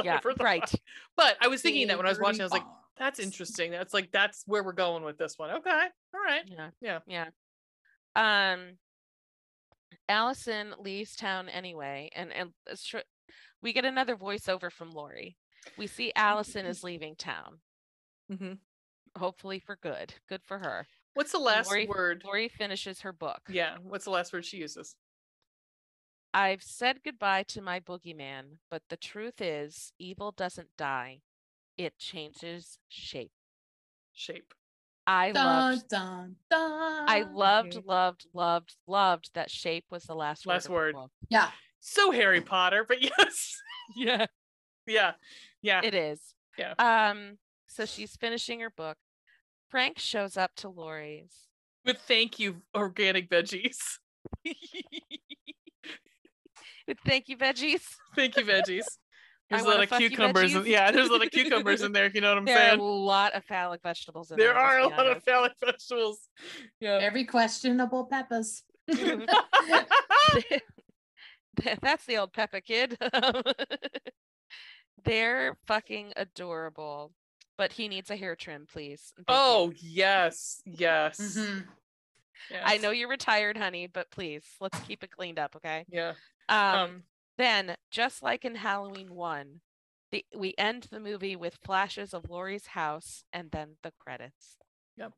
Yeah, Whatever the right. fuck. but i was thinking that when i was Dirty watching i was like bomb. that's interesting that's like that's where we're going with this one okay all right Yeah. Yeah. Yeah. Um Allison leaves town anyway and and it's tr- we get another voiceover from Lori. We see [LAUGHS] Allison is leaving town, mm-hmm. hopefully for good. Good for her. What's the last Lori- word? Lori finishes her book. [LAUGHS] Yeah. What's the last word she uses? I've said goodbye to my boogeyman, but the truth is evil doesn't die. It changes shape. Shape. I Dun, loved dun, dun. I loved, Mhm. loved, loved, loved that shape was the last word. Last of the word. book. Yeah, So Mm. Harry Potter, but [LAUGHS] yes. Yeah. [LAUGHS] Yeah. Yeah. It is. [LAUGHS] Yeah. Um, so she's finishing her book. Frank shows up [LAUGHS] to Lori's. But thank you, organic veggies. [LAUGHS] with Thank you, veggies. thank you, [LAUGHS] veggies. There's a wanna lot of fuck you, cucumbers. in- veggies. yeah, there's a lot of cucumbers [LAUGHS] in there, if you know what I'm There are a saying. lot of phallic vegetables in there. There are a let's be lot of honest. phallic [LAUGHS] vegetables. Yeah. every questionable peppers. [LAUGHS] [LAUGHS] Th- That's the old Peppa kid. [LAUGHS] They're fucking adorable. But he needs a hair trim, please. and thank you. oh yes. Yes. Mhm. Mm-hmm. I yes. know you're retired, honey, but please let's keep it cleaned up, okay? Yeah. um um [LAUGHS] Then, just like in Halloween 1, the, we end the movie with flashes of Laurie's house and then the credits. Yep.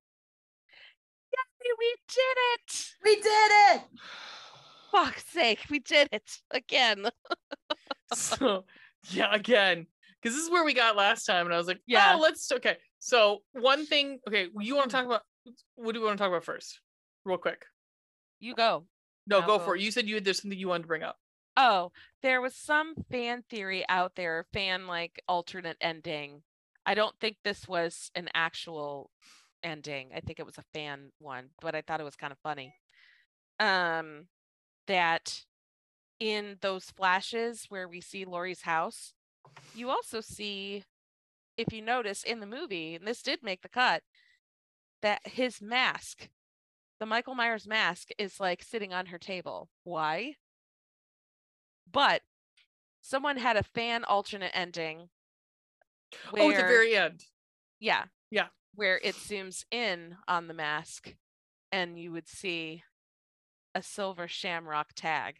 Yay, we did it! We did it. Fuck's sake, we did it again. so yeah again because this is where we got last time and i was like yeah Yeah. Mm-hmm. let's okay so one thing okay you want to talk about what do we want to talk about first real quick You go. no I'll go go. for it you said you had there's something you wanted to bring up Oh, there was some fan theory out there, fan like alternate ending. I don't think this was an actual ending. I think it was a fan one, but I thought it was kind of funny. Um, that in those flashes where we see Laurie's house, you also see, if you notice in the movie, and this did make the cut, that his mask, the Michael Myers mask, is like sitting on her table. Why? But someone had a fan alternate ending. oh at the where- very end yeah. Yeah. Where it zooms in on the mask and you would see a silver shamrock tag.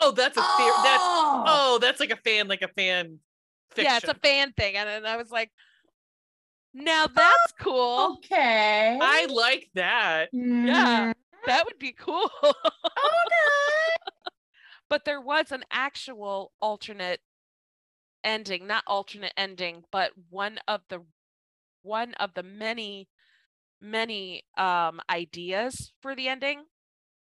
oh that's a theory that's Oh! oh that's like a fan like a fan fiction Yeah, it's a fan thing. And, and I was like, now that's Oh, cool. okay. Mm. i like that yeah. That would be cool. [LAUGHS] Okay. Oh, but there was an actual alternate ending, not alternate ending, but one of the one of the many many um ideas for the ending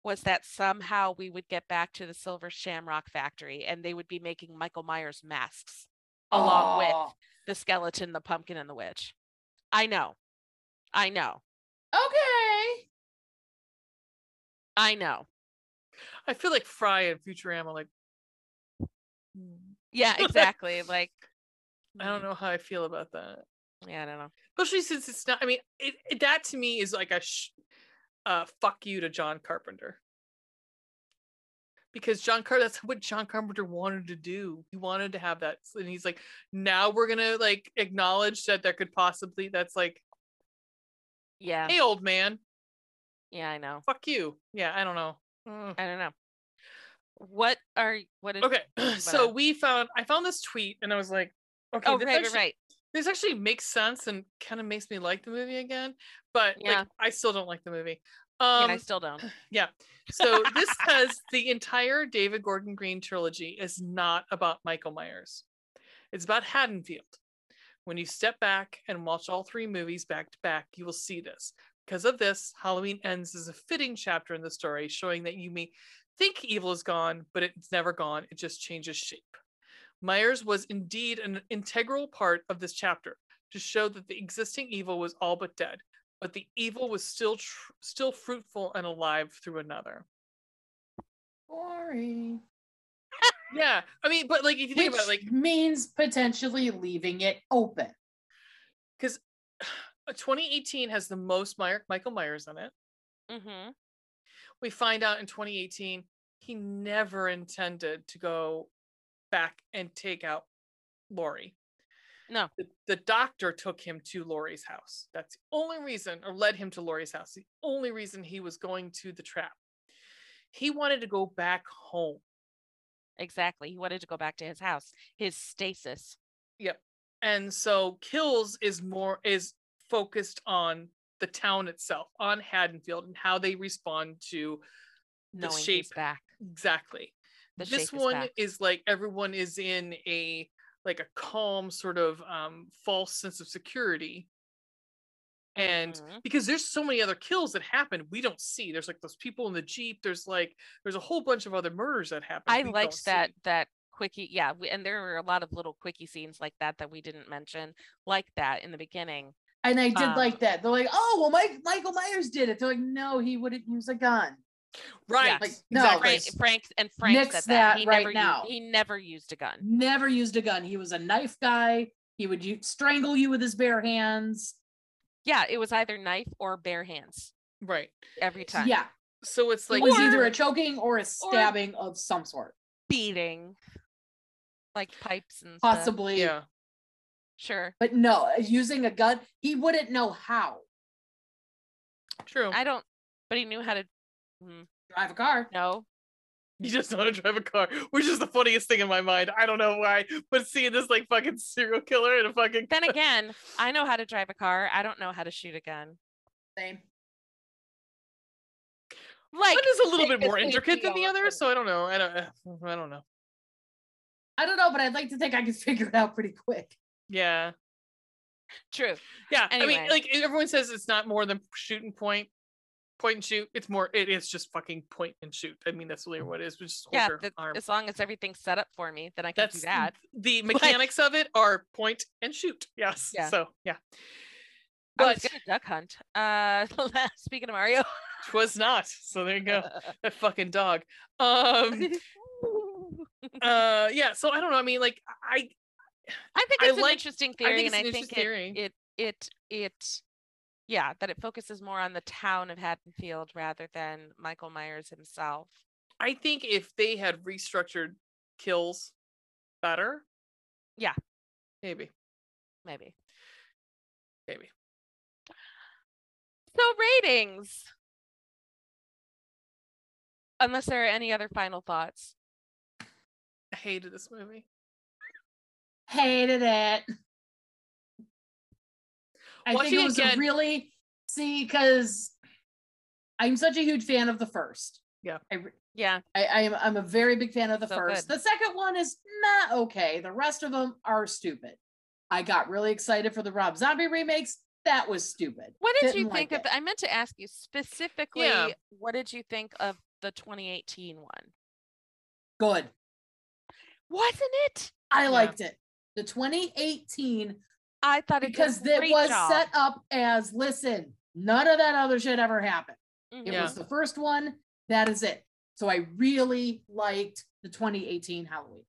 was that somehow we would get back to the Silver Shamrock Factory and they would be making Michael Myers masks along with the skeleton, the pumpkin, and the witch. I know. I know. Okay. I know. I feel like Fry and Futurama. Like, mm, Yeah, exactly. like [LAUGHS] I mm, Mm-hmm. don't know how I feel about that. Yeah, I don't know. especially since it's not. I mean, it, it- that to me is like a sh- uh, fuck you to John Carpenter because John Carpenter that's what John Carpenter wanted to do. He wanted to have that, and he's like, now we're gonna like acknowledge that there could possibly that's like, Yeah. hey, old man, Yeah, I know. fuck you. Yeah, I don't know. Mm. I don't know. What are what is Okay, [CLEARS THROAT] so Whatever. we found I found this tweet, and I was like, okay, Oh, this right, right, actually- right. this actually makes sense and kind of makes me like the movie again, but Yeah. like I still don't like the movie. And Um, I [CLEARS THROAT] still don't. So this says the entire David Gordon Green trilogy is not about Michael Myers. It's about Haddonfield. When you step back and watch all three movies back to back, you will see this. Because of this, Halloween ends as a fitting chapter in the story, showing that you may think evil is gone, but it's never gone. It just changes shape. Myers was indeed an integral part of this chapter to show that the existing evil was all but dead but the evil was still tr- still fruitful and alive through another. Boring. Yeah, I mean, but like if you think Which about it, like means potentially leaving it open. because 2018 has the most Meyer- Michael Myers in it. Mm-hmm. We find out in 2018 he never intended to go back and take out Lori. No. The, the doctor took him to Lori's house. That's the only reason, or led him to Lori's house. The only reason he was going to the trap. He wanted to go back home. Exactly. He wanted to go back to his house, his stasis. and so kills is more is focused on the town itself on haddonfield and how they respond to the Knowing shape he's back. exactly The this shape is one back. is like everyone is in a like a calm sort of um false sense of security and Mhm. because there's so many other kills that happen we don't see there's like those people in the jeep there's like there's a whole bunch of other murders that happen I we don't liked see. that that quickie. Yeah, we, and there were a lot of little quickie scenes like that that we didn't mention, like that in the beginning. And I did Ah. Um, like that. They're like, oh, well, Mike, Michael Myers did it. They're like, no, he wouldn't use a gun. right Like, no, exactly Frank, Frank and Frank Nix said that that. He right never now. Used, he never used a gun. Never used a gun. He was a knife guy. He would u- strangle you with his bare hands. Yeah, it was either knife or bare hands right every time. Yeah. so it's like it was Or- either a choking or a stabbing of some sort, beating, like pipes and stuff. possibly. yeah Sure, But no, uh, using a gun, he wouldn't know how. true I don't. But he knew how to. Drive a car. No, He just know how to drive a car, which is the funniest thing in my mind. I don't know why, but seeing this like fucking serial killer and a fucking [LAUGHS] then again, I know how to drive a car. I don't know how to shoot a gun. Same. Like, one is a little make bit the more safety intricate than the all other, up. so I don't know. I don't. uh, I don't know. I don't know, but I'd like to think I could [LAUGHS] figure it out pretty quick. Yeah, true. yeah. I Anyway. mean, like e, everyone says, it's not more than shoot and point, point and shoot. It's more. It is just fucking point and shoot. I mean, that's really what it is. Which is Yeah, hold your that- arm. as long as everything's set up for me, then I can That's do that. the [LAUGHS] But- mechanics of it are point and shoot. Yes. Yeah. So yeah, I was but gonna duck hunt. Uh, [LAUGHS] speaking of Mario, [LAUGHS] twas not. So there you go. That fucking dog. Um. uh yeah so i don't know i mean like i I think I it's an like- interesting I theory, think and it's an I interesting think it, theory. it it it yeah that it focuses more on the town of Haddonfield rather than Michael Myers himself. i think if they had restructured kills better Yeah. maybe Maybe maybe so ratings. Unless there are any other final thoughts. i hated this movie Hated it. I Watching think it it was again- a really see because I'm such a huge fan of the first. Yeah. I, re- Yeah, I, I am I'm a very big fan of the So first. good. The second one is not okay. The rest of them are stupid. I got really excited for the Rob Zombie remakes. that was stupid. What did Didn't you like think of? it. The, I meant to ask you specifically. Yeah. What did you think of the 2018 one? Good. Wasn't it? I Yeah. liked it. The 2018 I thought it did a because it great was job. set up as listen, none of that other shit ever happened. Mhm. It Yeah. was the first one. That is it. So I really liked the 2018 Halloween.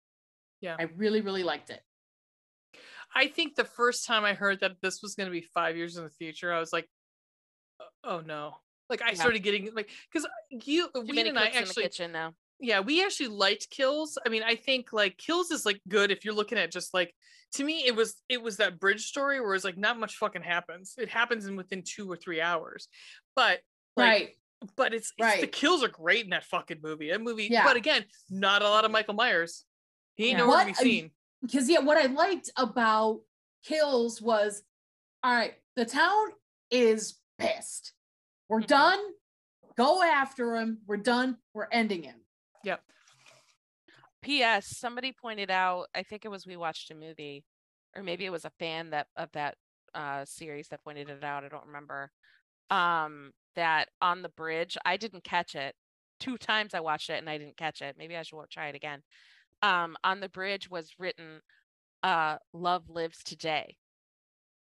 Yeah. I really, really liked it. I think the first time I heard that this was going to be five years in the future, I was like, "Oh, "Oh no!" Like I Yeah. started getting like because you, Too we many and I cooks in the actually, kitchen now. yeah, we actually liked Kills. I mean, I think like Kills is like good if you're looking at just like to me, it was it was that bridge story where it's like not much fucking happens. It happens in within two or three hours, but like, right. but it's, it's the Right. kills are great in that fucking movie. That movie, Yeah. but again, not a lot of Michael Myers. He ain't Yeah. nowhere to be What a- seen. because yeah, what I liked about Kills was, all right, the town is pissed. We're Mm-hmm. Mhm. done. Go after him. We're done. We're ending him. P.S. Somebody pointed out. I think it was we watched a movie, or maybe it was a fan that of that uh, series that pointed it out. I don't remember. Um, that on the bridge, I didn't catch it. Two times I watched it and I didn't catch it. Maybe I should wa- try it again. Um, on the bridge was written, uh, "Love lives today,"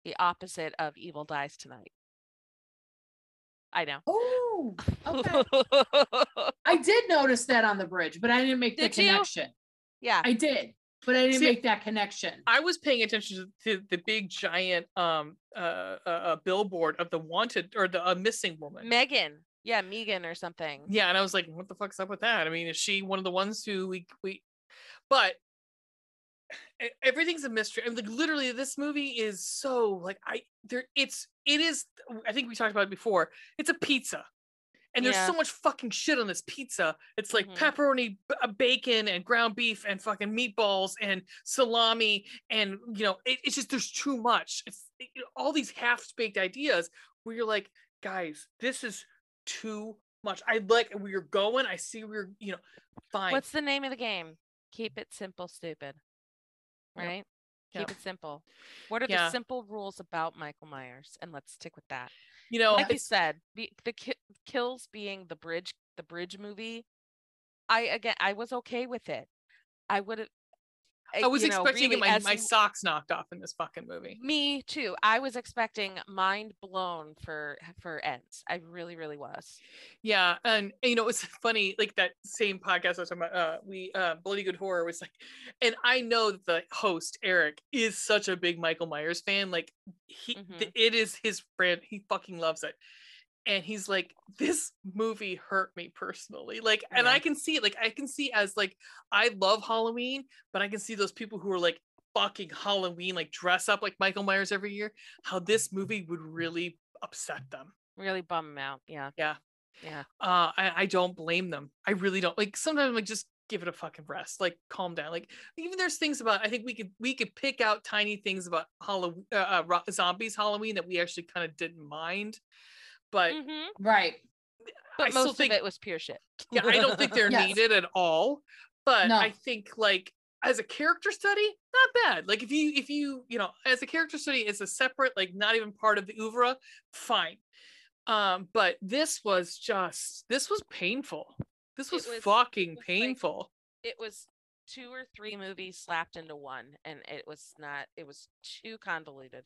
the opposite of "Evil dies tonight." I know. Oh, [LAUGHS] okay. [LAUGHS] I did notice that on the bridge, but I didn't make the Did you? connection. yeah. I did, but I didn't See- make that connection. I was paying attention to the, the big giant um uh, uh, uh billboard of the wanted or the uh, missing woman. Megan. Yeah, Megan or something. [LAUGHS] Yeah, and I was like, what the fuck's up with that? I mean, is she one of the ones who we we but e- everything's a mystery. I mean, like literally this movie is so like I there it's it is I think we talked about it before. It's a pizza. And there's Yeah. so much fucking shit on this pizza. It's like Mhm. pepperoni, b- uh, bacon, and ground beef, and fucking meatballs, and salami, and you know, it, it's just there's too much. It's it- you know, all these half-baked ideas where you're like, guys, this is too much. I like where you're going. I see where you're, you know, fine. What's the name of the game? Keep it simple, stupid. Yep. Right? Yep. Keep it simple. What are Yeah. the simple rules about Michael Myers? And let's stick with that. you know, like you it's- said, be, the ki- kills being the bridge, the bridge movie. I again, I was okay with it. I would have. I was you know, expecting to really, get my, as my you- socks knocked off in this fucking movie. me too. I was expecting mind blown for for ends. I really, really was. Yeah, and, and, you know it's funny. Like that same podcast I was talking about, uh, we uh, Bloody Good Horror was like, and I know that the host Eric is such a big Michael Myers fan. Like he, th- Mhm. it is his brand. He fucking loves it, and he's like, this movie hurt me personally. Like, and Yeah. I can see it. Like I can see as like I love Halloween, but I can see those people who are like fucking Halloween, like dress up like Michael Myers every year. How this movie would really upset them Really bum him out. Yeah. Yeah. Yeah. uh I, I don't blame them i really don't like sometimes I'm like just give it a fucking rest like calm down like even there's things about i think we could we could pick out tiny things about halloween uh, uh, ro- zombies halloween that we actually kind of didn't mind but Mhm. Right. But I still most think- of it was pure shit. yeah i don't [LAUGHS] think they're Yes. needed at all but No. i think like as a character study not bad like if you if you you know as a character study it's a separate like not even part of the oeuvre fine um but this was just this was painful this It was, was- fucking was like- painful it was two or three movies slapped into one and it was not it was too convoluted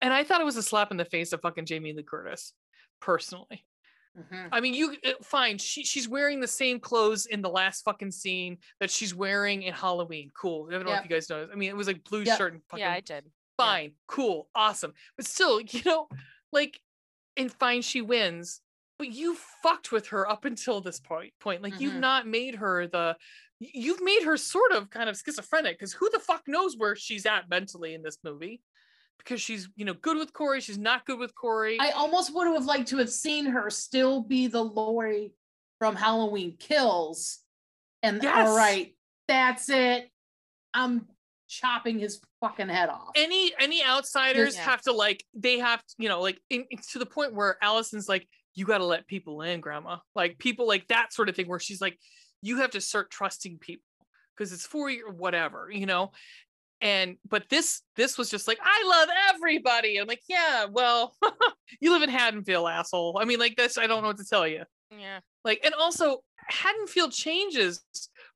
and i thought it was a slap in the face of fucking jamie lee curtis personally Mhm. I mean, you uh, fine. She she's wearing the same clothes in the last fucking scene that she's wearing in Halloween. Cool. I don't know Yep. if you guys noticed. I mean, it was like blue Yep. shirt and fucking yeah i did yeah. fine, cool, awesome. But still, [LAUGHS] you know, like, and fine, she wins. But you fucked with her up until this point. Point, like, you've Mhm. not made her the. y- You've made her sort of kind of schizophrenic because who the fuck knows where she's at mentally in this movie? Because she's you know good with Corey, she's not good with Corey. I almost would have liked to have seen her still be the Lori from Halloween Kills. And Yes. all right, that's it. I'm chopping his fucking head off. any any outsiders Yeah. have to like they have to, you know like in, it's to the point where Allison's like you got to let people in grandma like people like that sort of thing where she's like you have to start trusting people because it's for you or whatever you know and but this this was just like i love everybody i'm like yeah well [LAUGHS] you live in haddonfield asshole i mean like this i don't know what to tell you Yeah. like and also haddonfield changes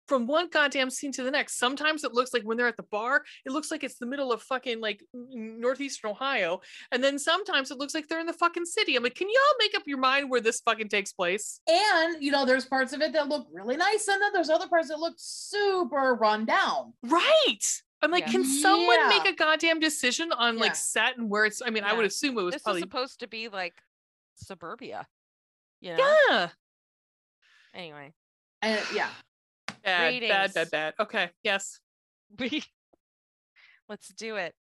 from one goddamn scene to the next sometimes it looks like when they're at the bar it looks like it's the middle of fucking like n- northeastern ohio and then sometimes it looks like they're in the fucking city i'm like can y'all make up your mind where this fucking takes place And you know, there's parts of it that look really nice, and then there's other parts that look super run down. Right. I'm like, Yeah. can someone Yeah. make a goddamn decision on Yeah. like set and where it's? I mean, I would Yeah. assume it was This probably is supposed to be like suburbia. You know? yeah, Anyway. And yeah, bad, bad, Ratings. bad, bad. Okay, yes, We [LAUGHS] let's do it.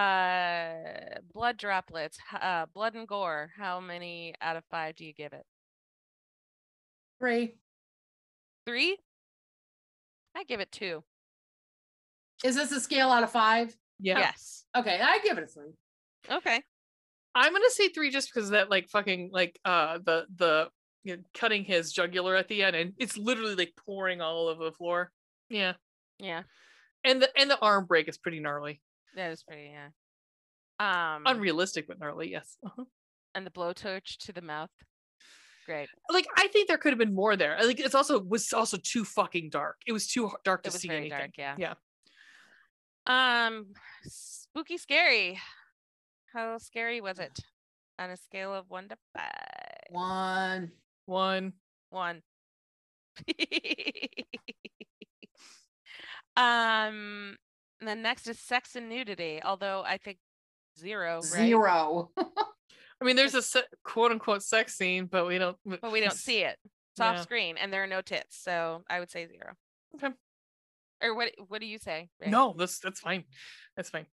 Uh blood droplets, h- uh blood and gore. How many out of five do you give it? three. Three? I give it two. Is this a scale out of five? yeah. Yes. Okay, I give it a three. Okay. I'm gonna say three just because of that like fucking like uh the the you know, cutting his jugular at the end and it's literally like pouring all over the floor. Yeah, Yeah. and the and the arm break is pretty gnarly, That is pretty yeah. Um unrealistic but gnarly. Yes. Uh-huh. and the blowtorch to the mouth. Great. [SIGHS] Like I think there could have been more there. Like it's also was also too fucking dark. It was too dark to It was see very anything. dark, yeah. Yeah. Um spooky scary. How scary was [SIGHS] it? On a scale of one to five. One. One. one. [LAUGHS] um, and then next is sex and nudity. Although I think zero, right? Zero. [LAUGHS] I mean, there's a se- quote unquote sex scene, but we don't. but we don't [LAUGHS] see it. It's off Yeah. screen, and there are no tits, so I would say zero. Okay. Or what? What do you say? Ray? No, that's that's fine. That's fine.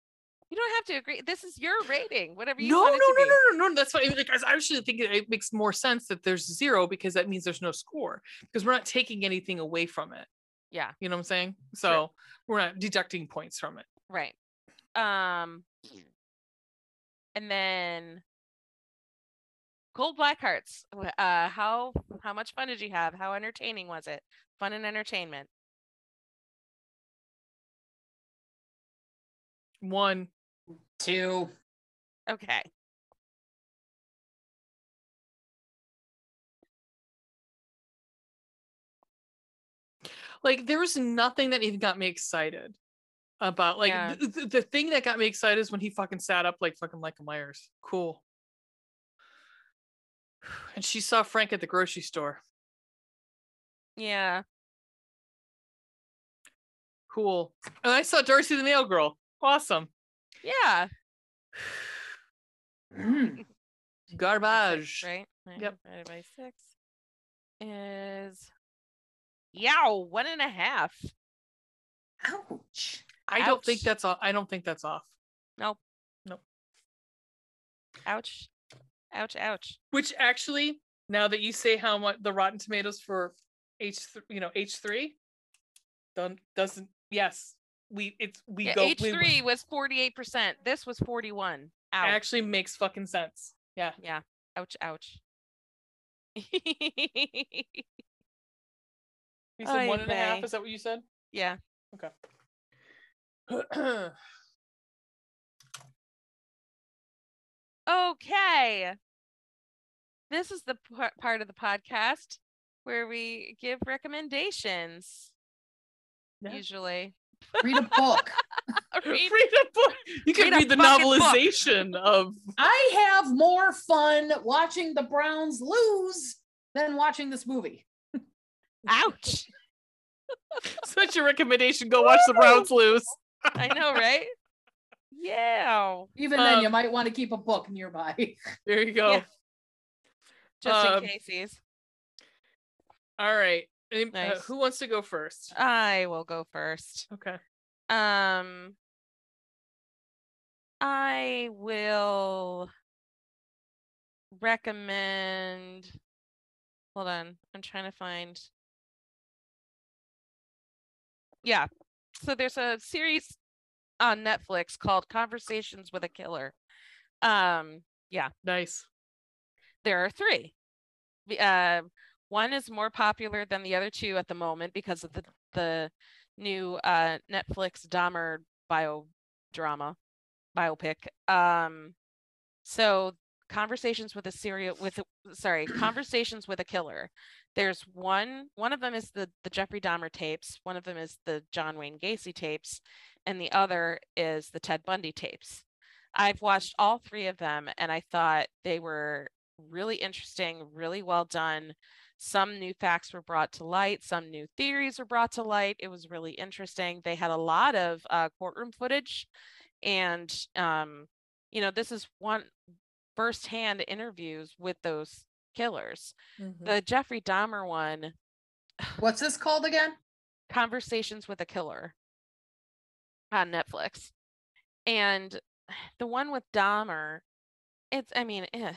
you don't have to agree. This is your rating. Whatever you No, no, want it no, to be. no, no, no. That's fine. Like I actually think it- it makes more sense that there's zero because that means there's no score because we're not taking anything away from it. Yeah. You know what I'm saying? So we're not deducting points from it. Right. Um and then Gold Black Hearts. w- Uh how how much fun did you have? How entertaining was it? Fun and entertainment. One. Two. Okay. Like there was nothing that even got me excited about. Like Yeah. th- th- the thing that got me excited is when he fucking sat up like fucking Michael Myers. Cool. And she saw Frank at the grocery store. Yeah. Cool. And I saw Darcy the Nail Girl. Awesome. Yeah. Mm. Garbage. Right? Right, Yep. Divided by six is Yow, one and a half. Ouch. I don't think Ouch. that's off. I don't think that's off. Ouch. Ouch, ouch. Which actually, now that you say how much the Rotten Tomatoes for H, th- you know H three, done doesn't. Yes, we it's we Yeah, go. H we- three was forty eight percent. This was forty one. Ouch. actually makes fucking sense. Yeah. Yeah. Ouch, ouch. [LAUGHS] You said Oy one and a half. vey. Is that what you [CLEARS THROAT] said? yeah. Okay. This is the par- part of the podcast where we give recommendations. Yeah. [LAUGHS] Usually. Read a book. Read- read a book. You can Read a read, the fucking book. novelization of. [LAUGHS] I have more fun watching the Browns lose than watching this movie. Ouch. Such a recommendation. Go watch the Browns lose. I know, [LAUGHS] right? Yeah. Even then, Um, you might want to keep a book nearby. [LAUGHS] There you go. Yeah. Just Um, in cases. All right. Any- uh, Nice. Uh, who wants to go first? I will go first. Okay. Um, I will recommend. Hold on, I'm trying to find. Yeah, so there's a series on Netflix called Conversations with a Killer. Um, Nice. there are three. The, Uh, one is more popular than the other two at the moment because of the the new uh, Netflix Dahmer biodrama, biopic. Um, so conversations with a serial with sorry conversations with a killer. There's one one of them is the the Jeffrey Dahmer tapes. One of them is the John Wayne Gacy tapes, and the other is the Ted Bundy tapes. I've watched all three of them, and I thought they were really interesting, really well done. Some new facts were brought to light, some new theories were brought to light. It was really interesting. They had a lot of uh, courtroom footage, and um, you know, this is one firsthand interviews with those killers. Mhm. The Jeffrey Dahmer one, What's this called again? Conversations with a Killer on Netflix. And [SIGHS] the one with Dahmer, it's I mean, eh.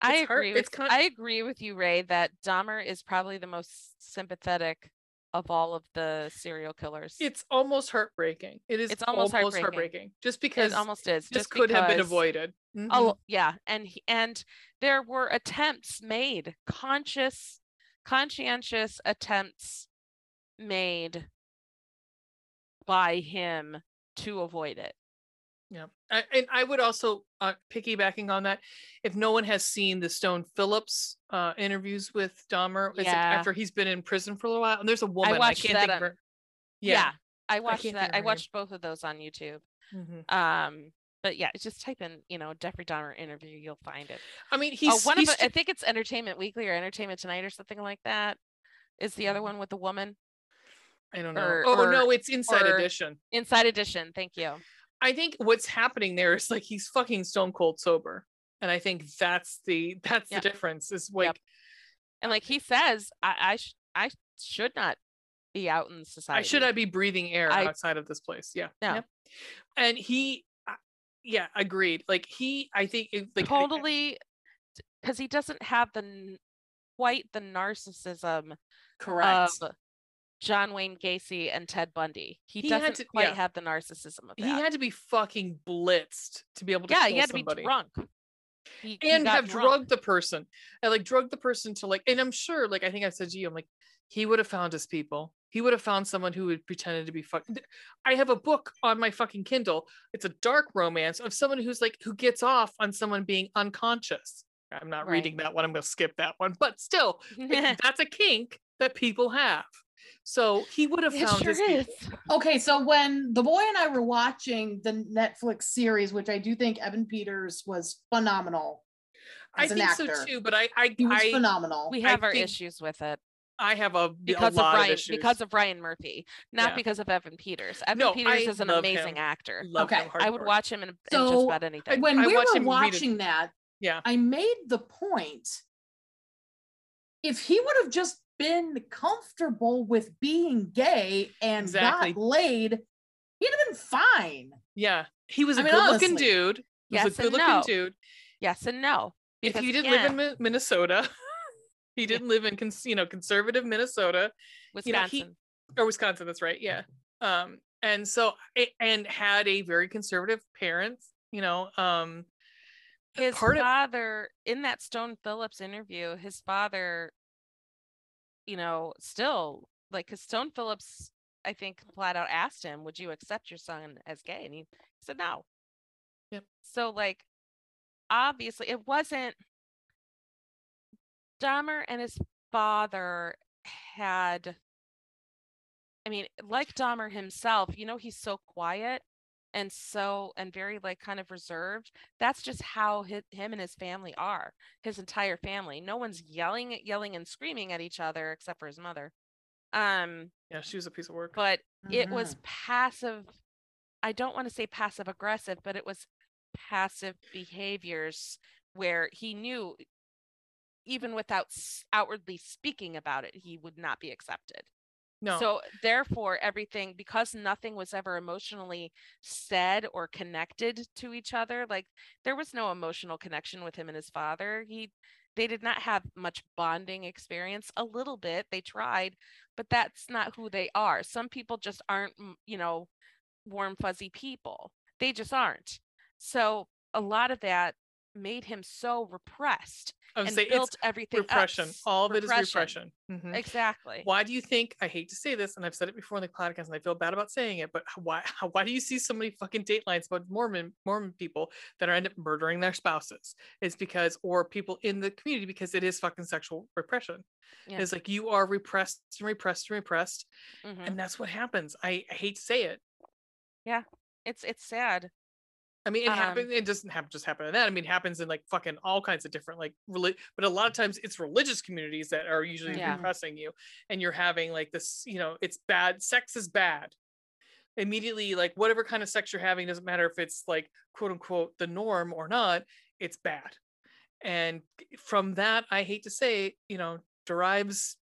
I It's hard- agree it's with kind- I agree with you, Ray, that Dahmer is probably the most sympathetic of all of the serial killers. It It's almost heartbreaking. It is It's almost heartbreaking. Just because this almost is just could have been because- avoided. Mhm. Oh yeah, and he, and there were attempts made, conscious, conscientious attempts made by him to avoid it. Yeah. I, and I would also uh, piggybacking on that. If no one has seen the Stone Phillips uh, interviews with Dahmer, it's like Yeah. after he's been in prison for a while, and there's a woman I, watched can't that um, think on- of her. Yeah. I can't watched think that. of I her name. watched both of those on YouTube. Mhm. Um, but yeah, just type in you know Jeffrey Dahmer interview, you'll find it. I mean, Oh, he's one he's of the, I st- think it's Entertainment Weekly or Entertainment Tonight or something like that. Is the other Mm-hmm. one with the woman? I don't know. or- oh or- no, it's Inside or- Edition. Inside Edition. Thank you. I think what's happening there is like he's fucking stone cold sober, and I think that's the [LAUGHS] that's Yep. the difference. Is like Yep. And like he says, I I, sh- I should not be out in I society. should I be breathing air I- outside of this place? Yeah. No. Yep. And he, I- yeah, agreed. Like he, I think it- like I- totally because he doesn't have the n- quite the narcissism Correct. Um, of John Wayne Gacy and Ted Bundy. He, He had doesn't to- quite yeah. have the narcissism of that. he had to be fucking blitzed to be able to yeah, kill he had somebody. to be drunk. He, he and got have drunk. [LAUGHS] drugged the person and like drugged the person to like and i'm sure like i think i said to you i'm like he would have found his people he would have found someone who had pretended to be fuck. i have a book on my fucking kindle it's a dark romance of someone who's like who gets off on someone being unconscious i'm not Right. reading that one i'm going to skip that one but still [LAUGHS] like, that's a kink that people have so he would have it found sure his people. is. Okay, so when the boy and I were watching the Netflix series, which I do think Evan Peters was phenomenal i as an think actor. so too but i i He was I, phenomenal. We have our think issues with it I have a because a of lot Ryan of issues. because of Ryan Murphy, not Yeah. because of Evan Peters. Evan No, Peters I is an love amazing him. actor. Love him I would hardcore. watch him in, in just So, about anything. when I we watched were him read it. watching that, Yeah. I made the point. If he would have just been comfortable with being gay and Exactly. got laid, he'd have been fine. Yeah, he was a I mean, good-looking honestly. dude. He was Yes a and good-looking no. dude. yes and no. If Because he didn't live in Min- Minnesota, [LAUGHS] he didn't live in cons- you know conservative Minnesota Wisconsin. you know, he- or Wisconsin. That's right. Yeah. Um, and so a- and had a very conservative parents. You know, um, his part of- father in that Stone Phillips interview, his father, you know, still like because Stone Phillips, I think, flat out asked him, "Would you accept your son as gay?" And he said no. Yep. So like, obviously, it wasn't. Dahmer and his father had. I mean, like Dahmer himself, you know, he's so quiet and so and very like kind of reserved that's just how hi him and his family are his entire family no one's yelling yelling and screaming at each other except for his mother um yeah, she was a piece of work. but Oh, it Mm-hmm. was passive i don't want to say passive aggressive but it was passive behaviors where he knew even without s- outwardly speaking about it he would not be accepted no, so therefore, everything because nothing was ever emotionally said or connected to each other. Like there was no emotional connection with him and his father. He they did not have much bonding experience. A little bit they tried, but that's not who they are. Some people just aren't, mm, you know, warm fuzzy people. They just aren't. So a lot of that made him so repressed I would and say it's built everything up. repression. All of it is Repression. repression. Mhm. Exactly. Why do you think I hate to say this, and I've said it before in the podcast, and I feel bad about saying it, but why [LAUGHS] why do you see so many fucking datelines about Mormon Mormon people that are end up murdering their spouses? It's because or people in the community because it is fucking sexual repression. Yeah. It's like you are repressed and repressed and repressed, Mhm. and that's what happens. I, I hate to say it. It's it's sad. I mean, it Um, happens. It doesn't happen just happen in that. I mean, it happens in like fucking all kinds of different like relig- But a lot of times, it's religious communities that are usually Yeah. repressing you, and you're having like this. You know, it's bad. Sex is bad. Immediately, like whatever kind of sex you're having doesn't matter if it's like quote unquote the norm or not. It's bad, and from that, I hate to say, you know, derives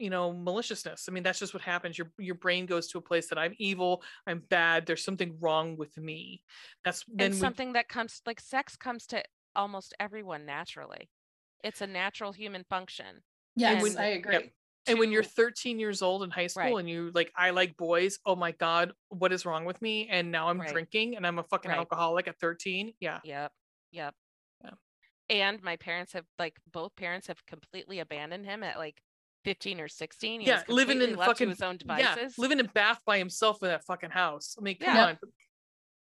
you know maliciousness i mean that's just what happens your your brain goes to a place that i'm evil i'm bad there's something wrong with me that's then and we- something that comes like sex comes to almost everyone naturally. It's a natural human function. Yes, when- I agree. yep. and when you're to- 13 years old in high school Right. and you like i like boys oh my god what is wrong with me and now i'm Right. drinking and i'm a fucking Right. alcoholic at 13 yeah Yep. Yep. Yeah. And my parents have like both parents have completely abandoned him at like 15 or 16. He Yeah, was living in completely left fucking- to his own yeah devices. living in bath by himself in that fucking house i mean come Yeah. on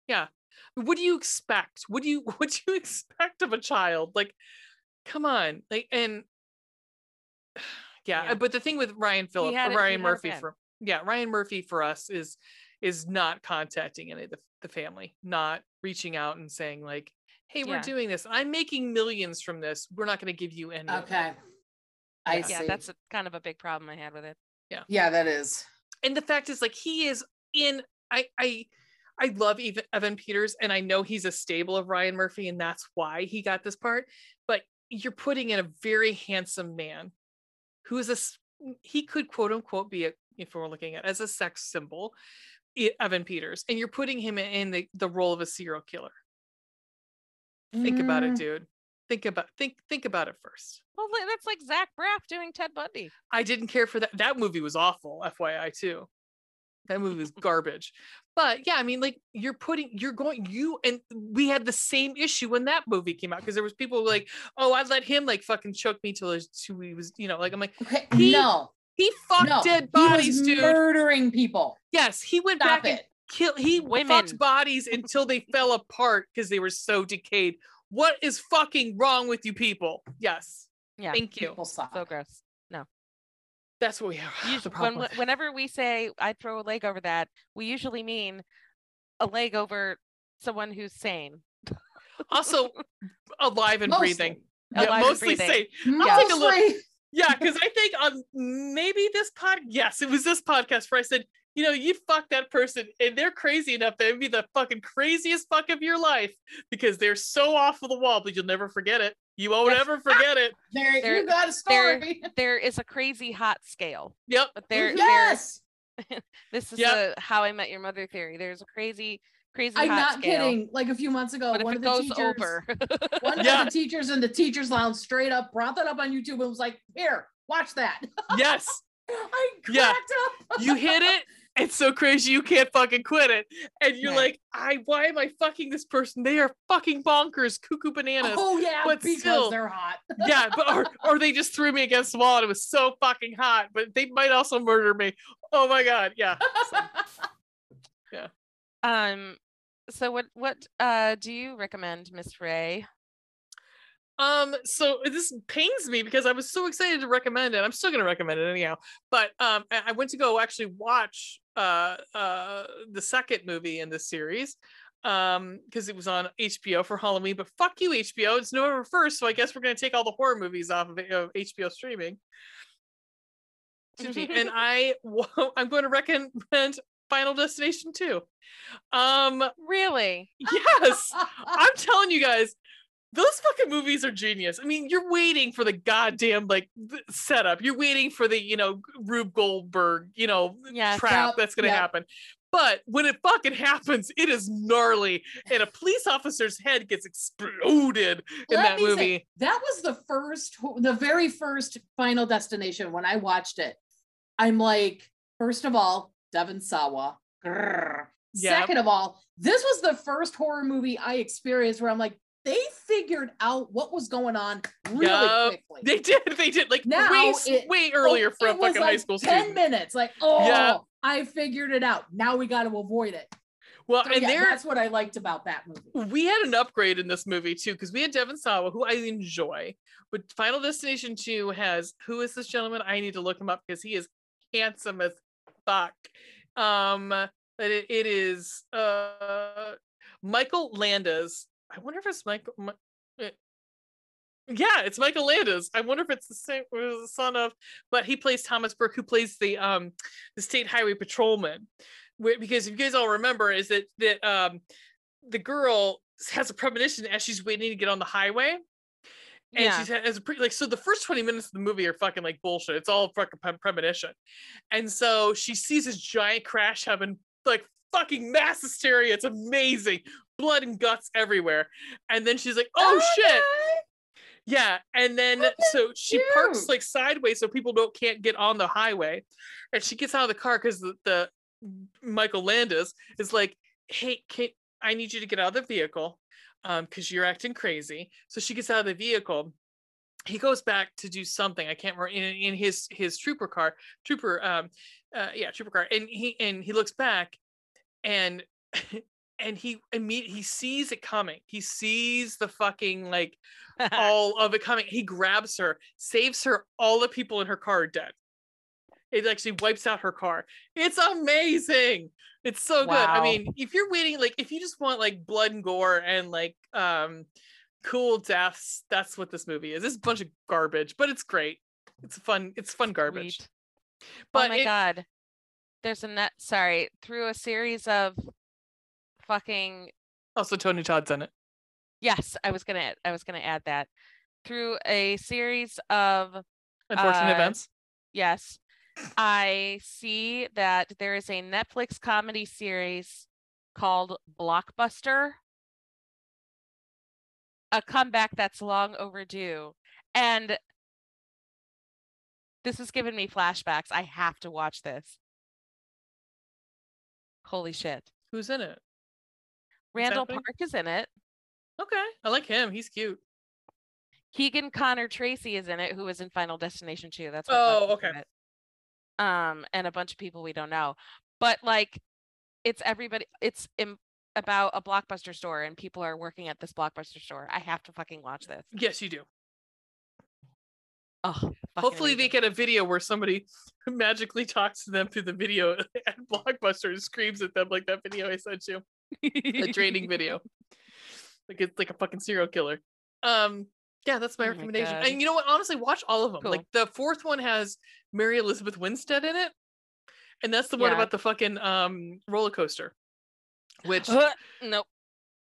yeah what do you expect what do you [LAUGHS] what do you expect of a child like come on like and [SIGHS] yeah, Yeah. but the thing with ryan phillip had it- he ryan had a murphy plan. for yeah ryan murphy for us is is not contacting any of the, the family not reaching out and saying like hey we're Yeah. doing this i'm making millions from this we're not going to give you any of it." Okay. I Yeah. see. yeah, that's a, kind of a big problem I had with it. yeah, that is. and the fact is like he is in i i i love even evan peters and i know he's a stable of ryan murphy and that's why he got this part but you're putting in a very handsome man who is a s- he could quote unquote be a if we're looking at as a sex symbol E- evan peters and you're putting him in the, the role of a serial killer think about it Mm, dude think about think think about it first Well, li- that's like Zach Braff doing Ted Bundy. I didn't care for that. That movie was awful, FYI too. That movie [LAUGHS] was garbage. But yeah, I mean, like you're putting, you're going, you and we had the same issue when that movie came out because there was people who were like, oh, I let him like fucking choke me till his- till he was, you know, like I'm like Okay. He- no. he fucked no. dead He was bodies, dude. Murdering people. yes, he went Stop back and it. killed. He Women. fucked bodies until [LAUGHS] they fell apart because they were so decayed. What is fucking wrong with you people? Yes. Yeah. Thank you. People suck. So gross. That's what we have. ah, [LAUGHS] The Usu- problem. when, with. whenever we say I throw a leg over that, we usually mean a leg over someone who's sane. also, alive and Mostly. breathing. Alive yeah, and mostly breathing. safe. take a look. Mostly. [LAUGHS] Yeah, because I think on maybe this pod, yes, it was this podcast where I said, you know, you fuck that person and they're crazy enough that it'd be the fucking craziest fuck of your life because they're so off of the wall, but you'll never forget it. You won't Yes. ever forget it. [LAUGHS] There, There- you got a there- story. [LAUGHS] There is a crazy hot scale, Yep. but there, there- yes. this is Yep. the how I met your mother theory. There's a crazy, crazy I'm hot not scale. kidding. Like a few months ago, But if one it of the goes teachers, over, [LAUGHS] [LAUGHS] one Yeah. of the teachers in the teachers' lounge straight up brought that up on YouTube and was like, "Here, watch that." [LAUGHS] [LAUGHS] Yes. I cracked Yeah. up. You hit [LAUGHS] it. It's so crazy you can't fucking quit it. And you're Right. like, I why am I fucking this person? They are fucking bonkers, cuckoo bananas. Oh yeah, but because still- they're hot. yeah, but or, or they just threw me against the wall and it was so fucking hot, but they might also murder me. Oh my god, yeah. um, so what what uh do you recommend, Miss Ray? Um, so this pains me because I was so excited to recommend it. I'm still gonna recommend it anyhow. But um I I went to go actually watch uh uh the second movie in this series um because it was on HBO for Halloween, but fuck you, HBO. It's November 1st, so I guess we're gonna take all the horror movies off of, of HBO streaming. Excuse me. and I wa- [LAUGHS] I'm going to recommend Final Destination 2. Um Really? yes. [LAUGHS] I'm telling you guys, those fucking movies are genius. I mean, you're waiting for the goddamn like th- setup. You're waiting for the you know Rube Goldberg you know Yes. trap Yep, that's gonna yep. happen. But when it fucking happens, it is gnarly, and a police officer's head gets exploded in Let that me say, movie. that was the first, ho- the very first Final Destination when I watched it. I'm like, first of all, Devon Sawa. Grrr. Yep. Second of all, this was the first horror movie I experienced where I'm like, they figured out what was going on really Yup. quickly. They did. They did. Like Now way, s- it- way earlier Like, for a it was fucking high like school 10 student. minutes. Like, oh, Yeah. I figured it out. Now we got to avoid it. Well, So, and yeah, there that's what I liked about that movie. we had an upgrade in this movie too because we had Devon Sawa, who I enjoy, but Final Destination Two has who is this gentleman? I need to look him up because he is handsome as fuck. Um, but it, it is uh Michael Landas. I wonder if it's Michael. Mi- eh. yeah, it's Michael Landis. I wonder if it's the same or the son of, but he plays Thomas Burke, who plays the um the state highway patrolman. Wh- Because if you guys all remember, is that that um the girl has a premonition as she's waiting to get on the highway. And Yeah. she's has a pre- like so the first 20 minutes of the movie are fucking like bullshit. It's all fucking pre- premonition. And so she sees this giant crash happen, like fucking mass hysteria. It's amazing. Blood and guts everywhere. And then she's like, oh shit. Yeah. And then Look at so she parks you. like sideways so people don't can't get on the highway. And she gets out of the car because the, the Michael Landis is like, hey, can, I need you to get out of the vehicle um because you're acting crazy. So she gets out of the vehicle. He goes back to do something. I can't remember in, in his his trooper car, trooper, um, uh, yeah, trooper car. And he and he looks back, and [LAUGHS] and he immediately he sees it coming. He sees the fucking like [LAUGHS] all of it coming. He grabs her, saves her. All the people in her car are dead. It actually wipes out her car. It's amazing. It's so good. I Wow. mean, if you're waiting, like if you just want like blood and gore and like um cool deaths, that's what this movie is. It's a bunch of garbage, but it's great. It's fun. It's fun garbage. Sweet. But oh my it- god. There's a net sorry, through a series of fucking also Tony Todd's in it. yes, I was gonna I was gonna add that. Through a series of Unfortunate Uh, events. yes, I see that there is a Netflix comedy series called Blockbuster. A comeback that's long overdue. And this has given me flashbacks. I have to watch this. Holy shit. Who's in it? Randall happening? Park is in it. Okay. I like him. He's cute. Keegan Connor Tracy is in it, who was in Final Destination 2. That's what Oh, got me to okay. it. Um, and a bunch of people we don't know. But like it's everybody it's im- about a blockbuster store and people are working at this blockbuster store. I have to fucking watch this. Yes, you do. Oh fucking Hopefully, they amazing. get a video where somebody [LAUGHS] magically talks to them through the video [LAUGHS] at Blockbuster and screams at them like that video I sent you, [LAUGHS] the [LAUGHS] draining video, like it's like a fucking serial killer. Um, yeah, that's my Oh my recommendation. God. and you know what? Honestly, watch all of them. Cool. Like the fourth one has Mary Elizabeth Winstead in it, and that's the one Yeah. about the fucking um roller coaster. Which Uh, nope.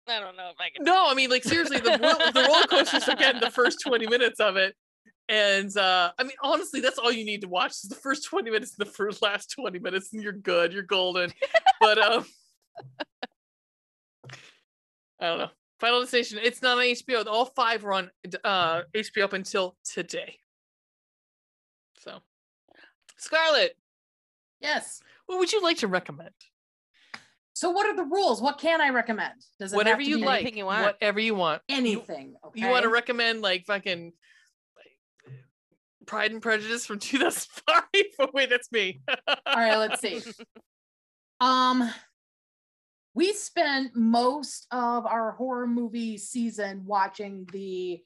I don't know if I can no, I mean, like seriously, the ro- the roller coasters are getting the first twenty minutes of it, and uh, I mean, honestly, that's all you need to watch is the first twenty minutes and the first last twenty minutes, and you're good, you're golden. But um, I don't know. Final Destination, it's not on HBO. All five were on uh, HBO up until today. So, Scarlett, Yes. what would you like to recommend? So what are the rules? What can I recommend? Does it Whatever have to you be like, Anything you want. whatever you want, You- Anything. Okay. You want to recommend like fucking Pride and Prejudice from [LAUGHS] 2005? oh, [LAUGHS] wait, that's me. All right, [LAUGHS] let's see. Um, we spent most of our horror movie season watching the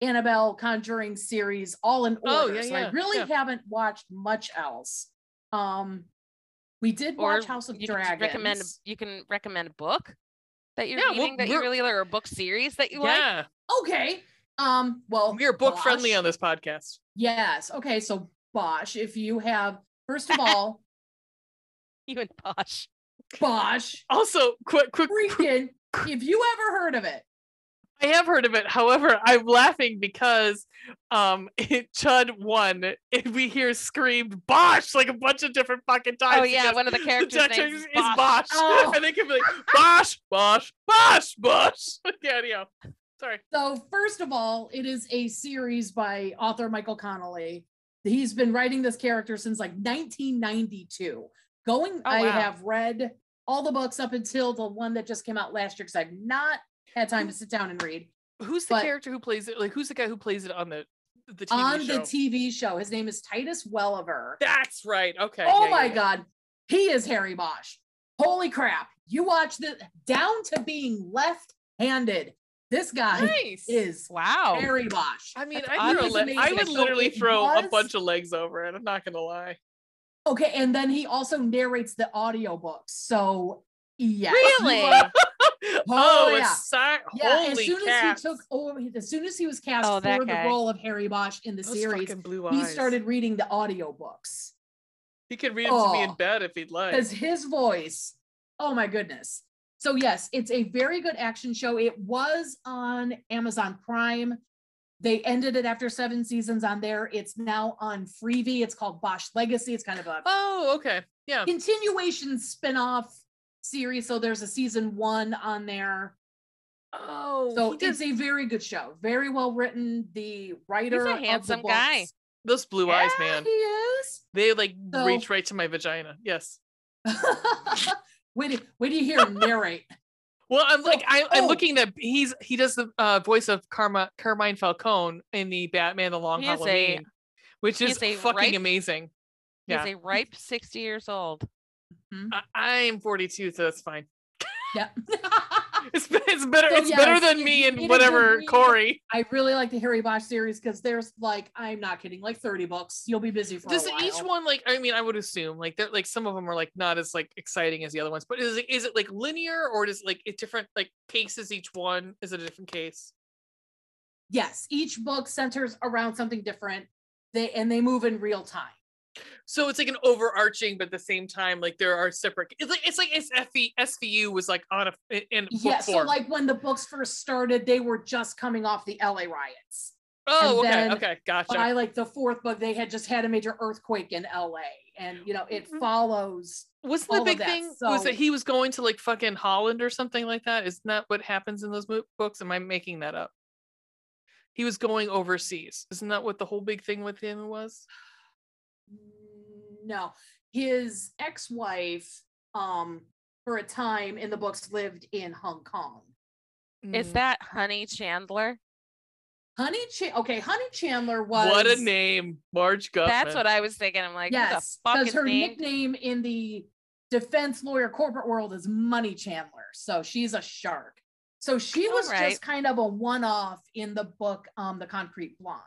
Annabelle Conjuring series all in order. Oh, yeah, so yeah, I really yeah. haven't watched much else. Um, we did Or watch House of you can Dragons. recommend you can recommend a book that you're Yeah, well, reading that you we're- really like or a book series that you Oh, like. yeah, okay. Um, well, we are book friendly Bosch. on this podcast. Yes. Okay. So Bosch, if you have, first [LAUGHS] of all, [LAUGHS] You and Posh. Bosch, Also, quick, quick, freaking, if you ever heard of it, I have heard of it. However, I'm laughing because um, [LAUGHS] Chud won. If we hear screamed "Bosh" like a bunch of different fucking times. Oh yeah, because one of [LAUGHS] the the characters' character names is [LAUGHS] Bosch. Bosch, Oh. and they can be like Bosh, Bosh, Bosh, Bosh. [LAUGHS] Yeah, yeah. Sorry. So, first of all, it is a series by author Michael Connolly. He's been writing this character since like 1992. Going, Oh, I wow. have read [LAUGHS] all the books up until the one that just came out last year because I've not had time to sit down and read. Who's the But- character who plays it? Like, who's the guy who plays it on the the TV on show? the TV show. His name is Titus Welliver. That's right. Okay. oh yeah, my yeah, yeah. god, he is Harry Bosch. Holy crap! You watch this down to being left-handed. This guy Nice. is Wow. Harry Bosch. I mean, That's I, threw a honestly le- I amazing. would So literally it throw a was- bunch of legs over it. I'm not gonna lie. [LAUGHS] Okay, and then he also narrates the audiobooks. So yeah. Really? [LAUGHS] Oh, yeah. it's si- Yeah, holy as soon cats. as he took over, as soon as he was cast Oh, that for the guy. role of Harry Bosch in the Those series, fucking blue he eyes. started reading the audiobooks He could read it to me in Oh. bed if he'd like. because his voice, oh my goodness. So, yes, it's a very good action show. It was on Amazon Prime. They ended it after seven seasons on there. It's now on Freevee. It's called Bosch Legacy. It's kind of a Oh, okay. Yeah. continuation spin-off series. So there's a season one on there. Oh, So he does- it's a very good show. Very well written. The writer of the handsome guy. books- those blue eyes, Yeah, man. He is. [LAUGHS] They like So- reach right to my vagina. Yes. when, do- when do you hear him narrate? [LAUGHS] Well, I'm So- like I, I'm oh. looking at he's he does the uh, voice of Karma Carmine Falcone in the Batman: The Long He is a- Halloween, which he is is a fucking ripe- amazing. Yeah. He's a ripe 60 years old. I, I'm 42, so that's fine. [LAUGHS] Yep. It's it's better So, it's better yes, than if me you and need a whatever good read- Corey. I really like the Harry Bosch series because there's like, I'm not kidding, like 30 books. You'll be busy for Does a while. each one like? I mean, I would assume like they're like some of them are like not as like exciting as the other ones. But is it is it like linear or does like it different like cases each one? Is it a different case? Yes, each book centers around something different. They and they move in real time. So it's like an overarching, but at the same time, like there are separate. It's like it's like E, it's FV, SVU was like on a in- in book Yeah, so form. like when the books first started, they were just coming off the LA riots. oh, and okay, then okay, gotcha. By like the fourth book, they had just had a major earthquake in LA, and you know Mm-hmm. it follows. Wasn't all the of big that, thing was that so- he was going to like fucking Holland or something like that? Isn't that what happens in those mo- books? Am I making that up? He was going overseas. Isn't that what the whole big thing with him was? No, his ex-wife, um, for a time in the books lived in Hong Kong. Is Mm. that Honey Chandler? Honey, Cha- okay, Honey Chandler was what a name, Marge Guffman? That's what I was thinking. I'm like, Yes, who the fuck because is her named- nickname in the defense lawyer corporate world is Money Chandler. So she's a shark. So she All was right. just kind of a one off in the book, um, The Concrete Blonde,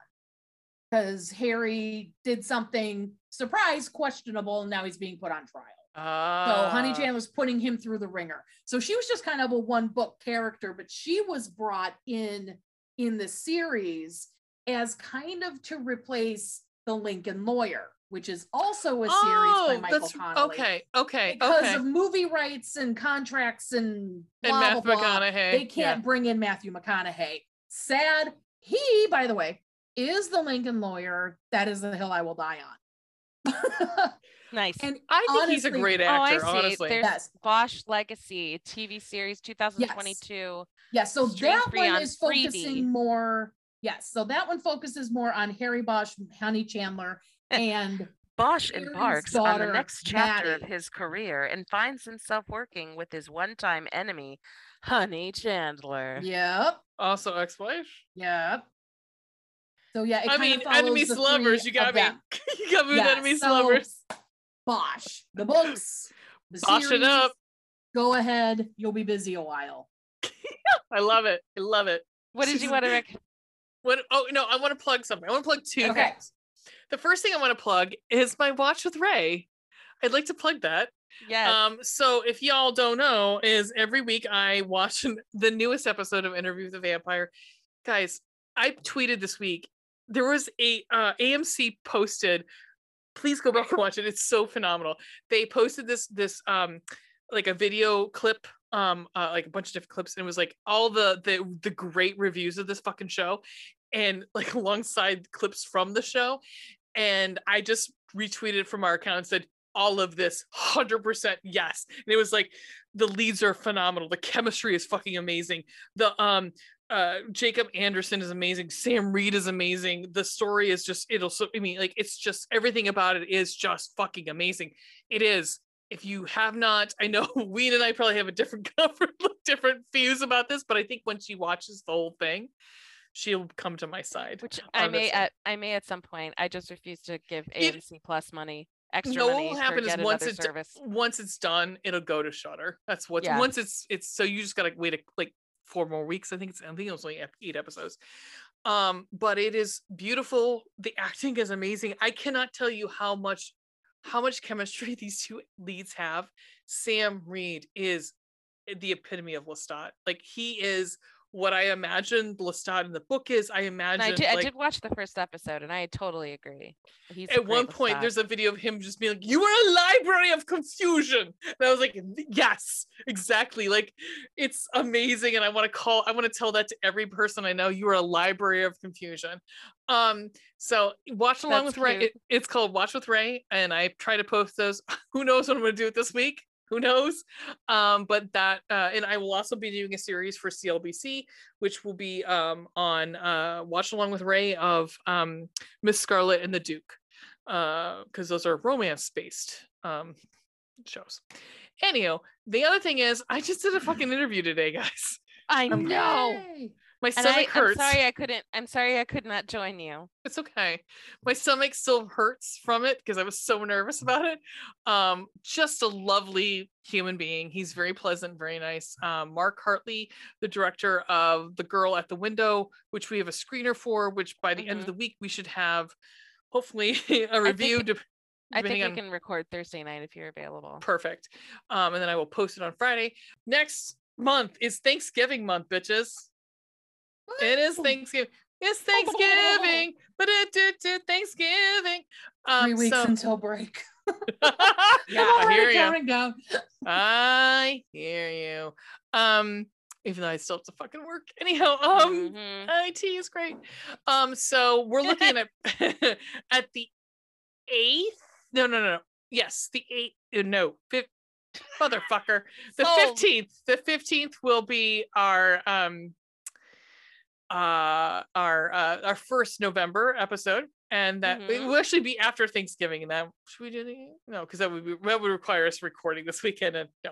because Harry did something surprise, questionable, and now he's being put on trial. So Honey Ah. Chandler's putting him through the ringer. So she was just kind of a one book character, but she was brought in in the series as kind of to replace the Lincoln Lawyer, which is also a series by Oh, Michael that's Connelly. okay, okay, Because okay. of movie rights and contracts and blah, and Matthew blah, blah, McConaughey. they can't bring in Matthew McConaughey. Sad. He, by the way, is the Lincoln Lawyer. That is the hill I will die on. [LAUGHS] Nice. and I think he's a honestly- great Oh, I actor, see. honestly. There's yes, Bosch Legacy TV series 2022. Yeah, so Stream that free one on is Freevee. focusing more. Yes, so that one focuses more on Harry Bosch, Honey Chandler, [LAUGHS] and Bosch Harry's embarks on the daughter, next chapter of Maddie. his career and finds himself working with his one-time enemy, Honey Chandler. yep, Also, ex-wife. yep. So yeah, it I kinda mean, follows enemies the to lovers. three You got of me. them. [LAUGHS] you got me with Yeah, enemies to so lovers. Bosch, [CLEARS THROAT] the books, the Bosch it series, up. Go ahead, you'll be busy a while. I love it. I love it. What did you want [LAUGHS] to recommend? What? Oh no, I want to plug something. I want to plug two Okay. things. The first thing I want to plug is my watch with Ray. I'd like to plug that. Yes. Um, so if y'all don't know, is every week I watch [LAUGHS] an- the newest episode of Interview with the Vampire. Guys, I tweeted this week. There was a uh, AMC posted. Please go back and watch it. It's so phenomenal. They posted this this um like a video clip um uh, like a bunch of different clips and it was like all the the the great reviews of this fucking show and like [LAUGHS] alongside clips from the show and i just retweeted from our account and said all of this 100% yes and it was like the leads are phenomenal the chemistry is fucking amazing the um uh jacob anderson is amazing sam reed is amazing the story is just it'll so i mean like it's just everything about it is just fucking amazing it is If you have not, I know [LAUGHS] Ween and I probably have a different [LAUGHS] comfort, different views about this, but I think when she watches the whole thing, she'll come to my side. [LAUGHS] Which I may honestly. at I may at some point. I just refuse to give It- AMC Plus money extra No, what money will for happen is yet once another it's- service. Once it's done, it'll go to Shutter. That's what. Yeah. Once it's it's so you just gotta wait a, like four more weeks. I think it's I think it was only ep- eight episodes. Um, but it is beautiful. The acting is amazing. I cannot tell you how much how much chemistry [LAUGHS] these two leads have. Sam Reed is the epitome of Lestat. Like he is what I imagine Lestat in the book is. I And imagine I did I like, did watch the first episode and I totally agree. He's at one point there's a video of him just being like you are a library of confusion and i was like yes exactly like it's amazing and i want to call i want to tell that to every person i know you are a library of confusion um so watch along That's with ray cute. it- it's called watch with ray and i try to post those [LAUGHS] who knows what i'm going to do it this week who knows um but that uh and i will also be doing a series for clbc which will be um on uh watch along with ray of um Miss Scarlet and the Duke, because those are romance based um, shows. Anyhow, the other thing is, I just did a fucking interview today, guys. [LAUGHS] I I'm- know. Yay. My And I, stomach I'm hurts. sorry I couldn't I'm sorry I could not join you. [LAUGHS] It's okay. My stomach still hurts from it because I was so nervous about it. Um, just a lovely human being. He's very pleasant, very nice. Um, Mark Hartley, the director of The Girl at the Window, which we have a screener for, which by the end of Mhm. the week we should have hopefully [LAUGHS] a review. it- dep- I think depending we on- can record Thursday night if you're available. Perfect. Um, and then I will post it on Friday. Next month is Thanksgiving month, bitches. It is Thanksgiving. It's Thanksgiving. But it did to Thanksgiving. Um, Three weeks so- [LAUGHS] until break. [LAUGHS] yeah, I'm I already hear you. counting down. I hear you. Um, even though I still have to fucking work. Anyhow, um, Mhm. IT is great. Um, so we're looking at [LAUGHS] at the eighth. No, no, no, no. Yes, the eighth. uh, No, fifth. Motherfucker. The Sold. fifteenth. The fifteenth will be our um uh our uh our first November episode. And that it Mhm. will actually be after Thanksgiving. And that should we do the no, because that would be that would require us recording this weekend and no.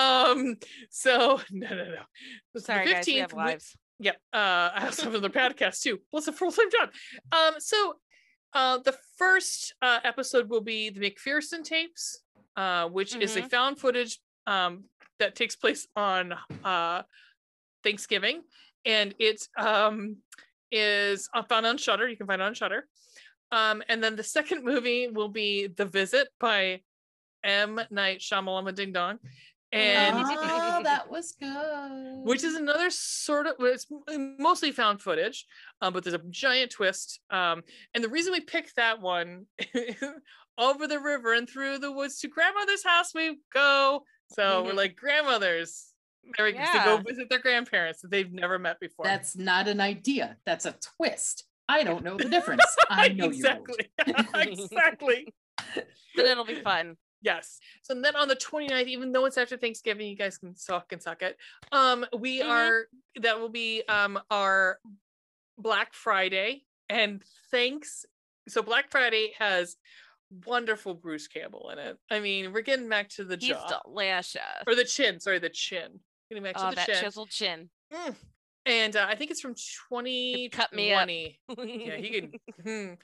Um so [LAUGHS] no no no. The Sorry guys, we have 15th we- lives. Yep. Uh, I also have another podcast too. Well, it's a full time job. Um, so uh, the first uh, episode will be the McPherson tapes, uh, which is a Mhm. found footage um, that takes place on uh, Thanksgiving, and it um, is uh, found on Shutter. You can find it on Shutter. Um, and then the second [LAUGHS] movie will be The Visit by M. Night Shyamalama Ding Dong. And Ah, [LAUGHS] that was good. which is another sort of well, it's m- mostly found footage um, but there's a giant twist um, and the reason we picked that one [LAUGHS] over the river and through the woods to grandmother's house we go so we're Mm-hmm. Mhm. like grandmothers there we go to go Yeah. visit their grandparents that they've never met before [LAUGHS] That's not an idea. That's a twist. I don't know the difference. I know you. exactly [LAUGHS] [LAUGHS] exactly But it'll be [LAUGHS] fun. Yes. So then on the 29th, even though it's after Thanksgiving, you guys can suck and suck it. Um, we Mhm. are that will be um our Black Friday and thanks. So Black Friday has wonderful Bruce Campbell in it. I mean, we're getting back to the He's jaw delicious. or the chin. Sorry, the chin. Getting back to Oh, the that chin. chiseled chin. Mm. And uh, I think it's from 2020 cut me up. [LAUGHS] yeah he can hmm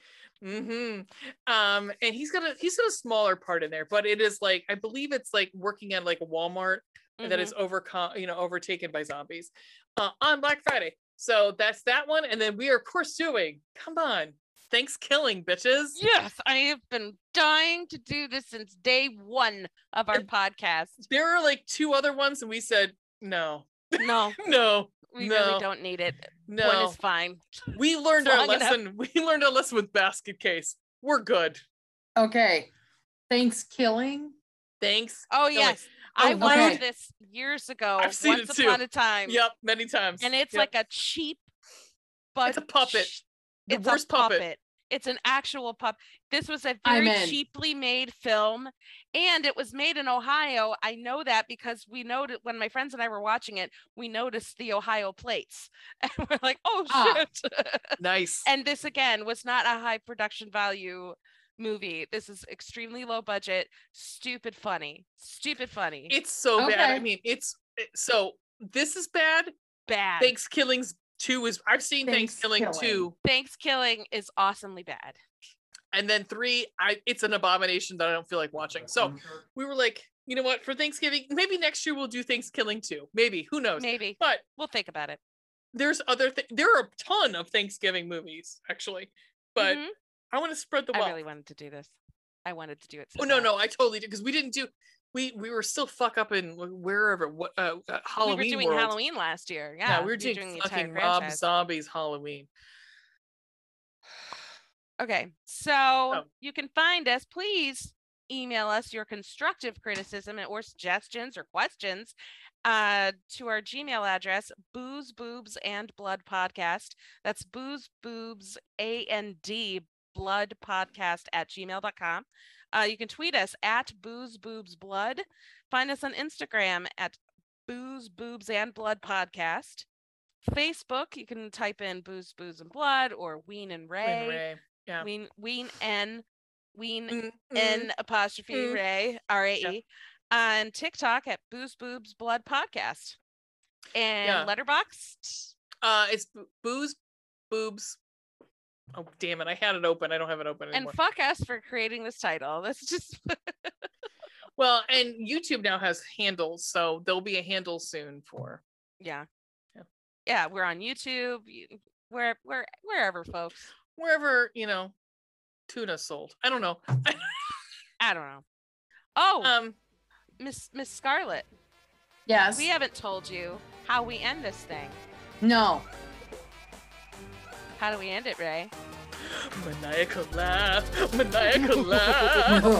hmm um and he's got a he's got a smaller part in there but it is like i believe it's like working at like a walmart that Mm-hmm. is overcome you know overtaken by zombies uh, on black friday so that's that one and then we are pursuing come on thanks killing bitches Yes, I have been dying to do this since day one [LAUGHS] of our podcast. there are like two other ones and we said no No, no we No. really don't need it. One no is fine. we learned our long enough. lesson we learned our lesson with basket case we're good Okay. Thanks, killing. thanks Oh Killing. yes, I Oh, watched okay. this years ago. I've seen once it too. upon a time. yep many times and it's Yep. like a cheap, but It's a puppet. sh- The it's worst a puppet. It's an actual pup. This was a I'm very in. cheaply made film, and it was made in Ohio. I know that because we noted when my friends and I were watching it, we noticed the Ohio plates, [LAUGHS] and we're like, "Oh Ah. shit!" [LAUGHS] nice and this again was not a high production value movie. This is extremely low budget, stupid funny, stupid funny. It's so bad. Okay. I mean, it's it- so this is bad. bad. Thanksgiving's two is I've seen Thanksgiving, Thanksgiving. two, Thanksgiving is awesomely bad. and then three. I it's an abomination that I don't feel like watching. So Mm-hmm. we were like, you know what? For Thanksgiving, maybe next year we'll do Thanksgiving two. Maybe who knows? Maybe But we'll think about it. there's other th- there are a ton of Thanksgiving movies actually, but Mhm. I want to spread the I wealth. really wanted to do this. I wanted to do it. so oh no, bad. no, I totally did because we didn't do we we were still fuck up in wherever what uh, uh, Halloween we were doing world. Halloween last year. Yeah, Yeah, we were doing, the entire fucking Rob franchise. Zombie's Halloween. Okay, so you can find us. Please email us your constructive criticism and- or suggestions or questions uh, to our Gmail address, booze, boobs, and blood podcast. That's booze, boobs, A and D blood podcast at gmail.com. Uh, you can tweet us at booze, boobs, blood. Find us on Instagram at booze, boobs, and blood podcast. Facebook, you can type in booze, booze, and blood or ween and Win, ray. Ray. Yeah. Ween Ween N Ween Mm, mm. N apostrophe Mm. Ray R A Yep. E on TikTok at Booze Boobs Blood Podcast Yeah. and Letterboxd. Uh, it's bo- booze, boobs. Oh damn it! I had it open. I don't have it open And anymore. fuck us for creating this title. [LAUGHS] That's just well, and YouTube now has handles, so there'll be a handle soon for. yeah. Yeah. Yeah, we're on YouTube. you- Where where wherever folks. wherever you know tuna sold i don't know I don't know. Oh, um Miss Miss Scarlet, Yes. we haven't told you how we end this thing. [LAUGHS] no. [LAUGHS] How do we end it, Ray? [LAUGHS] [LAUGHS] maniacal laugh maniacal laugh